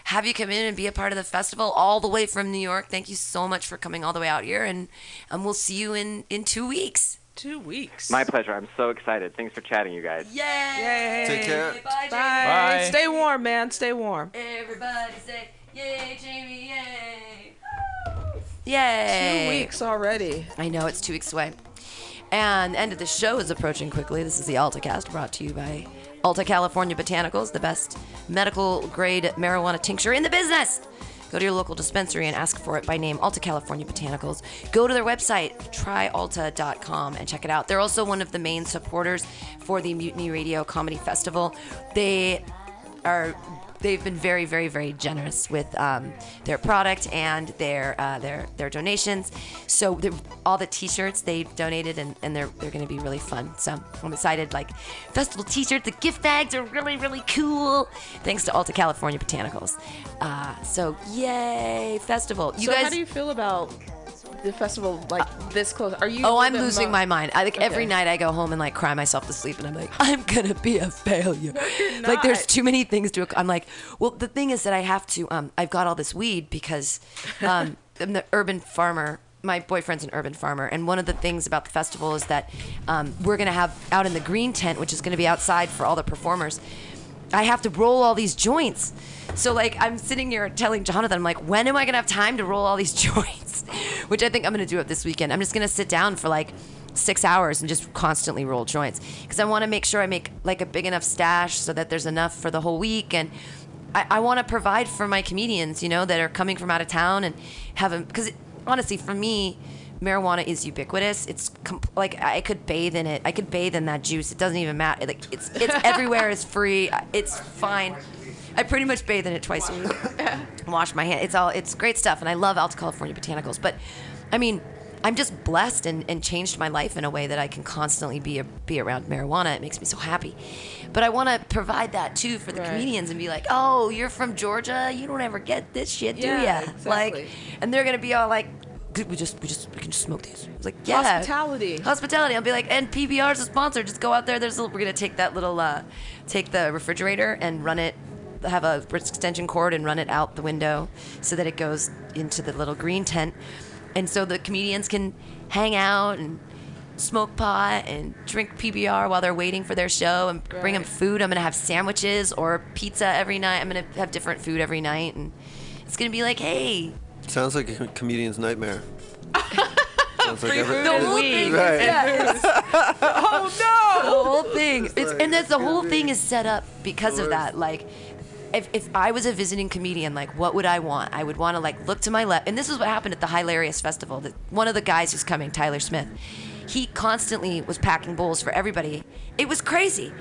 A: have you come in and be a part of the festival all the way from New York. Thank you so much for coming all the way out here, and and we'll see you in in two weeks.
B: Two weeks.
H: My pleasure. I'm so excited. Thanks for chatting, you guys.
A: Yay!
B: Yay.
F: Take care.
A: Okay, bye,
B: Bye.
D: Bye.
B: Stay warm, man. Stay warm.
A: Jamie. Everybody say yay, Jamie! Yay!
B: Two
A: Yay!
B: weeks already.
A: I know it's two weeks away. And the end of the show is approaching quickly. This is the AltaCast brought to you by Alta California Botanicals, the best medical grade marijuana tincture in the business. Go to your local dispensary and ask for it by name, Alta California Botanicals. Go to their website, tryalta.com, and check it out. They're also one of the main supporters for the Mutiny Radio Comedy Festival. They are they've been very very very generous with um, their product and their uh, their their donations so the- all the t-shirts they've donated and, and they're they're gonna be really fun so i'm excited like festival t-shirts the gift bags are really really cool thanks to alta california botanicals uh, so yay festival you
B: so
A: guys
B: how do you feel about the festival like this close? Are you?
A: Oh,
B: a
A: I'm
B: bit
A: losing
B: mo-
A: my mind. I like every
B: Okay.
A: night I go home and like cry myself to sleep, and I'm like, I'm gonna be a failure. like there's
B: not.
A: too many things to. ac- I'm like, well, the thing is that I have to. Um, I've got all this weed because um, I'm the urban farmer. My boyfriend's an urban farmer, and one of the things about the festival is that um, we're gonna have out in the green tent, which is gonna be outside for all the performers. I have to roll all these joints. So like I'm sitting here telling Jonathan, I'm like, when am I gonna have time to roll all these joints? Which I think I'm gonna do it this weekend. I'm just gonna sit down for like six hours and just constantly roll joints because I want to make sure I make like a big enough stash so that there's enough for the whole week and. I, I want to provide for my comedians, you know, that are coming from out of town and have them. Because honestly, for me, marijuana is ubiquitous. It's com- like I could bathe in it. I could bathe in that juice. It doesn't even matter. Like it's it's everywhere. It's free. It's fine. I pretty much bathe in it twice a week wash my hand. It's all it's great stuff, and I love Alta California Botanicals. But I mean, I'm just blessed and, and changed my life in a way that I can constantly be a, be around marijuana. It makes me so happy. But I want to provide that too for the
B: Right.
A: comedians and be like, oh, you're from Georgia, you don't ever get this shit, do
B: Yeah,
A: ya? Like,
B: exactly.
A: and they're gonna be all like. "Good, We just, we just, we can just smoke these. It's like, yeah,
B: Hospitality.
A: hospitality. I'll be like, and PBR is a sponsor. Just go out there. There's, a, we're gonna take that little, uh, take the refrigerator and run it, have a extension cord and run it out the window so that it goes into the little green tent, and so the comedians can hang out and smoke pot and drink PBR while they're waiting for their show and bring them
B: Right.
A: food. I'm gonna have sandwiches or pizza every night. I'm gonna have different food every night, and it's gonna be like, hey,
F: Sounds like a comedian's nightmare. Sounds like
B: Free
F: every-
B: food
A: the
B: and
A: whole
B: weed.
A: thing, is-
F: Right.
A: yeah, it's-
B: Oh no!
A: the whole thing. It's, and that's the whole thing is set up because of that. Like, if, if I was a visiting comedian, like, what would I want? I would want to like look to my left. And this is what happened at the Hilarious Festival. That one of the guys who's coming, Tyler Smith, he constantly was packing bowls for everybody. It was crazy.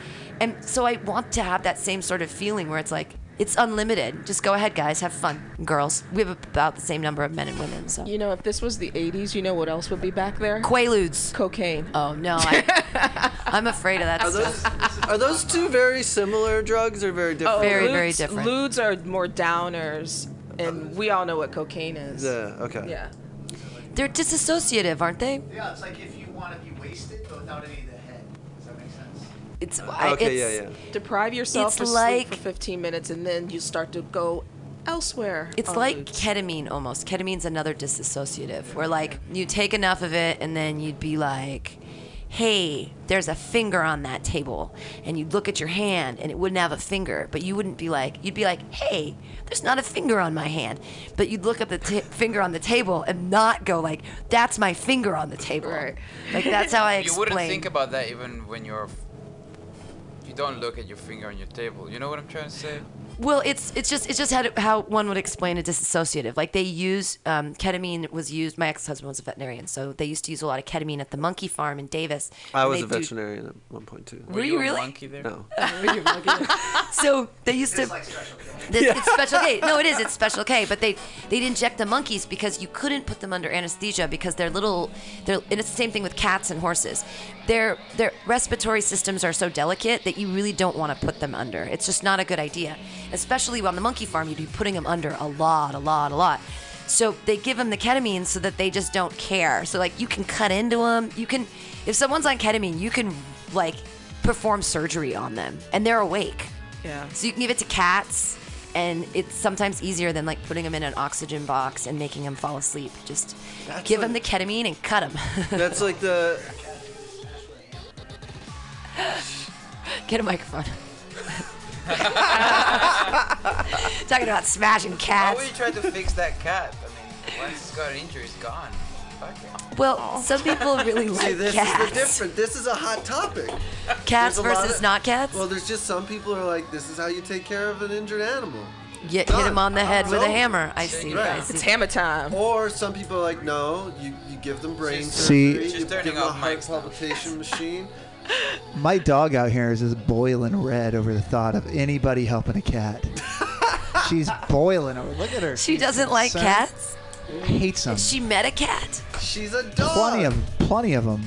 A: And so I want to have that same sort of feeling where it's like. It's unlimited. Just go ahead, guys. Have fun, girls. We have about the same number of men and women. So
B: You know, if this was the '80s, you know what else would be back there?
A: Quaaludes.
B: Cocaine.
A: Oh no, I, I'm afraid of that
F: Are
A: stuff.
F: those, are those two very similar drugs or very different?
A: Very,
B: Oh, Ludes-
A: very different.
B: Ludes are more downers, and we all know what cocaine is.
F: Yeah, okay.
B: Yeah.
A: They're disassociative, aren't they?
I: Yeah, it's like if you want to be wasted but without any of the head. Does that make sense?
A: It's I,
F: Okay,
A: it's,
F: yeah, yeah.
B: Deprive yourself
A: It's
B: for
A: like-
B: sleep for 15 minutes, and then you start to go elsewhere.
A: It's
B: on
A: like
B: ludes.
A: ketamine almost. Ketamine's another disassociative, where like you take enough of it and then you'd be like, "Hey, there's a finger on that table," and you'd look at your hand and it wouldn't have a finger, but you wouldn't be like, you'd be like, "Hey, there's not a finger on my hand," but you'd look at the ta finger on the table and not go like, "That's my finger on the table."
B: Right.
A: Like that's how I
D: You
A: explain.
D: wouldn't think about that even when you're. f- You don't look at your finger on your table. You know what I'm trying to say?
A: Well, it's it's just it's just how, how one would explain a disassociative. Like they use um, ketamine was used. My ex husband was a veterinarian, so they used to use a lot of ketamine at the monkey farm in Davis.
F: I
A: And
F: was
A: they
F: a
A: do-
F: veterinarian at one point too.
A: Were you
D: a
A: really?
D: monkey there?
F: No.
A: So they used to. This- It's special K. No, it is. It's special K. But they they'd inject the monkeys because you couldn't put them under anesthesia because they're little. They're and it's the same thing with cats and horses. Their their respiratory systems are so delicate that you really don't want to put them under. It's just not a good idea, especially on the monkey farm. You'd be putting them under a lot, a lot, a lot. So they give them the ketamine so that they just don't care. So like you can cut into them. You can if someone's on ketamine, you can like perform surgery on them and they're awake.
B: Yeah.
A: So you can give it to cats, and it's sometimes easier than like putting them in an oxygen box and making them fall asleep. Just
F: That's
A: give
F: like-
A: them the ketamine and cut them.
F: That's like the
A: Get a microphone. Talking about smashing
D: How will
A: cats.
D: you try to fix that cat? I mean, once it's got an injury, it's gone.
A: Well, some people really like
F: See, this
A: cats.
F: is the different. This is a hot topic.
A: Cats
F: There's a lot
A: versus
F: of-
A: not cats.
F: Well, there's just some people who are like, this is how you take care of an injured animal.
A: Ye- hit him
F: done.
A: on the head with a
F: No.
A: hammer. I see. I
F: Right.
A: see.
B: It's hammer time.
F: Or some people are like, no, you, you give them brain
C: See-
F: surgery,
D: She's
F: you give
D: turning
F: them a
D: off
F: heart
D: mics now.
F: palpitation machine.
C: My dog out here is just boiling red over the thought of anybody helping a cat. She's boiling over. Look at her.
A: She doesn't like
C: Son
A: cats.
C: Hates them.
A: She met a cat.
F: She's a dog.
C: Plenty of, plenty of them.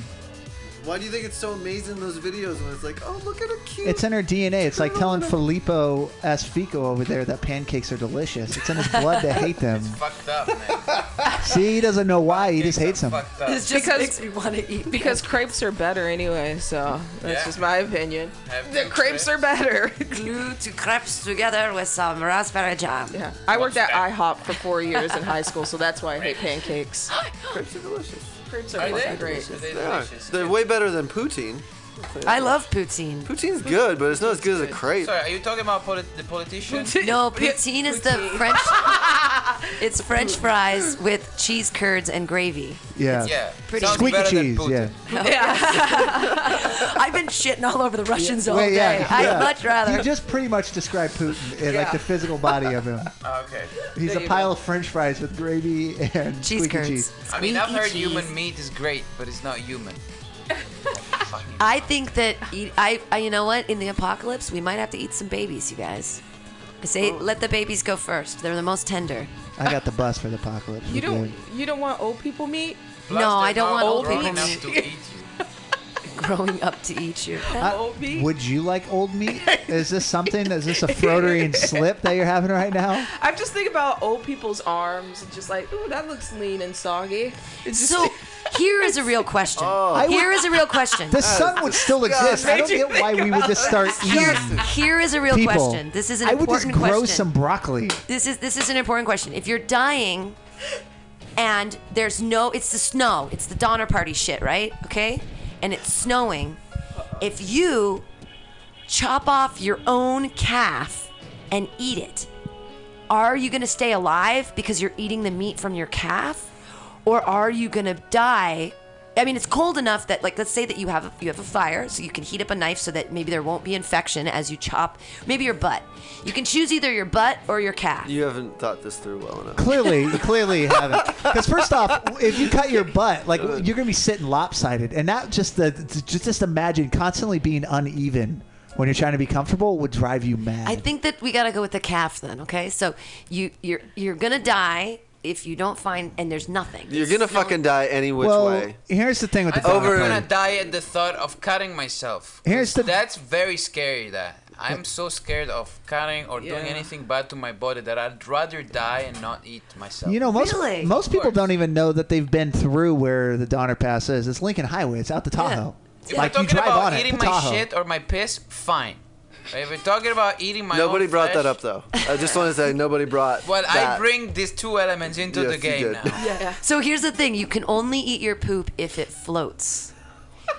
F: Why do you think it's so amazing those videos when it's like, oh, look at her cute.
C: It's in her DNA. It's like telling Filippo S. Fico over there that pancakes are delicious. It's in his blood to hate them.
D: Fucked up, man.
C: See, he doesn't know why. He just hates them.
D: Fucked up.
A: This just
B: Because-
A: makes me want to eat.
B: Because crepes are better anyway, so that's
D: Yeah.
B: just my opinion.
D: Have
B: The
D: you
B: crepes
D: tried-
B: are better.
A: glue two crepes together with some raspberry jam.
B: yeah. I worked at
D: What's that?
B: IHOP for four years in high school, so that's why I hate pancakes.
F: Crepes are delicious.
B: Crepes are
D: Are they?
B: fucking
D: Are
B: great.
D: they
F: They are.
D: delicious?
F: They're way better than poutine.
A: I love poutine.
F: Poutine's good, but it's not as good as a crepe.
D: Sorry, are you talking about polit- the politician?
A: No, poutine is the French. it's French fries with cheese curds and gravy.
C: Yeah.
D: Yeah.
A: Pretty-
D: Sounds
C: Squeaky
D: better than
C: cheese.
D: Putin.
C: Yeah.
A: I've been shitting all over the Russians all
C: Wait,
A: day.
C: yeah, yeah.
A: I'd much rather.
C: You just pretty much described Putin, in, like
B: Yeah.
C: the physical body of him.
D: Ah, Okay.
C: He's
B: There
C: a
B: you
C: pile of French fries with gravy and
A: cheese
C: squeaky
A: curds.
C: cheese.
D: I mean, I've
A: Squeaky
D: heard
A: cheese.
D: human meat is great, but it's not human. Fucking-
A: I think that eat, I, I, you know what? In the apocalypse, we might have to eat some babies, you guys. I say, let the babies go first. They're the most tender.
C: I got the bus for the apocalypse.
B: You don't
C: Okay.
B: you don't want old people meat?
D: Plus,
A: No, I
D: they're
A: don't
D: not
A: want old
D: grown
A: people
D: enough
A: meat.
D: to eat you.
A: Growing up to eat you.
B: old meat?
C: Would you like old meat? Is this something? Is this a Frodery slip that you're having right now?
B: I'm just thinking about old people's arms and just like, ooh, that looks lean and soggy. It's just
A: So here is a real question.
C: I would-
A: Here is a real question.
C: The sun would still exist. I don't get why we would just start
A: Here,
C: eating
A: here is a real
C: people.
A: question. This is an
C: I would just
A: important
C: grow
A: question.
C: some broccoli.
A: This is this is an important question. If you're dying and there's no it's the snow, it's the Donner Party shit, right? Okay? And it's snowing. If you chop off your own calf and eat it, are you going to stay alive because you're eating the meat from your calf or are you going to die? I mean, it's cold enough that like let's say that you have a, you have a fire so you can heat up a knife so that maybe there won't be infection as you chop maybe your butt. You can choose either your butt or your calf.
F: You haven't thought this through well enough.
C: Clearly, you clearly you haven't. Because first off, if you cut your butt, like
A: Uh.
C: you're gonna be sitting lopsided, and that just the just just imagine constantly being uneven when you're trying to be comfortable would drive you mad.
A: I think that we got to go with the calf then, okay? So you you're you're going to die if you don't find and there's nothing.
F: You're gonna fucking die any which
C: well,
F: way.
C: here's the thing with the
D: I'm
C: Donner
F: Over-
D: gonna
C: Party.
D: die at the thought of cutting myself.
C: Here's the-
D: That's very scary. That I'm so scared of cutting or doing
B: Yeah.
D: anything bad to my body that I'd rather die and not eat myself.
C: You know, most
A: Really?
C: most people
D: course.
C: don't even know that they've been through where the Donner Pass is. It's Lincoln Highway. It's out to
A: Yeah.
C: Tahoe.
D: if
C: Like
D: we're
C: you
D: talking
C: drive
D: about
C: on it
D: eating
C: to
D: my
C: Tahoe.
D: shit or my piss, fine. If we're talking about eating my
F: Nobody
D: own
F: brought that
D: flesh-
F: up though. I just want to say nobody brought.
D: Well, I
F: that.
D: bring these two elements into
F: Yes,
D: the
F: you
D: game
F: did.
D: now.
B: yeah.
A: So here's the thing, you can only eat your poop if it floats.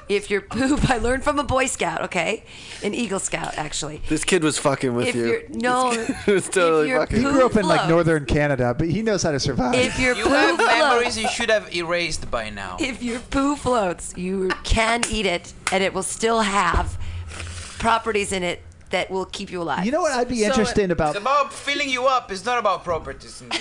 A: If your poop, I learned from a Boy Scout, okay? An Eagle Scout actually.
F: This kid was fucking with
A: If
F: you.
A: you're no,
F: He was totally
A: if your
F: fucking-
C: He
A: poop
C: grew up in like
A: floats-
C: northern Canada, but he knows how to survive.
A: If your
D: You
A: poo
D: have
A: floats,
D: memories you should have erased by now.
A: if your poo floats, you can eat it, and it will still have properties in it that will keep you alive.
C: you know what I'd be
B: So
C: interested
B: it-
C: about?
D: It's about filling you up. It's not about properties. In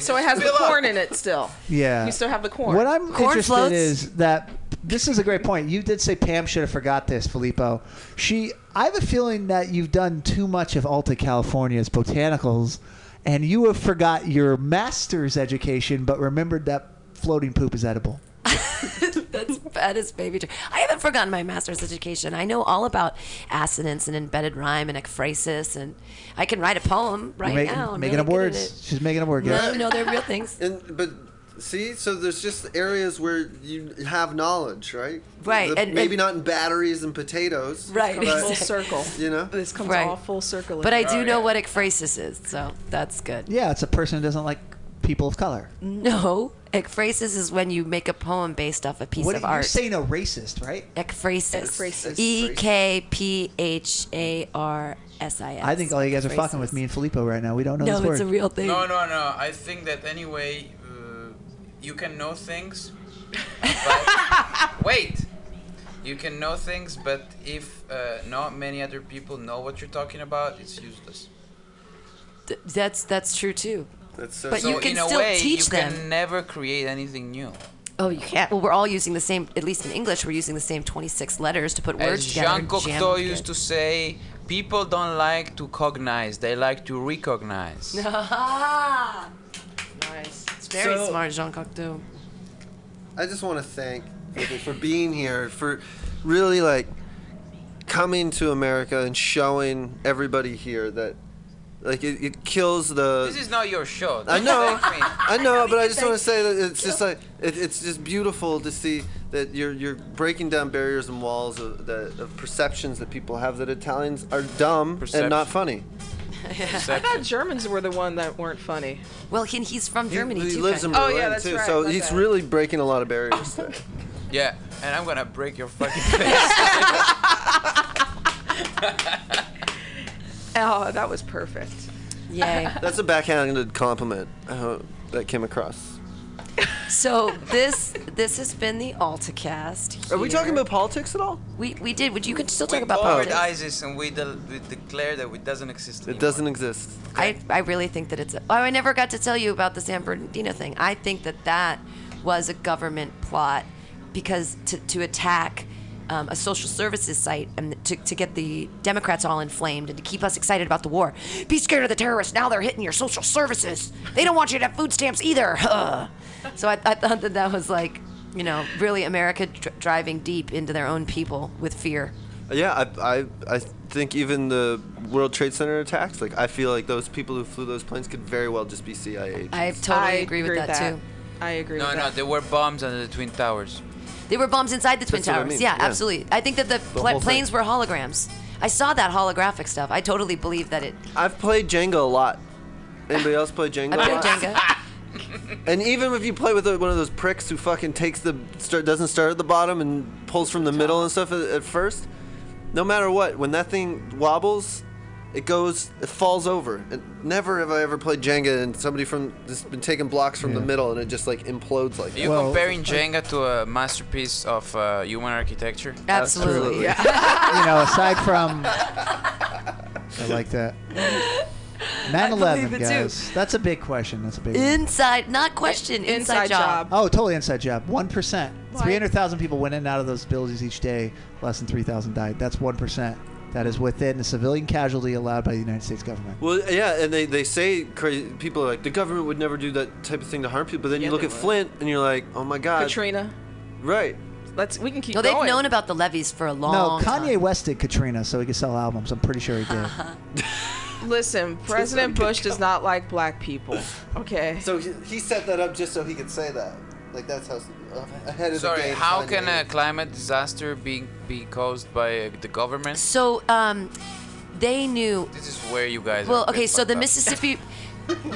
B: So it has the corn in it still.
C: Yeah.
B: You still have the corn.
C: What I'm
A: Corn
C: interested
A: floats.
C: is that this is a great point. You did say Pam should have forgot this, Filippo. She, I have a feeling that you've done too much of Alta California's botanicals, and you have forgot your master's education, but remembered that floating poop is edible.
A: That's that is baby true. I haven't forgotten my master's education. I know all about assonance and embedded rhyme and ekphrasis, and I can write a poem right
C: You're making,
A: now. I'm
C: making
A: really
C: up
A: good at
C: words. She's making up words.
A: it. No,
C: guys.
A: no, they're real things.
F: And but see, so there's just areas where you have knowledge, right?
A: Right,
F: The-
A: and-
F: maybe
A: and-
F: not in batteries and potatoes.
A: Right.
F: but-
B: full circle.
F: You know.
B: This comes
A: Right.
B: all full circle.
A: But I do
D: Oh,
A: know
D: yeah.
A: what ekphrasis is, so that's good.
C: Yeah, it's a person who doesn't like people of color.
A: No, ekphrasis is when you make a poem based off a piece
C: What
A: of
C: are you
A: art.
C: saying? A racist, right?
A: Ekphrasis.
B: Ekphrasis.
A: E K P H A R S I S.
C: I think all you guys are fucking with me and Filippo right now. We don't know
A: No,
C: this word.
A: it's a real thing.
D: No, no, no. I think that anyway, uh, you can know things But wait, you can know things, but if uh, not many other people know what you're talking about, it's useless.
A: Th- that's that's true too.
F: That's so.
A: But
D: So
A: you can
D: in a
A: still
D: way,
A: teach
D: you
A: them.
D: can never create anything new.
A: Oh, you can't. Well, we're all using the same. At least in English, we're using the same 26 letters to put words
D: As
A: together.
D: Jean
A: and jam
D: Cocteau
A: them
D: used to
A: together.
D: say, people don't like to cognize; they like to recognize.
A: Ah, nice. It's very
F: So-
A: smart, Jean Cocteau.
F: I just want to thank people for being here, for really like coming to America and showing everybody here that like it, it kills the.
D: This is not your show.
F: Uh, I know,
D: Thank me.
F: I know, but I just want to say that it's just like it, it's just beautiful to see that you're you're breaking down barriers and walls of, that, of perceptions that people have that Italians are dumb and not
D: Perception.
F: funny.
B: I thought Germans were the one that weren't funny.
A: Well, he, he's from
F: He-
A: Germany
F: he,
A: too.
F: lives in
A: kind
B: Oh,
F: Berlin
B: yeah, that's
F: too,
B: right,
F: so
B: my
F: he's
B: bad.
F: really breaking a lot of barriers. there.
D: Yeah, and I'm gonna break your fucking face.
B: Oh, that was perfect.
A: of. Yay.
F: that's a backhanded compliment I hope that came across.
A: So this this has been the AltaCast.
F: Are we
A: here.
F: talking about politics at all?
A: We we did. Would you can still talk
D: we
A: about
D: bombed
A: politics.
D: ISIS and we, del we declare that it doesn't exist.
F: It
D: anymore.
F: doesn't exist.
A: I, I really think that it's. A, oh, I never got to tell you about the San Bernardino thing. I think that that was a government plot because to, to attack um, a social services site and to, to get the Democrats all inflamed and to keep us excited about the war. Be scared of the terrorists. Now they're hitting your social services. They don't want you to have food stamps either. Huh. so I, I thought that that was like, you know, really America dr- driving deep into their own people with fear.
F: Yeah, I, I, I think even the World Trade Center attacks, like, I feel like those people who flew those planes could very well just be CIA agents.
A: I totally
B: I
A: agree, with that, too.
B: I agree
D: No,
B: with
D: no,
B: that.
D: there were bombs under the Twin Towers.
A: They were bombs inside the Twin
F: That's what I
A: Towers.
F: mean,
A: Yeah,
F: yeah.
A: absolutely. I think that the, pla-
F: whole thing.
A: planes were holograms. I saw that holographic stuff. I totally believe that it.
F: I've played Jenga a lot. Anybody else play Jenga?
A: I
F: a
A: played
F: lot?
A: Jenga.
F: And even if you play with a, one of those pricks who fucking takes the start, doesn't start at the bottom and pulls from the middle and stuff at, at first, no matter what, when that thing wobbles, it goes, it falls over. And never have I ever played Jenga and somebody from has been taking blocks from the
C: Yeah.
F: middle and it just like implodes like
D: Are you
F: that.
C: Well,
D: comparing Jenga to a masterpiece of uh, human architecture?
A: Absolutely.
C: you know, aside from. I like that. 9 11,
A: it, too.
C: guys. That's a big question. That's a big one.
A: Inside, not question. Inside,
B: Inside job.
A: job.
C: Oh, totally inside job. 1%. 300,000 people went in and out of those buildings each day. Less than 3,000 died. That's 1%. That is within the civilian casualty allowed by the United States government.
F: Well, yeah, and they, they say crazy people are like the government would never do that type of thing to harm people. But then you
B: Yeah,
F: look
B: they
F: at
B: would.
F: Flint and you're like, oh my god,
B: Katrina,
F: right?
B: let's we can keep
A: No, they've
B: going.
A: known about the levies for a
C: No,
A: long
C: Kanye
A: time.
C: West did Katrina so he could sell albums. I'm pretty sure he did.
B: Listen, President Bush does not like black people. Okay.
F: So he, he set that up just so he could say that. Like that's how uh, ahead of the
D: Sorry,
F: game.
D: how
F: Kanye
D: can a
F: is.
D: climate disaster be be caused by uh, the government?
A: So, um, they knew
D: This is where you guys.
A: Well,
D: are a bit
A: okay, so
D: fucked
A: the
D: up.
A: Mississippi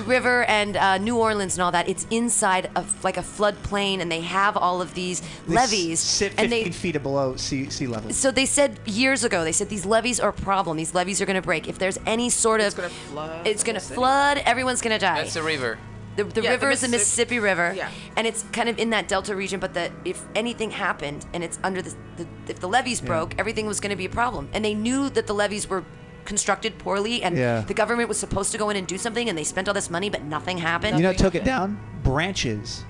A: River and uh, New Orleans and all that, it's inside of like a floodplain, and they have all of these
C: They s-
A: levees.
C: sit 15
A: and they,
C: feet below sea, sea level.
A: so they said years ago, they said these levees are a problem. These levees are going to break. If there's any sort
B: It's
A: of.
B: gonna flood
A: It's going
B: the
A: to
B: city.
A: flood. Everyone's going to die.
D: That's a river.
A: the the
B: Yeah, the
A: river is the Mississippi
B: Mississippi-
A: River.
B: yeah.
A: And it's kind of in that delta region, but the, if anything happened and it's under the. the if the levees broke, everything was going to be a problem. And they knew that the levees were constructed poorly and
C: Yeah.
A: the government was supposed to go in and do something and they spent all this money but nothing happened
C: You know, what took it down branches.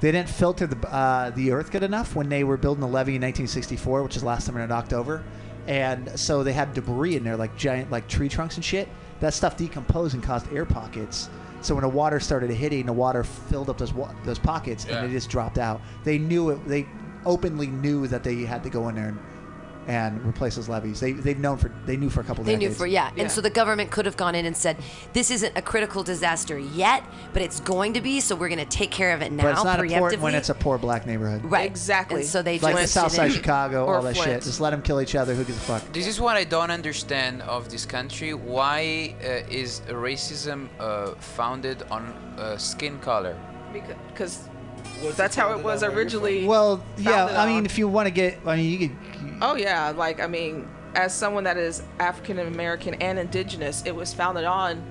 C: They didn't filter the uh, the earth good enough when they were building the levee in 1964, which is last time it knocked over, and so they had debris in there, like giant like tree trunks and shit. That stuff decomposed and caused air pockets. So when the water started hitting, the water filled up those wa- those pockets,
D: Yeah.
C: and they just dropped out. They knew it. They openly knew that they had to go in there and, and replace those levees. They they've known for they knew for a couple.
A: They knew
C: decades.
A: for yeah.
B: Yeah.
A: and so the government could have gone in and said, "This isn't a critical disaster yet, but it's going to be, so we're going to take care of it now."
C: But it's not
A: preemptively.
C: important when it's a poor black neighborhood.
A: right,
B: Exactly.
A: And so they
C: like the
A: just
C: South Side
A: didn't-
C: Chicago,
B: Or
C: all that shit.
B: Flint.
C: Just let them kill each other. Who gives a fuck?
D: This is what I don't understand of this country. Why uh, is racism uh, founded on uh, skin color?
B: because that's how it was originally.
C: Well, yeah.
B: Founded
C: I mean,
B: on-
C: if you want to get, I mean, you could.
B: Oh yeah, like I mean, as someone that is African American and Indigenous, it was founded on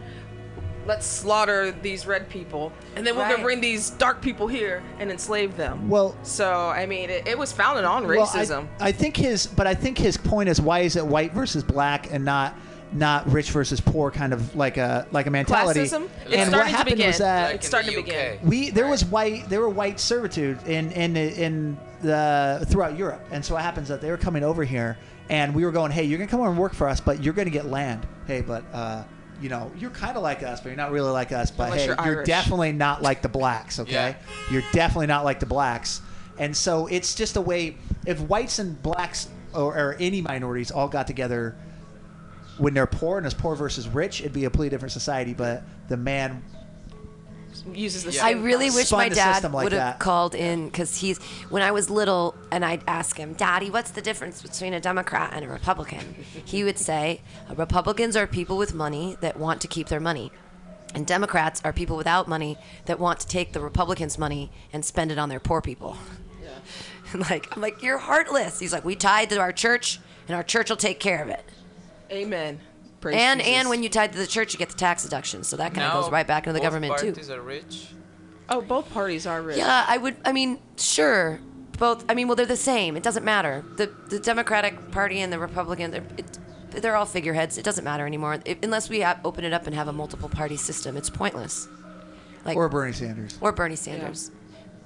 B: let's slaughter these red people, and then we're
A: Right.
B: gonna bring these dark people here and enslave them.
C: Well-
B: so I mean, it, it was founded on
C: Well, I-
B: racism.
C: I, think his, but I think his point is why is it white versus black and not not rich versus poor kind of like a like a mentality.
B: Classism. It's
C: and what
B: starting to
C: happened
B: begin.
C: was that
B: It's starting to
D: in the
B: begin.
D: UK.
C: we there was white there were white servitude in in in the throughout Europe, and so what happens that they were coming over here, and we were going, hey, you're gonna come over and work for us, but you're gonna get land. Hey, but uh, you know, you're kind of like us, but you're not really like us. But
B: Unless
C: hey,
B: you're
C: you're,
B: Irish.
C: definitely not like the blacks. Okay,
D: Yeah.
C: you're definitely not like the blacks, and so it's just a way. If whites and blacks or, or any minorities all got together when they're poor and it's poor versus rich, it'd be a completely different society. But the man
B: Uses the
D: Yeah.
A: I
B: same
A: really
B: concept.
A: wish
C: Spun
A: my
C: the
A: dad
C: system like
A: would have
C: that.
A: called in because he's when I was little and I'd ask him, Daddy, what's the difference between a Democrat and a Republican? He would say, Republicans are people with money that want to keep their money. And Democrats are people without money that want to take the Republicans' money and spend it on their poor people. And like I'm like, You're heartless. He's like, We tied to our church and our church will take care of it.
B: Amen. Praise
A: And
B: Jesus.
A: and when you tied to the church you get the tax deduction. So that kind of
D: Now
A: goes right back into the
D: both
A: government too.
D: parties are rich.
B: oh, both parties are rich.
A: Yeah, I would. I mean, sure. Both. I mean, well, they're the same. It doesn't matter. The the Democratic Party and the Republican. They're, it, they're all figureheads. It doesn't matter anymore. If- unless we have, open it up and have a multiple party system, it's pointless. Like
C: or
A: or,
C: Bernie Sanders,
A: Bernie Sanders.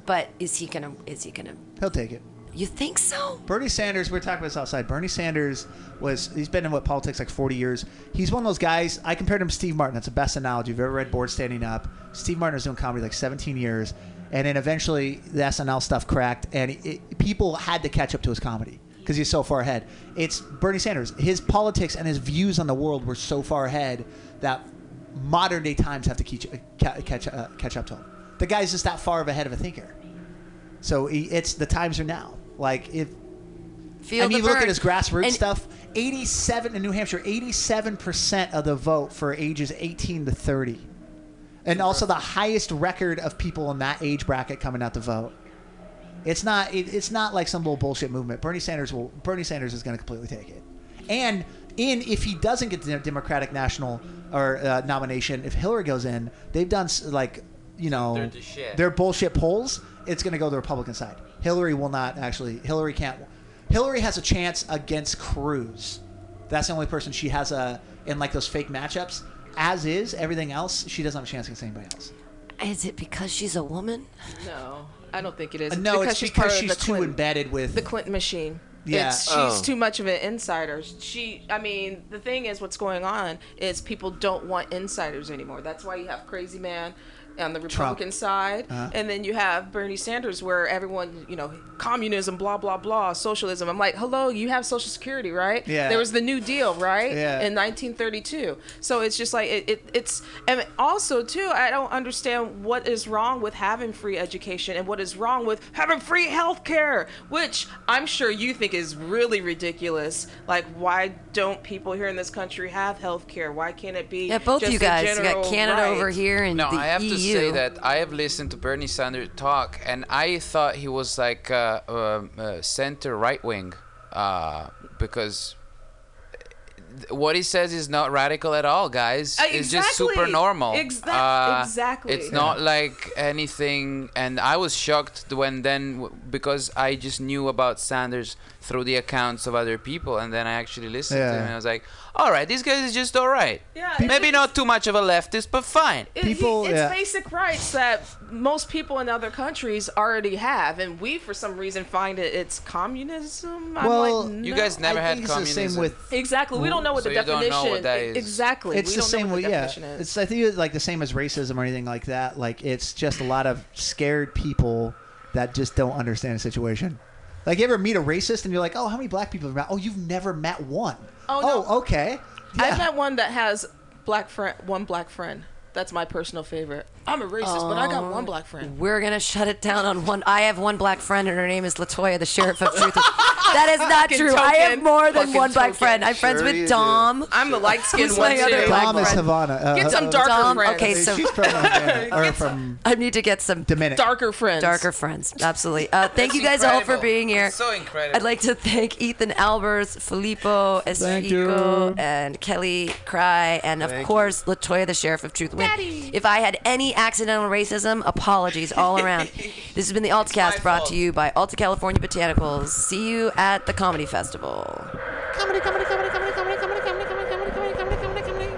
A: But is he gonna? Is he gonna?
C: he'll take it.
A: You think so?
C: Bernie Sanders, we we're talking about this outside. Bernie Sanders was, he's been in what politics like 40 years. He's one of those guys, I compared him to Steve Martin. That's the best analogy. If you've ever read Board Standing Up, Steve Martin was doing comedy like 17 years. And then eventually the SNL stuff cracked, and it, people had to catch up to his comedy because he's so far ahead. It's Bernie Sanders. His politics and his views on the world were so far ahead that modern day times have to catch, ca- catch, uh, catch up to him. The guy's just that far of ahead of a thinker. So he, it's the times are now. Like if
A: Feel
C: I
A: the
C: mean, you look
A: burn.
C: at his grassroots
A: And-
C: stuff. 87 in New Hampshire, 87% of the vote for ages 18 to 30. And also the highest record of people in that age bracket coming out to vote. It's not it, it's not like some little bullshit movement. Bernie Sanders will Bernie Sanders is going to completely take it. And in if he doesn't get the Democratic national or uh, nomination, if Hillary goes in, they've done s- like you know
D: They're the shit.
C: their bullshit polls. It's going to go to the Republican side. Hillary will not actually. Hillary can't. Hillary has a chance against Cruz. That's the only person she has a in like those fake matchups. As is, everything else she doesn't have a chance against anybody else.
A: Is it because she's a woman?
B: No, I don't think it is.
C: Uh, no, it's
B: part
C: because
B: of
C: she's,
B: the
C: too
B: Clinton-
C: embedded with
B: the Clinton machine.
C: Yeah.
B: It's, she's
J: Oh.
B: too much of an insider. She, I mean, the thing is, what's going on is people don't want insiders anymore. That's why you have Crazy Man on the Republican side,
C: Uh-huh.
B: and then you have Bernie Sanders, where everyone, you know, communism, blah blah blah, socialism. I'm like, hello, you have Social Security, right?
C: Yeah.
B: There was the New Deal, right?
C: Yeah.
B: In 1932. So it's just like it, it, it's and also too, I don't understand what is wrong with having free education and what is wrong with having free health care, which I'm sure you think is really ridiculous. Like, why don't people here in this country have health care? Why can't it be?
A: Yeah, both
B: just
A: you
B: a
A: guys. You
B: general
A: got Canada
B: right?
A: over here and
D: No,
A: the E
D: I have
A: EU.
D: to say that I have listened to Bernie Sanders talk, and I thought he was like uh, um uh, center right wing, uh, because th- what he says is not radical at all, guys.
B: Uh,
D: It's just super
B: exactly.
D: normal. Uh,
B: Exac- exactly.
D: It's not like anything, and I was shocked when then w- because I just knew about Sanders through the accounts of other people, and then I actually listened to
C: Yeah.
D: him, and I was like, all right, this guy is just all right.
B: Yeah, it's
D: Maybe
B: just-
D: not too much of a leftist, but fine.
B: It- he-
C: People-
B: it's
C: yeah.
B: basic rights that most people in other countries already have, and we, for some reason, find it it's communism. I'm
C: Well,
B: like,
D: You
B: no.
D: guys never
C: I
D: had
C: think it's
D: communism.
C: the same with
B: Exactly. We don't know what
D: So
B: the
D: you don't know
B: definition e-
D: what that is.
B: Exactly.
C: it's
B: we
C: the
B: don't know
C: same
B: what
C: way.
B: the
C: Yeah,
B: definition is.
C: it's I think it's like the same as racism or anything like that. Like it's just a lot of scared people that just don't understand a situation. Like you ever meet a racist and you're like, oh, how many black people have you met? Oh, you've never met one.
B: Oh, no.
C: okay.
B: I've met one that has black friend, one black friend. That's my personal favorite. I'm a racist, but I got one black friend.
A: We're gonna shut it down on one. I have one black friend, and her name is Latoya, the sheriff of truth. that is not
B: Fucking
A: true. I have
B: token.
A: more than
B: Fucking
A: one black
B: token.
A: friend. I'm friends
J: Sure you
A: with Dom.
B: I'm the light skinned
A: Who's
B: one
A: my
B: too.
A: other black
C: Dom is
A: friend?
C: Havana. Uh,
B: Get some
C: uh,
B: darker
A: Dom,
B: friends.
A: okay, so-
C: She's from Havana, or from
A: I need to get some
C: Dominican.
B: darker friends.
A: darker friends. Absolutely. Uh, thank you guys all for
D: incredible.
A: being here.
D: It's so incredible.
A: I'd like to thank Ethan Albers, Filippo,
C: you.
A: Esrico, and Kelly Cry, and of course Latoya, the sheriff of truth. Wait, statement. If I had any accidental racism, apologies all around. this has been the AltCast brought to you by Alta California Botanicals. See you at the Comedy Festival.
K: Comedy, comedy, comedy, comedy, comedy, comedy, comedy, comedy, comedy, comedy, comedy, comedy, comedy.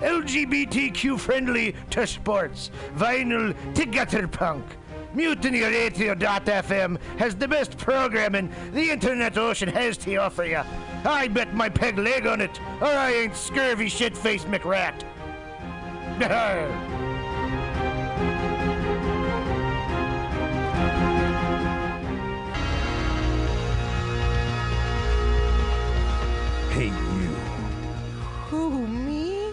L: LGBTQ friendly to sports, vinyl to gutter punk. MutinyRadio.fm has the best programming the Internet Ocean has to offer you. I bet my peg leg on it, or I ain't scurvy shit faced McRat.
M: Hey, you.
L: Who, me?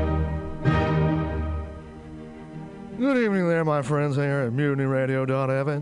L: Good evening there, my friends here at MutinyRadio.fm.